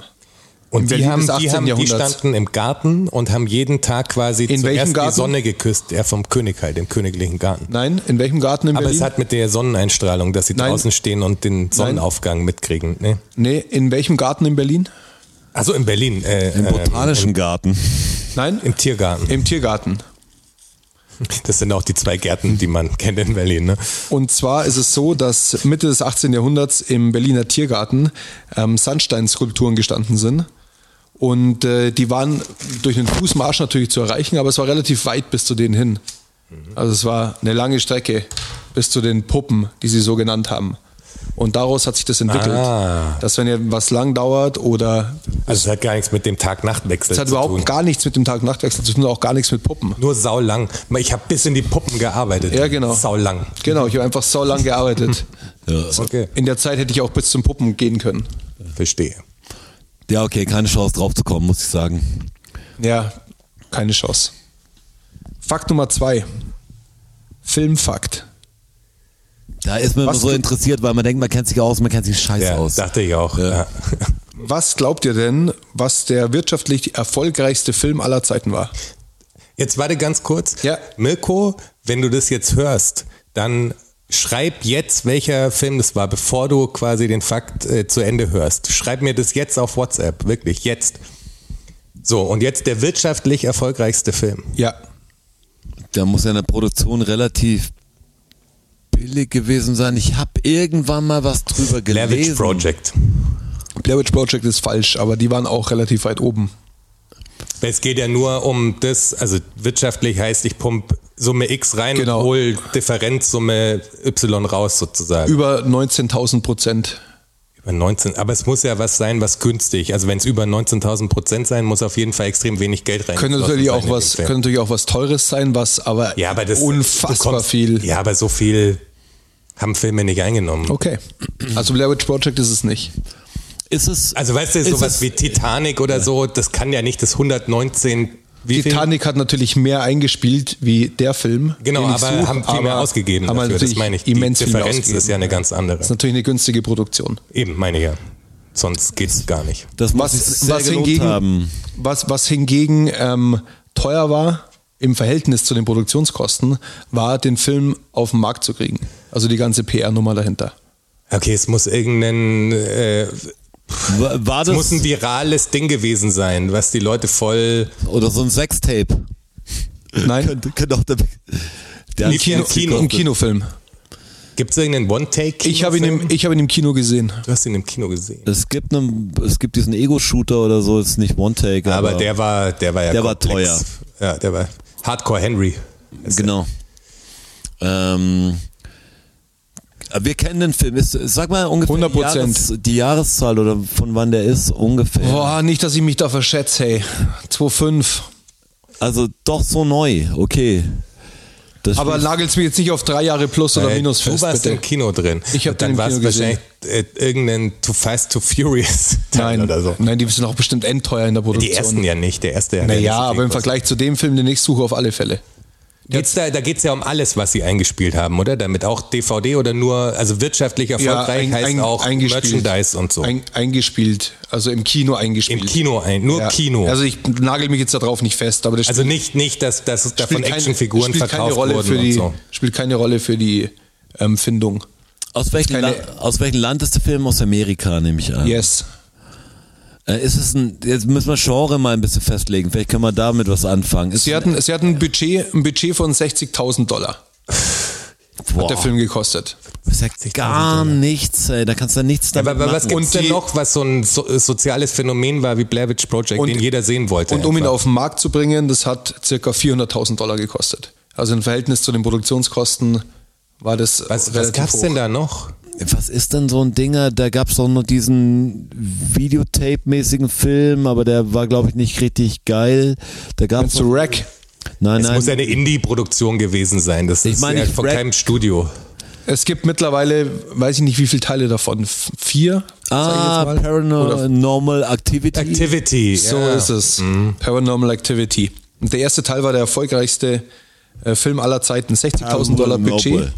in
und die
Berlin
haben,
des
die,
18.
haben, die
Jahrhunderts.
standen im Garten und haben jeden Tag quasi
In welchem
zuerst die
Garten?
Sonne geküsst, ja, vom König halt, im königlichen Garten.
Nein, in welchem Garten in
Aber
Berlin?
es hat mit der Sonneneinstrahlung, dass sie
Nein.
draußen stehen und den Sonnenaufgang mitkriegen. Ne?
nee, in welchem Garten in Berlin?
Also in Berlin, äh,
Im
äh,
botanischen Garten.
Nein, im,
im Tiergarten.
Tiergarten.
Das sind auch die zwei Gärten, die man kennt in Berlin. Ne?
Und zwar ist es so, dass Mitte des 18. Jahrhunderts im Berliner Tiergarten ähm, Sandsteinskulpturen gestanden sind. Und äh, die waren durch einen Fußmarsch natürlich zu erreichen, aber es war relativ weit bis zu denen hin.
Mhm.
Also es war eine lange Strecke bis zu den Puppen, die sie so genannt haben. Und daraus hat sich das entwickelt.
Ah.
Dass wenn ja was lang dauert oder
Also es hat gar nichts mit dem Tag-Nacht-Wechsel
es
zu
hat überhaupt
tun.
gar nichts mit dem Tag-Nachtwechsel zu tun, auch gar nichts mit Puppen.
Nur saulang. Ich habe bis in die Puppen gearbeitet.
Ja, genau.
Saulang.
Genau, ich habe einfach so lang gearbeitet.
Okay.
In der Zeit hätte ich auch bis zum Puppen gehen können.
Verstehe.
Ja, okay, keine Chance drauf zu kommen, muss ich sagen.
Ja, keine Chance. Fakt Nummer zwei. Filmfakt.
Da ist man
Was
immer so
du-
interessiert, weil man denkt, man kennt sich aus, man kennt sich scheiße
Ja,
aus.
dachte ich auch.
Ja.
Ja.
Was glaubt ihr denn, was der wirtschaftlich erfolgreichste Film aller Zeiten war?
Jetzt warte ganz kurz.
Ja.
Mirko, wenn du das jetzt hörst, dann schreib jetzt, welcher Film das war, bevor du quasi den Fakt äh, zu Ende hörst. Schreib mir das jetzt auf WhatsApp, wirklich, jetzt. So, und jetzt der wirtschaftlich erfolgreichste Film.
Ja,
Da muss ja eine Produktion relativ billig gewesen sein. Ich habe irgendwann mal was drüber gelesen.
Leverage Project.
Blair Witch Project ist falsch, aber die waren auch relativ weit oben.
Es geht ja nur um das, also wirtschaftlich heißt, ich pump Summe X rein
Genau.
und hol Differenzsumme Y raus sozusagen.
Über 19.000 Prozent.
Über 19, aber es muss ja was sein, was günstig. Also wenn es über 19.000 Prozent sein, muss auf jeden Fall extrem wenig Geld rein.
Könnte natürlich, auch was, könnte natürlich auch was Teures sein, was aber,
ja, aber das
unfassbar
du kommst-
viel.
Ja, aber so viel haben Filme nicht eingenommen.
Okay. Also Blair Witch Project ist es nicht.
Ist es,
Also weißt du,
ist
sowas
es,
wie Titanic oder so, das kann ja nicht das 119. Wie viel?
Titanic hat natürlich mehr eingespielt wie der Film.
Genau,
den ich
aber
suche,
haben viel mehr
aber-
ausgegeben
aber
dafür. Das
natürlich
meine ich.
Immens
Die
viel mehr
Differenz
ausgegeben.
ist ja eine ganz andere.
Das ist natürlich eine günstige Produktion.
Eben, meine ich ja. Sonst geht's gar nicht.
das muss ich
Was,
sehr
was
gelobt
hingegen,
haben.
was, was hingegen ähm, teuer war im Verhältnis zu den Produktionskosten, war den Film auf den Markt zu kriegen. Also die ganze PR-Nummer dahinter.
Okay, es muss irgendein äh,
War, war
es muss
das
ein virales Ding gewesen sein, was die Leute voll
oder so ein Sextape?
Nein,
Könnte, könnte auch der, der
Im Kino-
Sextape
Kino-
ein
gekostet.
Kinofilm.
Gibt es irgendeinen One-Take?
Ich habe ihn, im- ich habe ihn im Kino gesehen.
Du hast ihn im Kino gesehen.
Es gibt einen, es gibt diesen Ego-Shooter oder so, ist nicht One Take, aber,
Aber der war, der war ja
Der war
teuer. Ja, der war Hardcore Henry.
genau. Ähm, wir kennen den Film. Ist, sag mal ungefähr
100%.
Die, Jahres, die Jahreszahl oder von wann der ist ungefähr.
Boah, nicht, dass ich mich da verschätze, hey. 2,5.
Also doch so neu, okay. Das
Aber
spielt-
nagelt's mir jetzt nicht auf drei Jahre plus oder
Äh,
minus
du
fest,
warst
bitte.
im Kino drin.
Ich hab
Dann
den im
war's
Kino gesehen.
wahrscheinlich äh, irgendein Too Fast, Too Furious Teil
Nein,
oder so.
nein, die sind auch bestimmt endteuer in der Produktion.
Die ersten ja nicht. Der erste hat ja eh nicht
Naja,
so viel
aber im
gekostet.
Vergleich zu dem Film, den ich suche, auf alle Fälle.
Geht's da, da geht es ja um alles, was sie eingespielt haben, oder? Damit auch DVD oder nur, also wirtschaftlich erfolgreich
ein-
heißt
ein-
auch Merchandise und so.
Ein, eingespielt, also im Kino eingespielt.
Im Kino ein, nur
Ja.
Kino.
Also ich nagel mich jetzt darauf nicht fest, aber das
Also nicht, nicht dass, dass es davon
spielt keine-
Actionfiguren
spielt keine
verkauft
Rolle
wurden
für die,
und so.
spielt keine Rolle für die ähm, Findung.
aus, welchem
keine-
La- aus welchem Land ist der Film? Aus Amerika, nehme ich an.
Yes.
Äh, ist es ein, jetzt müssen wir Genre mal ein bisschen festlegen. Vielleicht können wir damit was anfangen. Ist
Sie hatten, sie hatten ein, Budget, ein Budget von 60.000 Dollar,
boah,
hat der Film gekostet.
ist ja gar nichts, ey. Da kannst du ja nichts damit
Aber, aber was
machen.
gibt's
Und
denn
die-
noch, was so ein so, äh, soziales Phänomen war wie Blair Witch Project,
Und-
den jeder sehen wollte?
Und um ihn
einfach?
auf den Markt zu bringen, das hat circa 400.000 Dollar gekostet. Also im Verhältnis zu den Produktionskosten war das
was, was
relativ
gab's
hoch.
denn da noch?
Was ist denn so ein Dinger? Da gab es doch nur diesen Videotape-mäßigen Film, aber der war, glaube ich, nicht richtig geil. Da gab es.
Meinst du Rack?
Nein,
Es muss ja
nein.
eine Indie-Produktion gewesen sein. Das
Ich
ist
meine,
ja
ich
von
rap-
keinem Studio.
Es gibt mittlerweile, weiß ich nicht, wie viele Teile davon. F- Vier?
Ah,
sag ich jetzt mal. Oder-
Paranormal Activity.
Activity.
So
ja.
ist es. Paranormal Activity. Und der erste Teil war der erfolgreichste äh, Film aller Zeiten. 60.000 Dollar Budget.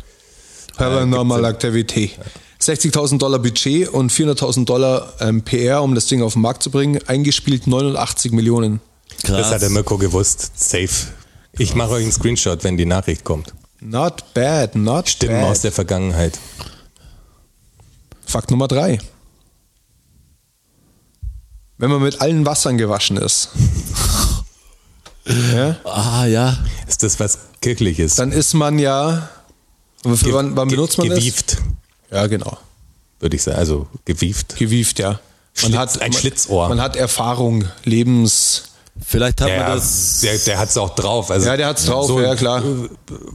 Paranormal Activity. 60.000 Dollar Budget und 400.000 Dollar ähm, PR, um das Ding auf den Markt zu bringen. Eingespielt 89 Millionen.
Das hat der
Krass.
Mirko gewusst. Safe. Ich mache euch einen Screenshot, wenn die Nachricht kommt.
Not bad, not
Stimmen
bad.
aus der Vergangenheit.
Fakt Nummer drei. Wenn man mit allen Wassern gewaschen ist, ja,
Ah, ja.
Ist das was Kirchliches?
dann ist man ja. Für
Ge-
wann, wann
ge-
benutzt man
Gewieft,
das? Ja, genau.
würde ich sagen. Also gewieft.
Gewieft, ja. Man
Schlitz-
hat,
ein Schlitzohr.
Man, man hat Erfahrung, Lebens,
Vielleicht hat man
Ja,
das.
der, der hat's auch drauf. Also
Ja, der hat's drauf, ja klar.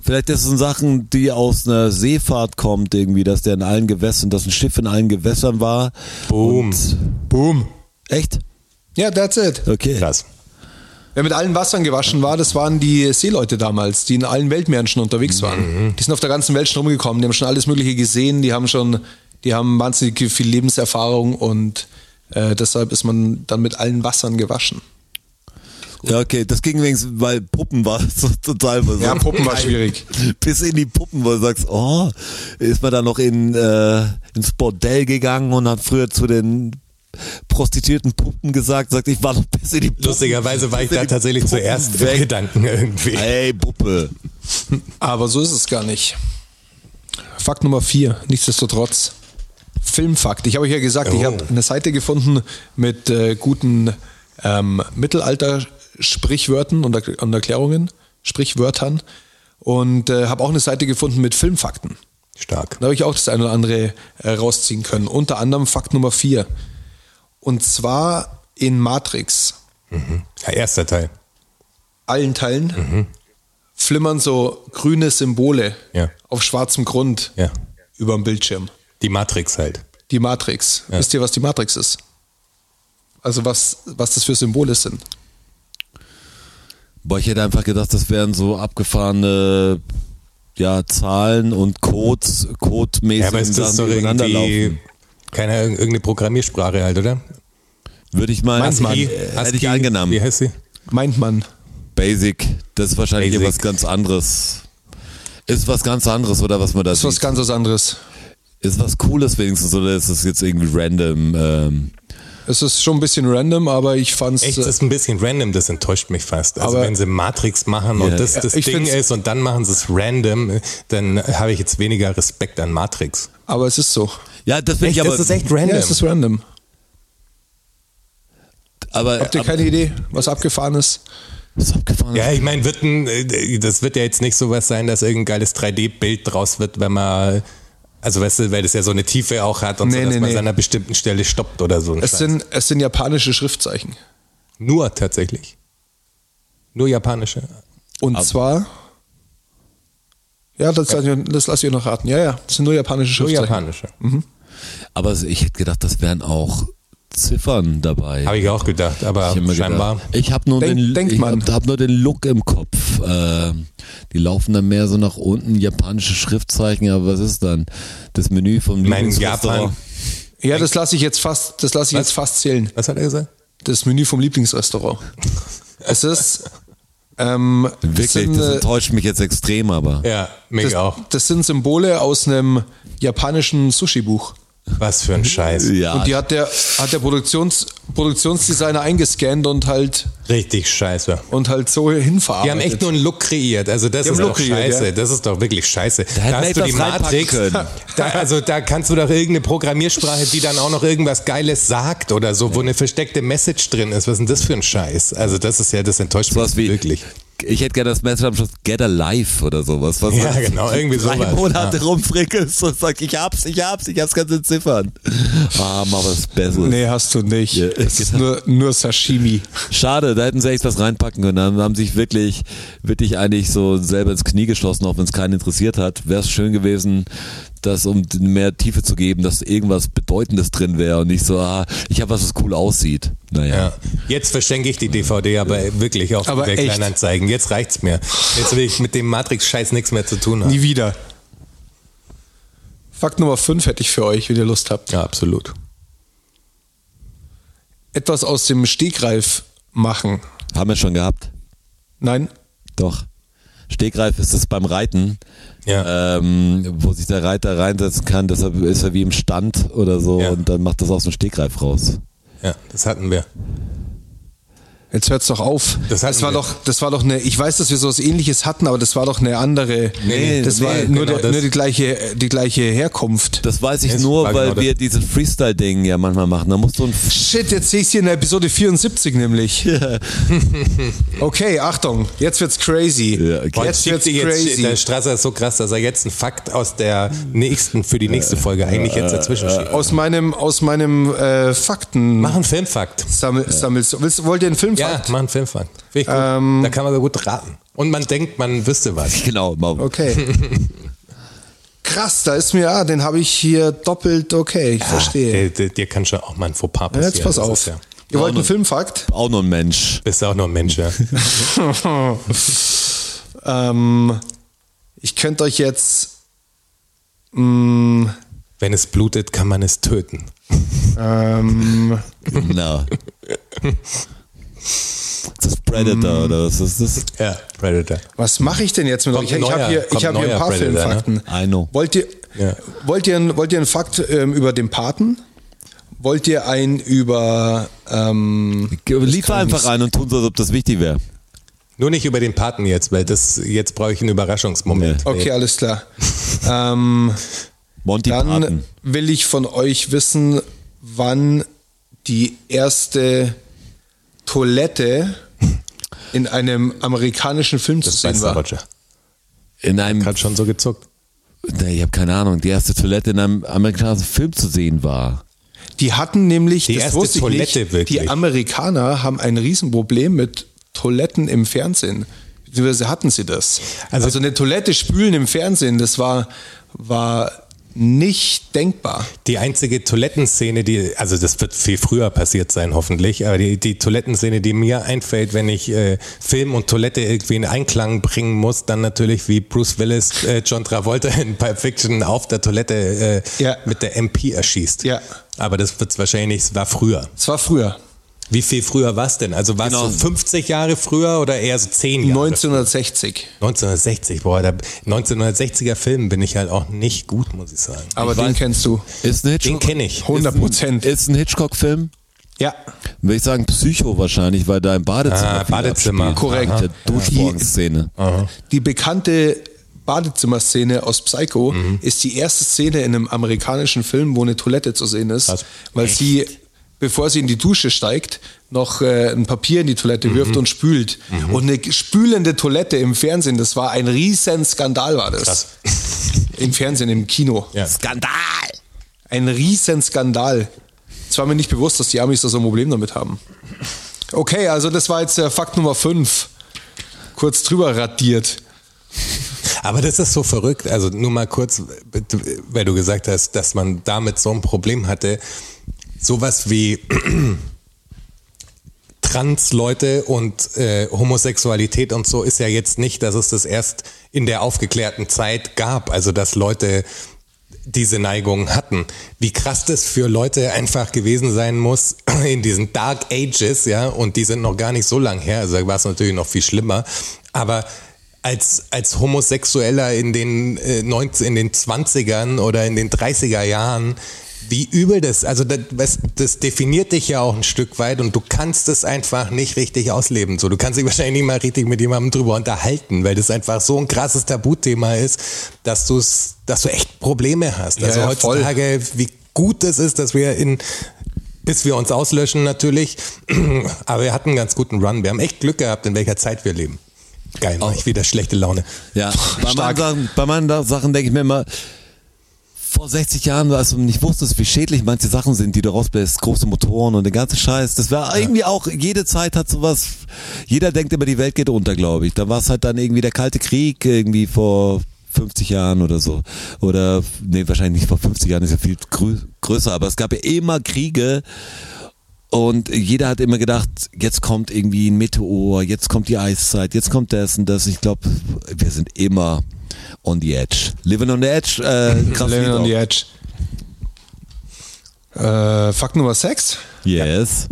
Vielleicht das sind Sachen, die aus einer Seefahrt kommt irgendwie, dass der in allen Gewässern, dass ein Schiff in allen Gewässern war.
Boom.
Boom.
Echt?
Ja, that's it.
Okay.
Krass.
Wer mit allen Wassern gewaschen war, das waren die Seeleute damals, die in allen Weltmeeren schon unterwegs waren. Die sind auf der ganzen Welt schon rumgekommen, die haben schon alles Mögliche gesehen, die haben schon, die haben wahnsinnig viel Lebenserfahrung und äh, deshalb ist man dann mit allen Wassern gewaschen.
Ja, okay, das ging wenigstens, weil Puppen war so total versorgt.
Ja, Puppen war schwierig.
Bis in die Puppen, wo du sagst, oh, ist man da noch in, äh, ins Bordell gegangen und hat früher zu den prostituierten Puppen gesagt, sagt, ich war noch bis in die Puppen.
Lustigerweise war ich
bis in
da
die
tatsächlich
Puppen
zuerst im
weg.
Gedanken irgendwie.
Ey, Puppe.
Aber so ist es gar nicht. Fakt Nummer vier, nichtsdestotrotz. Filmfakt. Ich habe euch ja gesagt, ich
Oh.
habe eine Seite gefunden mit äh, guten ähm, Mittelalter-Sprichwörtern und, Erk- und Erklärungen, Sprichwörtern. Und äh, habe auch eine Seite gefunden mit Filmfakten.
Stark.
Da habe ich auch das eine oder andere äh, rausziehen können. Unter anderem Fakt Nummer vier. Und zwar in Matrix,
Ja, erster Teil.
allen Teilen,
Mhm.
flimmern so grüne Symbole
Ja.
auf schwarzem Grund
Ja.
über dem Bildschirm.
Die Matrix halt.
Die Matrix. Wisst ihr, was die Matrix ist? Also was, was das für Symbole sind.
Boah, ich hätte einfach gedacht, das wären so abgefahrene ja, Zahlen und Codes,
Ja, aber
Codemäßige
ist das
Sachen,
doch
die übereinander
irgendwie
laufen.
keine irg- irgendeine Programmiersprache halt, oder?
Würde ich mal,
ASCII,
äh,
hätte
ASCII,
ich angenommen.
Wie heißt sie?
Meint man.
Basic, das ist wahrscheinlich
Basic.
was ganz anderes. Ist was ganz anderes, oder was man da
Das ist was
sieht?
ganz was anderes.
Ist was Cooles wenigstens, oder ist das jetzt irgendwie random? Ähm,
Es ist schon ein bisschen random, aber ich fand's.
Echt, das ist ein bisschen random, das enttäuscht mich fast. Also
Aber-
wenn sie Matrix machen und
Ja.
das
Ja,
das
ich
Ding
find's-
ist und dann machen sie es random, dann habe ich jetzt weniger Respekt an Matrix.
äh, aber es ist so.
ja, das finde ich aber.
das ist echt random.
Ja, es ist random.
aber
Habt ihr
aber,
keine Idee, was abgefahren ist?
ist abgefahren.
Ja, ich meine, wird ein, äh, das wird ja jetzt nicht sowas sein, dass irgendein geiles 3D-Bild draus wird, wenn man, also weißt du, weil das ja so eine Tiefe auch hat und
Nee,
so, dass
nee,
man
nee.
an einer bestimmten Stelle stoppt oder so. ein
Es
Scheiß.
sind, es sind japanische Schriftzeichen.
Nur tatsächlich. Nur japanische.
Und zwar. Ja, das, lasse ich- das lasse ich noch raten. Ja, ja, es sind nur japanische
Nur
Schriftzeichen.
japanische.
Mhm.
Aber ich hätte gedacht, das wären auch Ziffern dabei.
Habe ich auch gedacht, aber
Ich hab mir
scheinbar.
gedacht, Ich habe nur,
Denk-
den-
denkt
ich
man.
hab, hab nur den Look im Kopf. Äh, die laufen dann mehr so nach unten, japanische Schriftzeichen, aber was ist dann? Das Menü vom
Nein,
Lieblingsrestaurant.
Japan.
Ja, das lasse ich jetzt fast, das lasse ich jetzt fast zählen.
Was hat er gesagt?
das Menü vom Lieblingsrestaurant. Es ist. Ähm, das
Wirklich,
sind,
das
äh,
enttäuscht mich jetzt extrem, aber.
Ja, mich
das,
auch.
das sind Symbole aus einem japanischen Sushi-Buch.
Was für ein Scheiß.
Ja.
Und die hat der, hat der Produktions, Produktionsdesigner eingescannt und halt,
Richtig scheiße.
und halt so hinverarbeitet.
Die haben echt nur einen Look kreiert. Also das
Die haben
ist
einen
doch
Look kreiert,
scheiße.
ja.
Das ist doch wirklich scheiße. Da,
hätten wir
hast du die
etwas reinpacken
Matrix.
können.
Da, also da kannst du doch irgendeine Programmiersprache, die dann auch noch irgendwas Geiles sagt oder so, wo eine versteckte Message drin ist. Was ist denn das für ein Scheiß? Also das ist ja, das enttäuscht
sowas
mich
wie.
wirklich.
Ich hätte gerne das Message am Schluss, get alive oder sowas. Was
Ja,
du
genau, irgendwie
drei
sowas.
Monate rumfrickelst und sagst, ich hab's, ich hab's, ich hab's ganz in Ziffern. Ah, mach was Besseres.
Nee, hast du nicht.
Ja,
es ist
genau.
nur, nur Sashimi.
Schade, da hätten sie echt was reinpacken können. Dann haben sich wirklich, wirklich eigentlich so selber ins Knie geschossen, auch wenn es keinen interessiert hat. Wäre es schön gewesen, dass um mehr Tiefe zu geben, dass irgendwas Bedeutendes drin wäre und nicht so, ah, ich habe was, was cool aussieht. Naja.
Ja. Jetzt verschenke ich die DVD aber wirklich auf
Aber
eBay
echt.
Kleinanzeigen. Jetzt reicht's mir. Jetzt will ich mit dem Matrix-Scheiß nichts mehr zu tun haben.
Nie wieder. Fakt Nummer 5 hätte ich für euch, wenn ihr Lust habt.
Ja, absolut.
Etwas aus dem Stegreif machen.
Haben wir schon gehabt.
Nein?
Doch. Stegreif ist es beim Reiten,
Äh.
Ja.
ähm, wo sich der Reiter reinsetzen kann, deshalb ist er wie im Stand oder so
Ja.
und dann macht das aus dem Stegreif raus.
Ja, das hatten wir.
Jetzt hört's doch auf. Das,
Das hatten
war
wir.
doch, das war doch eine. Ich weiß, dass wir sowas Ähnliches hatten, aber das war doch eine andere.
Nee,
das
nee,
war
genau
nur, der,
das.
nur die gleiche, äh, die gleiche Herkunft.
Das weiß ich
Das
nur,
war
weil
genau das.
wir dieses Freestyle-Ding ja manchmal machen. Da musst du ein
Shit, jetzt sehe ich hier in der Episode 74 nämlich. okay, Achtung, jetzt wird's crazy.
Ja, okay.
Boah,
Jetzt
schickt
wird's
ihr jetzt-
crazy.
Der Strasser ist so krass, dass er jetzt einen Fakt aus der nächsten, für die nächste Folge eigentlich jetzt dazwischen schiebt.
aus meinem, aus meinem äh, Fakten.
Mach einen Filmfakt.
Sammel, sammelst du. Willst, wollt ihr einen Filmfakt
Ja,
Filmfakt?
mach einen Filmfakt. Finde ich gut.
Ähm.
da kann man so gut raten. Und man denkt, man wüsste was.
Genau, mal
Okay. Krass, da ist mir, ah, den habe ich hier doppelt, okay, ich verstehe.
Dir, dir, dir kann schon auch mal ein Fauxpas
Ja,
passieren.
jetzt pass
Das
auf.
ist Ja,
Ihr wollt einen Filmfakt?
auch noch ein Mensch.
bist auch nur ein Mensch, ja.
ähm, ich könnte euch jetzt. mm, Mh,
Wenn es blutet, kann man es töten.
ähm,
Na. Das ist Predator oder was ist das?
Ja, Predator.
was mache ich denn jetzt mit
Kommt
euch? Ich habe
neuer-
hier,
kommt
ich hab hier
neuer
ein paar
Predator, ne?
Filmfakten.
I know.
Wollt ihr,
Ja.
wollt ihr, ein- wollt ihr einen Fakt ähm, über den Paten? Wollt ihr einen über. Ähm,
Liefer einfach ein und tun so, als ob das wichtig wäre.
Nur nicht über den Paten jetzt, weil das jetzt brauche ich einen Überraschungsmoment.
okay, alles klar. ähm,
Monty
Dann
Python.
will ich von euch wissen, wann die erste Toilette in einem amerikanischen Film zu
Das
sehen
weiß der
war.
Roger.
In einem,
Hat schon so gezuckt.
nee, ich habe keine Ahnung, die erste Toilette in einem amerikanischen Film zu sehen war.
Die hatten nämlich,
Die
das
erste
wusste ich
Toilette
nicht,
wirklich.
die Amerikaner haben ein Riesenproblem mit Toiletten im Fernsehen. Beziehungsweise hatten sie das. Also,
Also-
eine Toilette spülen im Fernsehen, das war, war nicht denkbar.
Die einzige Toilettenszene, die, also das wird viel früher passiert sein, hoffentlich, aber die, die Toilettenszene, die mir einfällt, wenn ich äh, Film und Toilette irgendwie in Einklang bringen muss, dann natürlich wie Bruce Willis äh, John Travolta in Pulp Fiction auf der Toilette äh,
Ja.
mit der MP erschießt.
Ja.
Aber das wird's wahrscheinlich nicht, es war früher.
Es war früher,
Wie viel früher war's denn? Also war's
Genau.
so 50 Jahre früher oder eher so 10 Jahre?
1960.
1960, boah, da, 1960er Film bin ich halt auch nicht gut, muss ich sagen.
Aber
Ich
den
weiß-
kennst du.
Ist ein
Den
Hitchcock.
kenne ich.
100 Prozent.
Ist ein Hitchcock-Film?
Ja.
Würde ich sagen, Psycho wahrscheinlich, weil da im Badezimmer.
Ah,
viel
Badezimmer.
abspielt.
Korrekt.
Der Duschmorgenszene.
Die bekannte Badezimmerszene aus Psycho
Mhm.
ist die erste Szene in einem amerikanischen Film, wo eine Toilette zu sehen ist,
Krass.
weil sie, bevor sie in die Dusche steigt, noch äh, ein Papier in die Toilette
Mhm.
wirft und spült. Und eine spülende Toilette im Fernsehen, das war ein riesen Skandal, war das.
Krass.
Im Fernsehen, im Kino.
Ja.
Skandal!
Ein riesen Skandal. Es war mir nicht bewusst, dass die Amis da so ein Problem damit haben. Okay, also das war jetzt äh, Fakt Nummer 5. Kurz drüber radiert.
Aber das ist so verrückt. Also nur mal kurz, weil du gesagt hast, dass man damit so ein Problem hatte. Sowas wie Trans-Leute und äh, Homosexualität und so ist ja jetzt nicht, dass es das erst in der aufgeklärten Zeit gab. Also dass Leute diese Neigungen hatten. Wie krass das für Leute einfach gewesen sein muss in diesen Dark Ages, ja, und die sind noch gar nicht so lang her, also da war es natürlich noch viel schlimmer, aber als, als Homosexueller in den, äh, 19, in den 20ern oder in den 30er Jahren, wie übel das, also das, was- das definiert dich ja auch ein Stück weit und du kannst es einfach nicht richtig ausleben. So, du kannst dich wahrscheinlich nicht mal richtig mit jemandem drüber unterhalten, weil das einfach so ein krasses Tabuthema ist, dass du es, dass du echt Probleme hast. Also
ja, voll.
heutzutage, wie gut es ist, dass wir in bis wir uns auslöschen natürlich, aber wir hatten einen ganz guten Run. Wir haben echt Glück gehabt, in welcher Zeit wir leben. Geil, mach ich wieder schlechte Laune.
Ja, bei manchen, Sachen, bei manchen da- Sachen denke ich mir immer, vor 60 Jahren, als du nicht wusstest, wie schädlich manche Sachen sind, die du rausbläst, große Motoren und den ganzen Scheiß, das war irgendwie auch, jede Zeit hat sowas, jeder denkt immer, die Welt geht unter, glaube ich. Da war es halt dann irgendwie der Kalte Krieg irgendwie vor 50 Jahren oder so. Oder, nee, wahrscheinlich nicht vor 50 Jahren, ist ja viel grö größer, aber es gab ja immer Kriege, und jeder hat immer gedacht, jetzt kommt irgendwie ein Meteor, jetzt kommt die Eiszeit, jetzt kommt das und das. Ich glaube, wir sind immer on the edge. Living on the edge, äh, krass.
Lemon
Lied
on the
auch.
Edge. Äh, Fakt Nummer 6
Yes.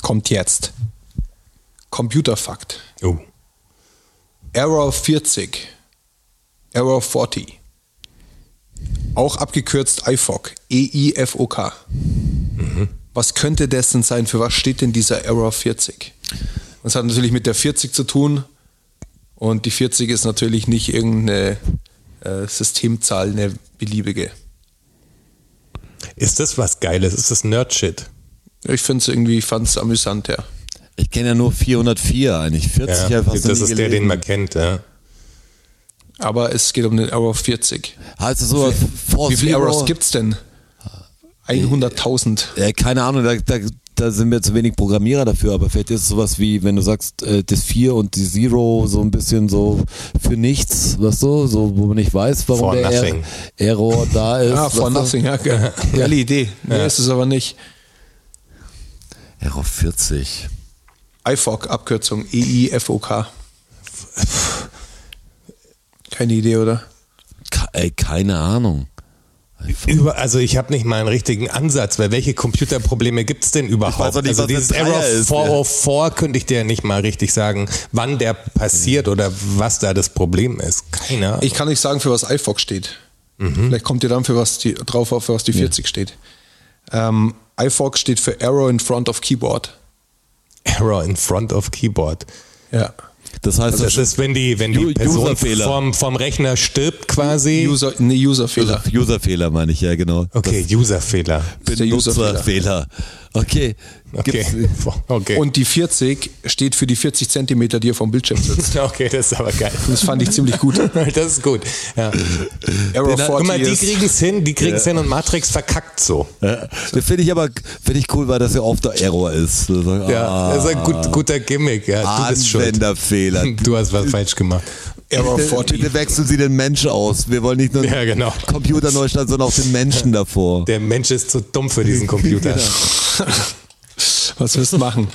kommt jetzt. Computerfakt.
Oh.
Error 40. Error 40. Auch abgekürzt IFOC. E-I-F-O-K.
Mhm.
Was könnte das denn sein? Für was steht denn dieser Error 40? Das hat natürlich mit der 40 zu tun. Und die 40 ist natürlich nicht irgendeine äh, Systemzahl, eine beliebige.
Ist das was Geiles? Ist das Nerdshit?
Ich finde es irgendwie, fand es amüsant, ja.
Ich kenne ja nur 404 eigentlich. 40
Ja,
einfach
das ist der, den man kennt. Ja.
Aber es geht um den Error 40.
Heißt das Also so, Force
Wie viele
Zero?
Errors gibt's denn? 100.000.
Äh, keine Ahnung, da, da da sind wir zu wenig Programmierer dafür, aber vielleicht ist sowas wie, wenn du sagst, äh, das 4 und die Zero so ein bisschen so für nichts, weißt du, so, wo man nicht weiß, warum
For
der er
nothing.
Error da ist.
Ah, for
weißt du?
nothing, ja. ge- Geile Idee. Nee, ist es aber nicht.
Error 40.
IFOC, Abkürzung E E-I-F-O-K. Keine Idee, oder?
Ke ey, keine Ahnung.
Über, also ich habe nicht mal einen richtigen Ansatz, weil welche Computerprobleme gibt's denn überhaupt?
auch nicht,
also
was
dieses
eine Dreier
Error
ist,
404 könnte ich dir nicht mal richtig sagen, wann der passiert oder was da das Problem ist. Keiner.
Ich kann nicht sagen, für was IFOC steht. Vielleicht kommt ihr dann für was die, drauf, auf, für was die 40 steht. Ähm, IFOC steht für Arrow in Front of Keyboard.
Error in front of keyboard.
Ja.
Das heißt,
Das Also ist, wenn die, wenn
Also Ju-
die Person
Userfehler.
vom, vom Rechner stirbt quasi.
User, nee, Userfehler.
Userfehler meine ich, ja genau.
okay, Userfehler.
Das ist der
Benutzerfehler. Okay.
Okay.
Gibt's,
okay.
Und die 40 steht für die 40 Zentimeter, die ihr vom Bildschirm sitzt.
okay, das ist aber geil.
Das fand ich ziemlich gut.
Das ist gut. Ja.
Arrow
Guck
40
mal, die
ist-
kriegen es hin, die kriegen es hin und Matrix verkackt so.
Ja. Das finde ich aber finde ich cool, weil das ja oft der Error ist. Das ist-
Ja,
ah,
das ist ein gut, guter Gimmick. Ja, du bist schuld.
Anwenderfehler.
Du hast was falsch gemacht.
Error
Bitte-
40.
Bitte wechseln Sie den Mensch aus. Wir wollen nicht nur
Ja, genau.
Computer neu starten, sondern auch den Menschen davor.
Der Mensch ist zu dumm für diesen Computer.
Was wirst du machen?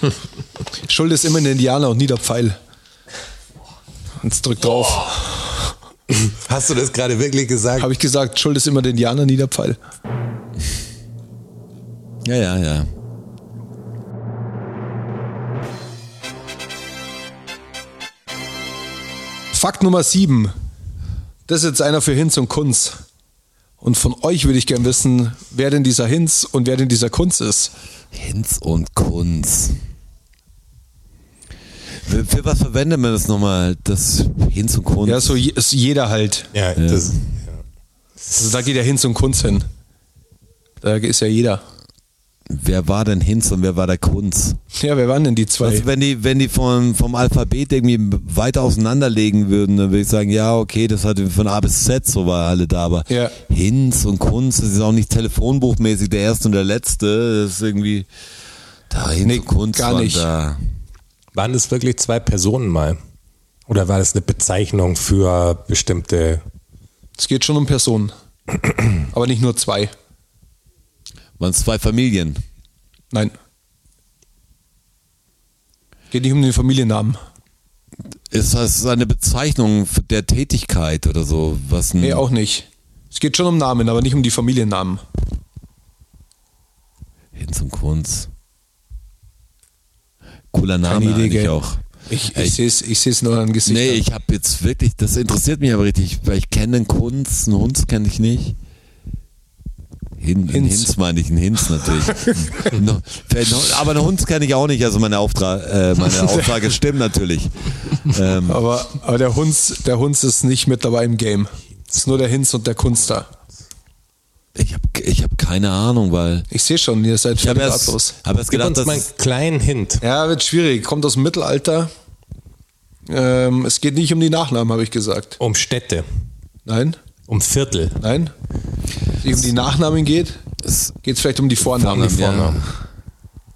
Schuld ist immer ein Indianer und nie der Pfeil. Und es drückt drauf.
Hast du das gerade wirklich gesagt?
Habe ich gesagt, Schuld ist immer der Indianer, nie der Pfeil.
Ja, ja, ja.
Fakt Nummer 7. Das ist jetzt einer für Hinz und Kunz. Und von euch würde ich gern wissen, wer denn dieser Hinz und wer denn dieser Kunz ist.
Hinz und Kunz. Für, für was verwendet man das nochmal? Das Hinz und Kunz.
Ja, so je, ist jeder halt.
Ja, das,
Also da geht ja Hinz und Kunz hin. Da ist ja jeder.
Wer war denn Hinz und wer war der Kunz?
Ja, wer waren denn die
Also
zwei?
wenn die, wenn die vom, vom Alphabet irgendwie weiter auseinanderlegen würden, dann würde ich sagen, ja, okay, das hatte von A bis Z, so war alle da, aber
Ja.
Hinz und Kunz, das ist auch nicht telefonbuchmäßig der erste und der letzte, das ist irgendwie, da Hinz
Nee,
und Kunz
gar
waren
nicht.
da.
waren das wirklich zwei Personen mal? Oder war das eine Bezeichnung für bestimmte.
Es geht schon um Personen. Aber nicht nur zwei.
Waren es zwei Familien.
Nein. Geht nicht um den Familiennamen.
Ist das eine Bezeichnung der Tätigkeit oder so? Was ein,
Nee, auch nicht. Es geht schon um Namen, aber nicht um die Familiennamen.
Hinz und Kunz. Cooler Name
Keine Idee,
eigentlich
gell?
auch.
Ich,
Ey,
ich sehe es ich seh's nur an Gesichtern.
Nee, ich habe jetzt wirklich, das interessiert mich aber richtig, weil ich kenne einen Kunz, einen Hunz kenne ich nicht. Hin, Hinz. Einen
Hinz.
Hinz meine ich, einen Hinz natürlich. No- vielleicht noch- aber einen Hunz kenne ich auch nicht, also meine, Auftra äh, meine Auftrage stimmt natürlich. Ähm,
Aber, aber der Hunz, der Hunz ist nicht mit dabei im Game. Es ist nur der Hinz und der Kunst da.
ich habe ich hab keine Ahnung, weil
Ich sehe schon, ihr seid
ich habe
völlig
erst,
ratlos.
hab erst
Gib
gedacht,
uns
dass
mal einen kleinen Hint.
Ja, wird schwierig. Kommt aus dem Mittelalter. Ähm, es geht nicht um die Nachnamen, habe ich gesagt.
Um Städte,
Nein,
um Viertel.
nein. Wenn es um die Nachnamen geht,
es
geht es vielleicht um die Vornamen.
Vornamen, ja.
Vornamen.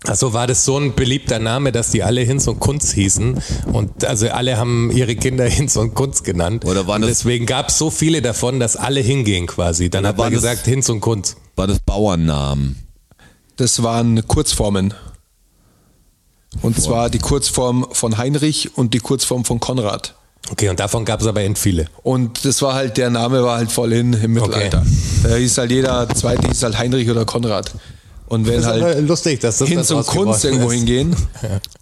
Also war das so ein beliebter Name, dass die alle Hinz und Kunz hießen und also alle haben ihre Kinder Hinz und Kunz genannt.
Oder waren
und
das-
deswegen gab es so viele davon, dass alle hingehen quasi. Dann
Oder
hat man
waren das-
gesagt Hinz und Kunz.
war das Bauernnamen.
Das waren Kurzformen. Und zwar die Kurzform von Heinrich und die Kurzform von Konrad.
Okay, und davon gab es aber end viele.
Und das war halt, der Name war halt voll hin im Mittelalter. Da hieß halt jeder zweite, hieß halt Heinrich oder Konrad. Und wenn
aber
halt
lustig, dass das
Hinz
da
und
draus geworden
Kunst
ist.
irgendwo hingehen,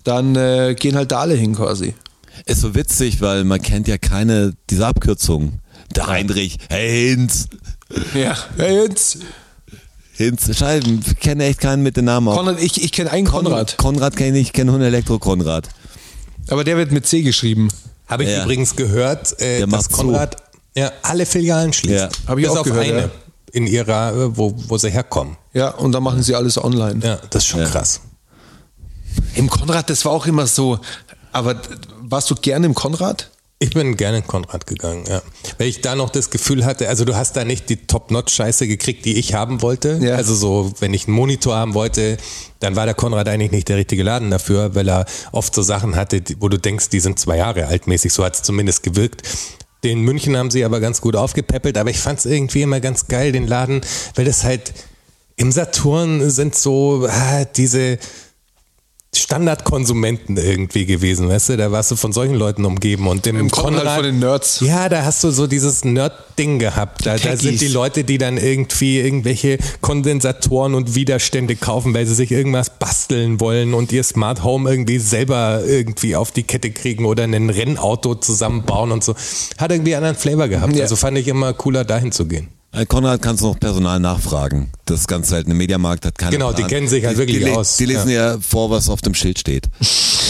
dann äh, gehen halt da alle hin quasi.
Ist so witzig, weil man kennt ja keine dieser Abkürzungen. Der Heinrich, hey Hinz,
Ja. Hinz,
Hinz, Scheiben, ich kenne echt keinen mit dem Namen auch.
Konrad, ich, ich kenne einen
Oh. Konrad.
Konrad,
Konrad kenne ich, ich kenne nur Elektro Konrad.
aber der wird mit C geschrieben.
Habe ich
Ja.
übrigens gehört, äh,
Der
dass
macht zu.
Konrad ja, alle Filialen schließt.
Ja.
Hab ich
Bis
auch
auf
gehört,
eine
ja.
in ihrer, äh, wo, wo sie herkommen.
Ja, und dann machen sie alles online.
Ja, das ist schon
Ja.
krass.
Im Konrad, das war auch immer so. Aber d- warst du gerne im Konrad?
Ich bin gerne Konrad gegangen, ja. Weil ich da noch das Gefühl hatte, also du hast da nicht die Top-Notch-Scheiße gekriegt, die ich haben wollte.
Ja.
Also so, wenn ich einen Monitor haben wollte, dann war der Konrad eigentlich nicht der richtige Laden dafür, weil er oft so Sachen hatte, die- wo du denkst, die sind zwei Jahre altmäßig, so hat es zumindest gewirkt. Den München haben sie aber ganz gut aufgepäppelt, aber ich fand es irgendwie immer ganz geil, den Laden, weil das halt im Saturn sind so ah, diese Standardkonsumenten irgendwie gewesen, weißt du? Da warst du von solchen Leuten umgeben und dem
Im Konrad von den Nerds.
ja, da hast du so dieses Nerd-Ding gehabt. Da, da
Techies.
sind die Leute, die dann irgendwie irgendwelche Kondensatoren und Widerstände kaufen, weil sie sich irgendwas basteln wollen und ihr Smart Home irgendwie selber irgendwie auf die Kette kriegen oder ein Rennauto zusammenbauen und so. Hat irgendwie einen anderen Flavor gehabt.
Ja.
Also fand ich immer cooler, dahin zu gehen.
Äh, Konrad kannst du noch Personal nachfragen. Das ist ganz selten. Im Mediamarkt hat keiner.
Genau, die kennen sich halt wirklich
die, le-
aus.
Die lesen ja. vor, was auf dem Schild steht.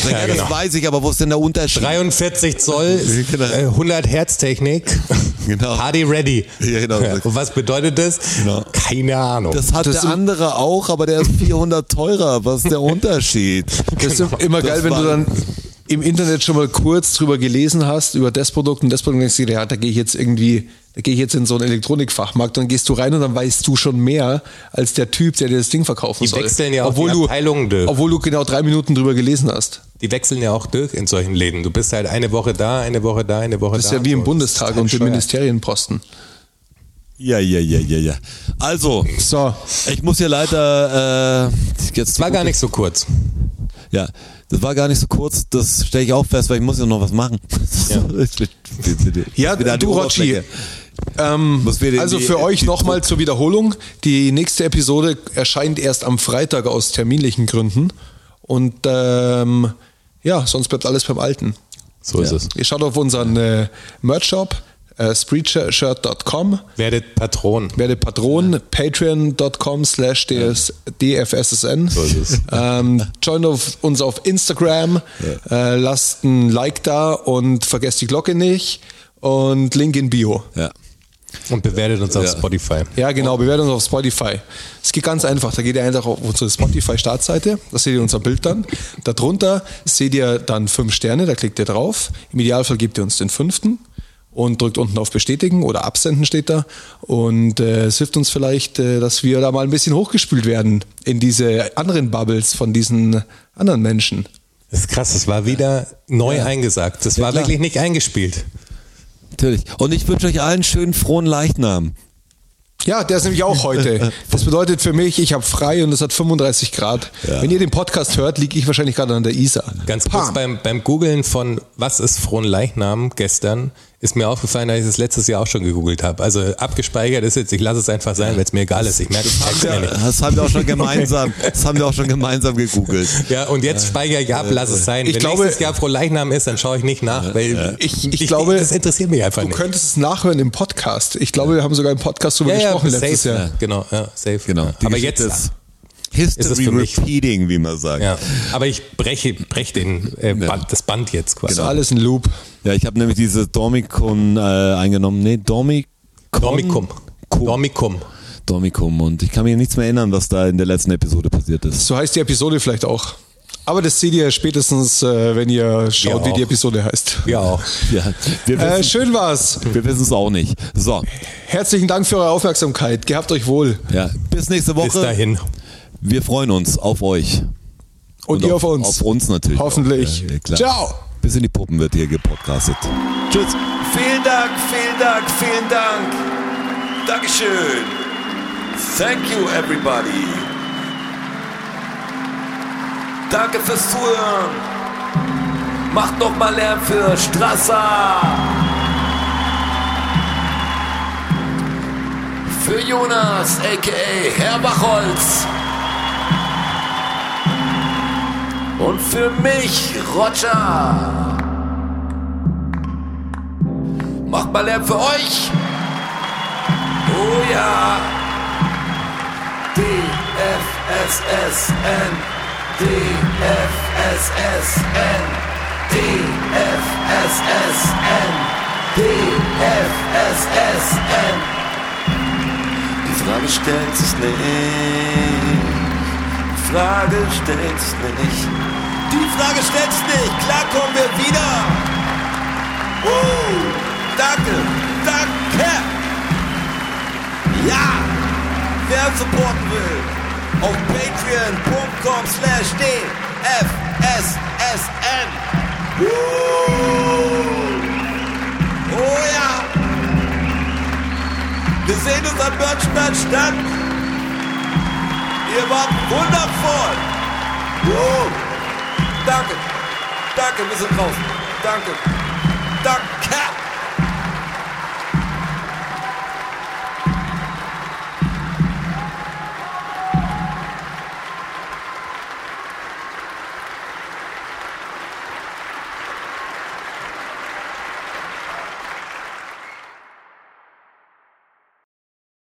ja,
Ja,
Das
genau.
weiß ich, aber wo ist denn der Unterschied?
43 Zoll,
Genau.
äh, 100 Hertz Technik,
Genau.
Party ready.
Ja, genau.
Und was bedeutet das?
Genau.
Keine Ahnung.
das hat der andere auch, aber der ist 400 teurer. Was ist der Unterschied?
Das
genau.
ist immer geil,
Das
wenn du
war-
dann im Internet schon mal kurz drüber gelesen hast, über das Produkt und das Produkt und denkst dir, ja, da gehe ich jetzt irgendwie, da gehe ich jetzt in so einen Elektronikfachmarkt, dann gehst du rein und dann weißt du schon mehr als der Typ, der dir das Ding verkaufen
Die
soll.
wechseln ja auch
obwohl
die
du,
Abteilungen, Dirk.
Obwohl du genau drei Minuten drüber gelesen hast.
Die wechseln ja auch durch in solchen Läden. Du bist halt eine Woche da, eine Woche da, eine Woche
Das ist
da.
ja wie im
So,
Bundestag
ist
und den
bescheuert.
Ministerienposten.
Ja, ja, ja, ja, ja. Also,
So,
ich muss hier leider äh, jetzt
War gar nicht so kurz.
Ja, das war gar nicht so kurz. Das stelle ich auch fest, weil ich muss ja noch was machen.
Ja.
Ja,
Wieder an die
du, Rotschi.
Oberfläche.
ähm,
Muss wir den-
also
die-
für euch
die-
nochmal zur Wiederholung. Die nächste Episode erscheint erst am Freitag aus terminlichen Gründen. Und ähm, ja, sonst bleibt alles beim Alten.
So ist es.
Ihr schaut auf unseren äh, Merch-Shop, äh, spreadshirt.com,
Werdet Patron.
werdet Patron, patreon.com slash DS dfssn.
So ist es.
Ähm, joint auf, uns auf Instagram, äh, lasst ein Like da und vergesst die Glocke nicht und Link in Bio.
Ja.
Und bewertet uns auf
Ja.
Spotify.
Ja, genau, bewertet uns auf Spotify. Es geht ganz einfach. Da geht ihr einfach auf unsere Spotify-Startseite, da seht ihr unser Bild dann. Darunter seht ihr dann fünf Sterne, da klickt ihr drauf. Im Idealfall gebt ihr uns den fünften und drückt unten auf Bestätigen oder Absenden steht da. Und äh, es hilft uns vielleicht, äh, dass wir da mal ein bisschen hochgespült werden in diese anderen Bubbles von diesen anderen Menschen.
Das ist krass, das war wieder neu eingesagt. Das war
klar.
wirklich nicht eingespielt.
Natürlich. Und ich wünsche euch allen einen schönen frohen Leichnam.
Ja, der ist nämlich auch heute. Das bedeutet für mich, ich habe frei und es hat 35 Grad. Wenn ihr den Podcast hört, liege ich wahrscheinlich gerade an der Isar.
Ganz kurz
Pam.
beim, beim Googlen von Was ist Frohnleichnam gestern ist mir aufgefallen, dass ich das letztes Jahr auch schon gegoogelt habe. Also abgespeichert ist jetzt, ich lasse es einfach sein, weil es mir egal ist. Ich merke es mir nicht.
Das haben wir auch schon gemeinsam. Das haben wir auch schon gemeinsam gegoogelt.
Ja, und jetzt speichere ich ab, lass es sein.
Ich
Wenn
glaube-
nächstes Jahr Frohleichnam ist, dann schaue ich nicht nach, weil
Ich- ich glaube,
das interessiert mich einfach
Du
nicht.
könntest es nachhören im Podcast. Ich glaube, wir haben sogar im Podcast drüber gesprochen letztes
safe,
Jahr.
ja, Genau, ja, safe.
Genau. Die
Aber jetzt,
Geschichte ist
ist es
History
für mich-
repeating, wie man sagt.
ja, aber ich breche, breche den, äh,
Ja. Genau.
Band, das Band jetzt quasi.
Das ist alles ein Loop.
Ja, ich habe nämlich diese Dormicon äh, eingenommen. Nee, Dormicon.
Dormicum. Dormicum.
Dormicum. Und ich kann mir nichts mehr erinnern, was da in der letzten Episode passiert ist.
So heißt die Episode vielleicht auch. Aber das seht ihr spätestens, äh, wenn ihr schaut, wie
auch.
die Episode heißt.
Ja, auch.
Ja, wir
Äh,
wissen
schön war's.
wir es auch nicht. So,
Herzlichen Dank für eure Aufmerksamkeit. Gehabt euch wohl.
ja, bis nächste Woche.
Bis dahin.
Wir freuen uns auf euch.
Und, ihr auf uns.
Auf uns natürlich. Auch.
Hoffentlich.
Ja, ja, klar.
Ciao.
Bis in die Puppen wird hier gepodcastet. Tschüss.
Vielen Dank, vielen Dank, vielen Dank. Dankeschön. Thank you, everybody. Danke fürs Zuhören. Macht noch mal Lärm für Strasser. Für Jonas, a.k.a. Herr Bachholz. Und für mich, Roger. Macht mal Lärm für euch. Oh ja. DFSSN. DFSSN. DFSSN. DFSSN. Die Frage stellt sich nicht. Die Frage stellt sich nicht. Die Frage stellt sich nicht. Klar kommen wir wieder. Uh!
Danke, danke. Ja, wer supporten will, auf patreon.com slash dfssn. Woo! Oh ja. Wir sehen uns am Börnstein statt. Ihr wart wundervoll. Woo! Danke, danke, wir sind draußen. Danke, danke.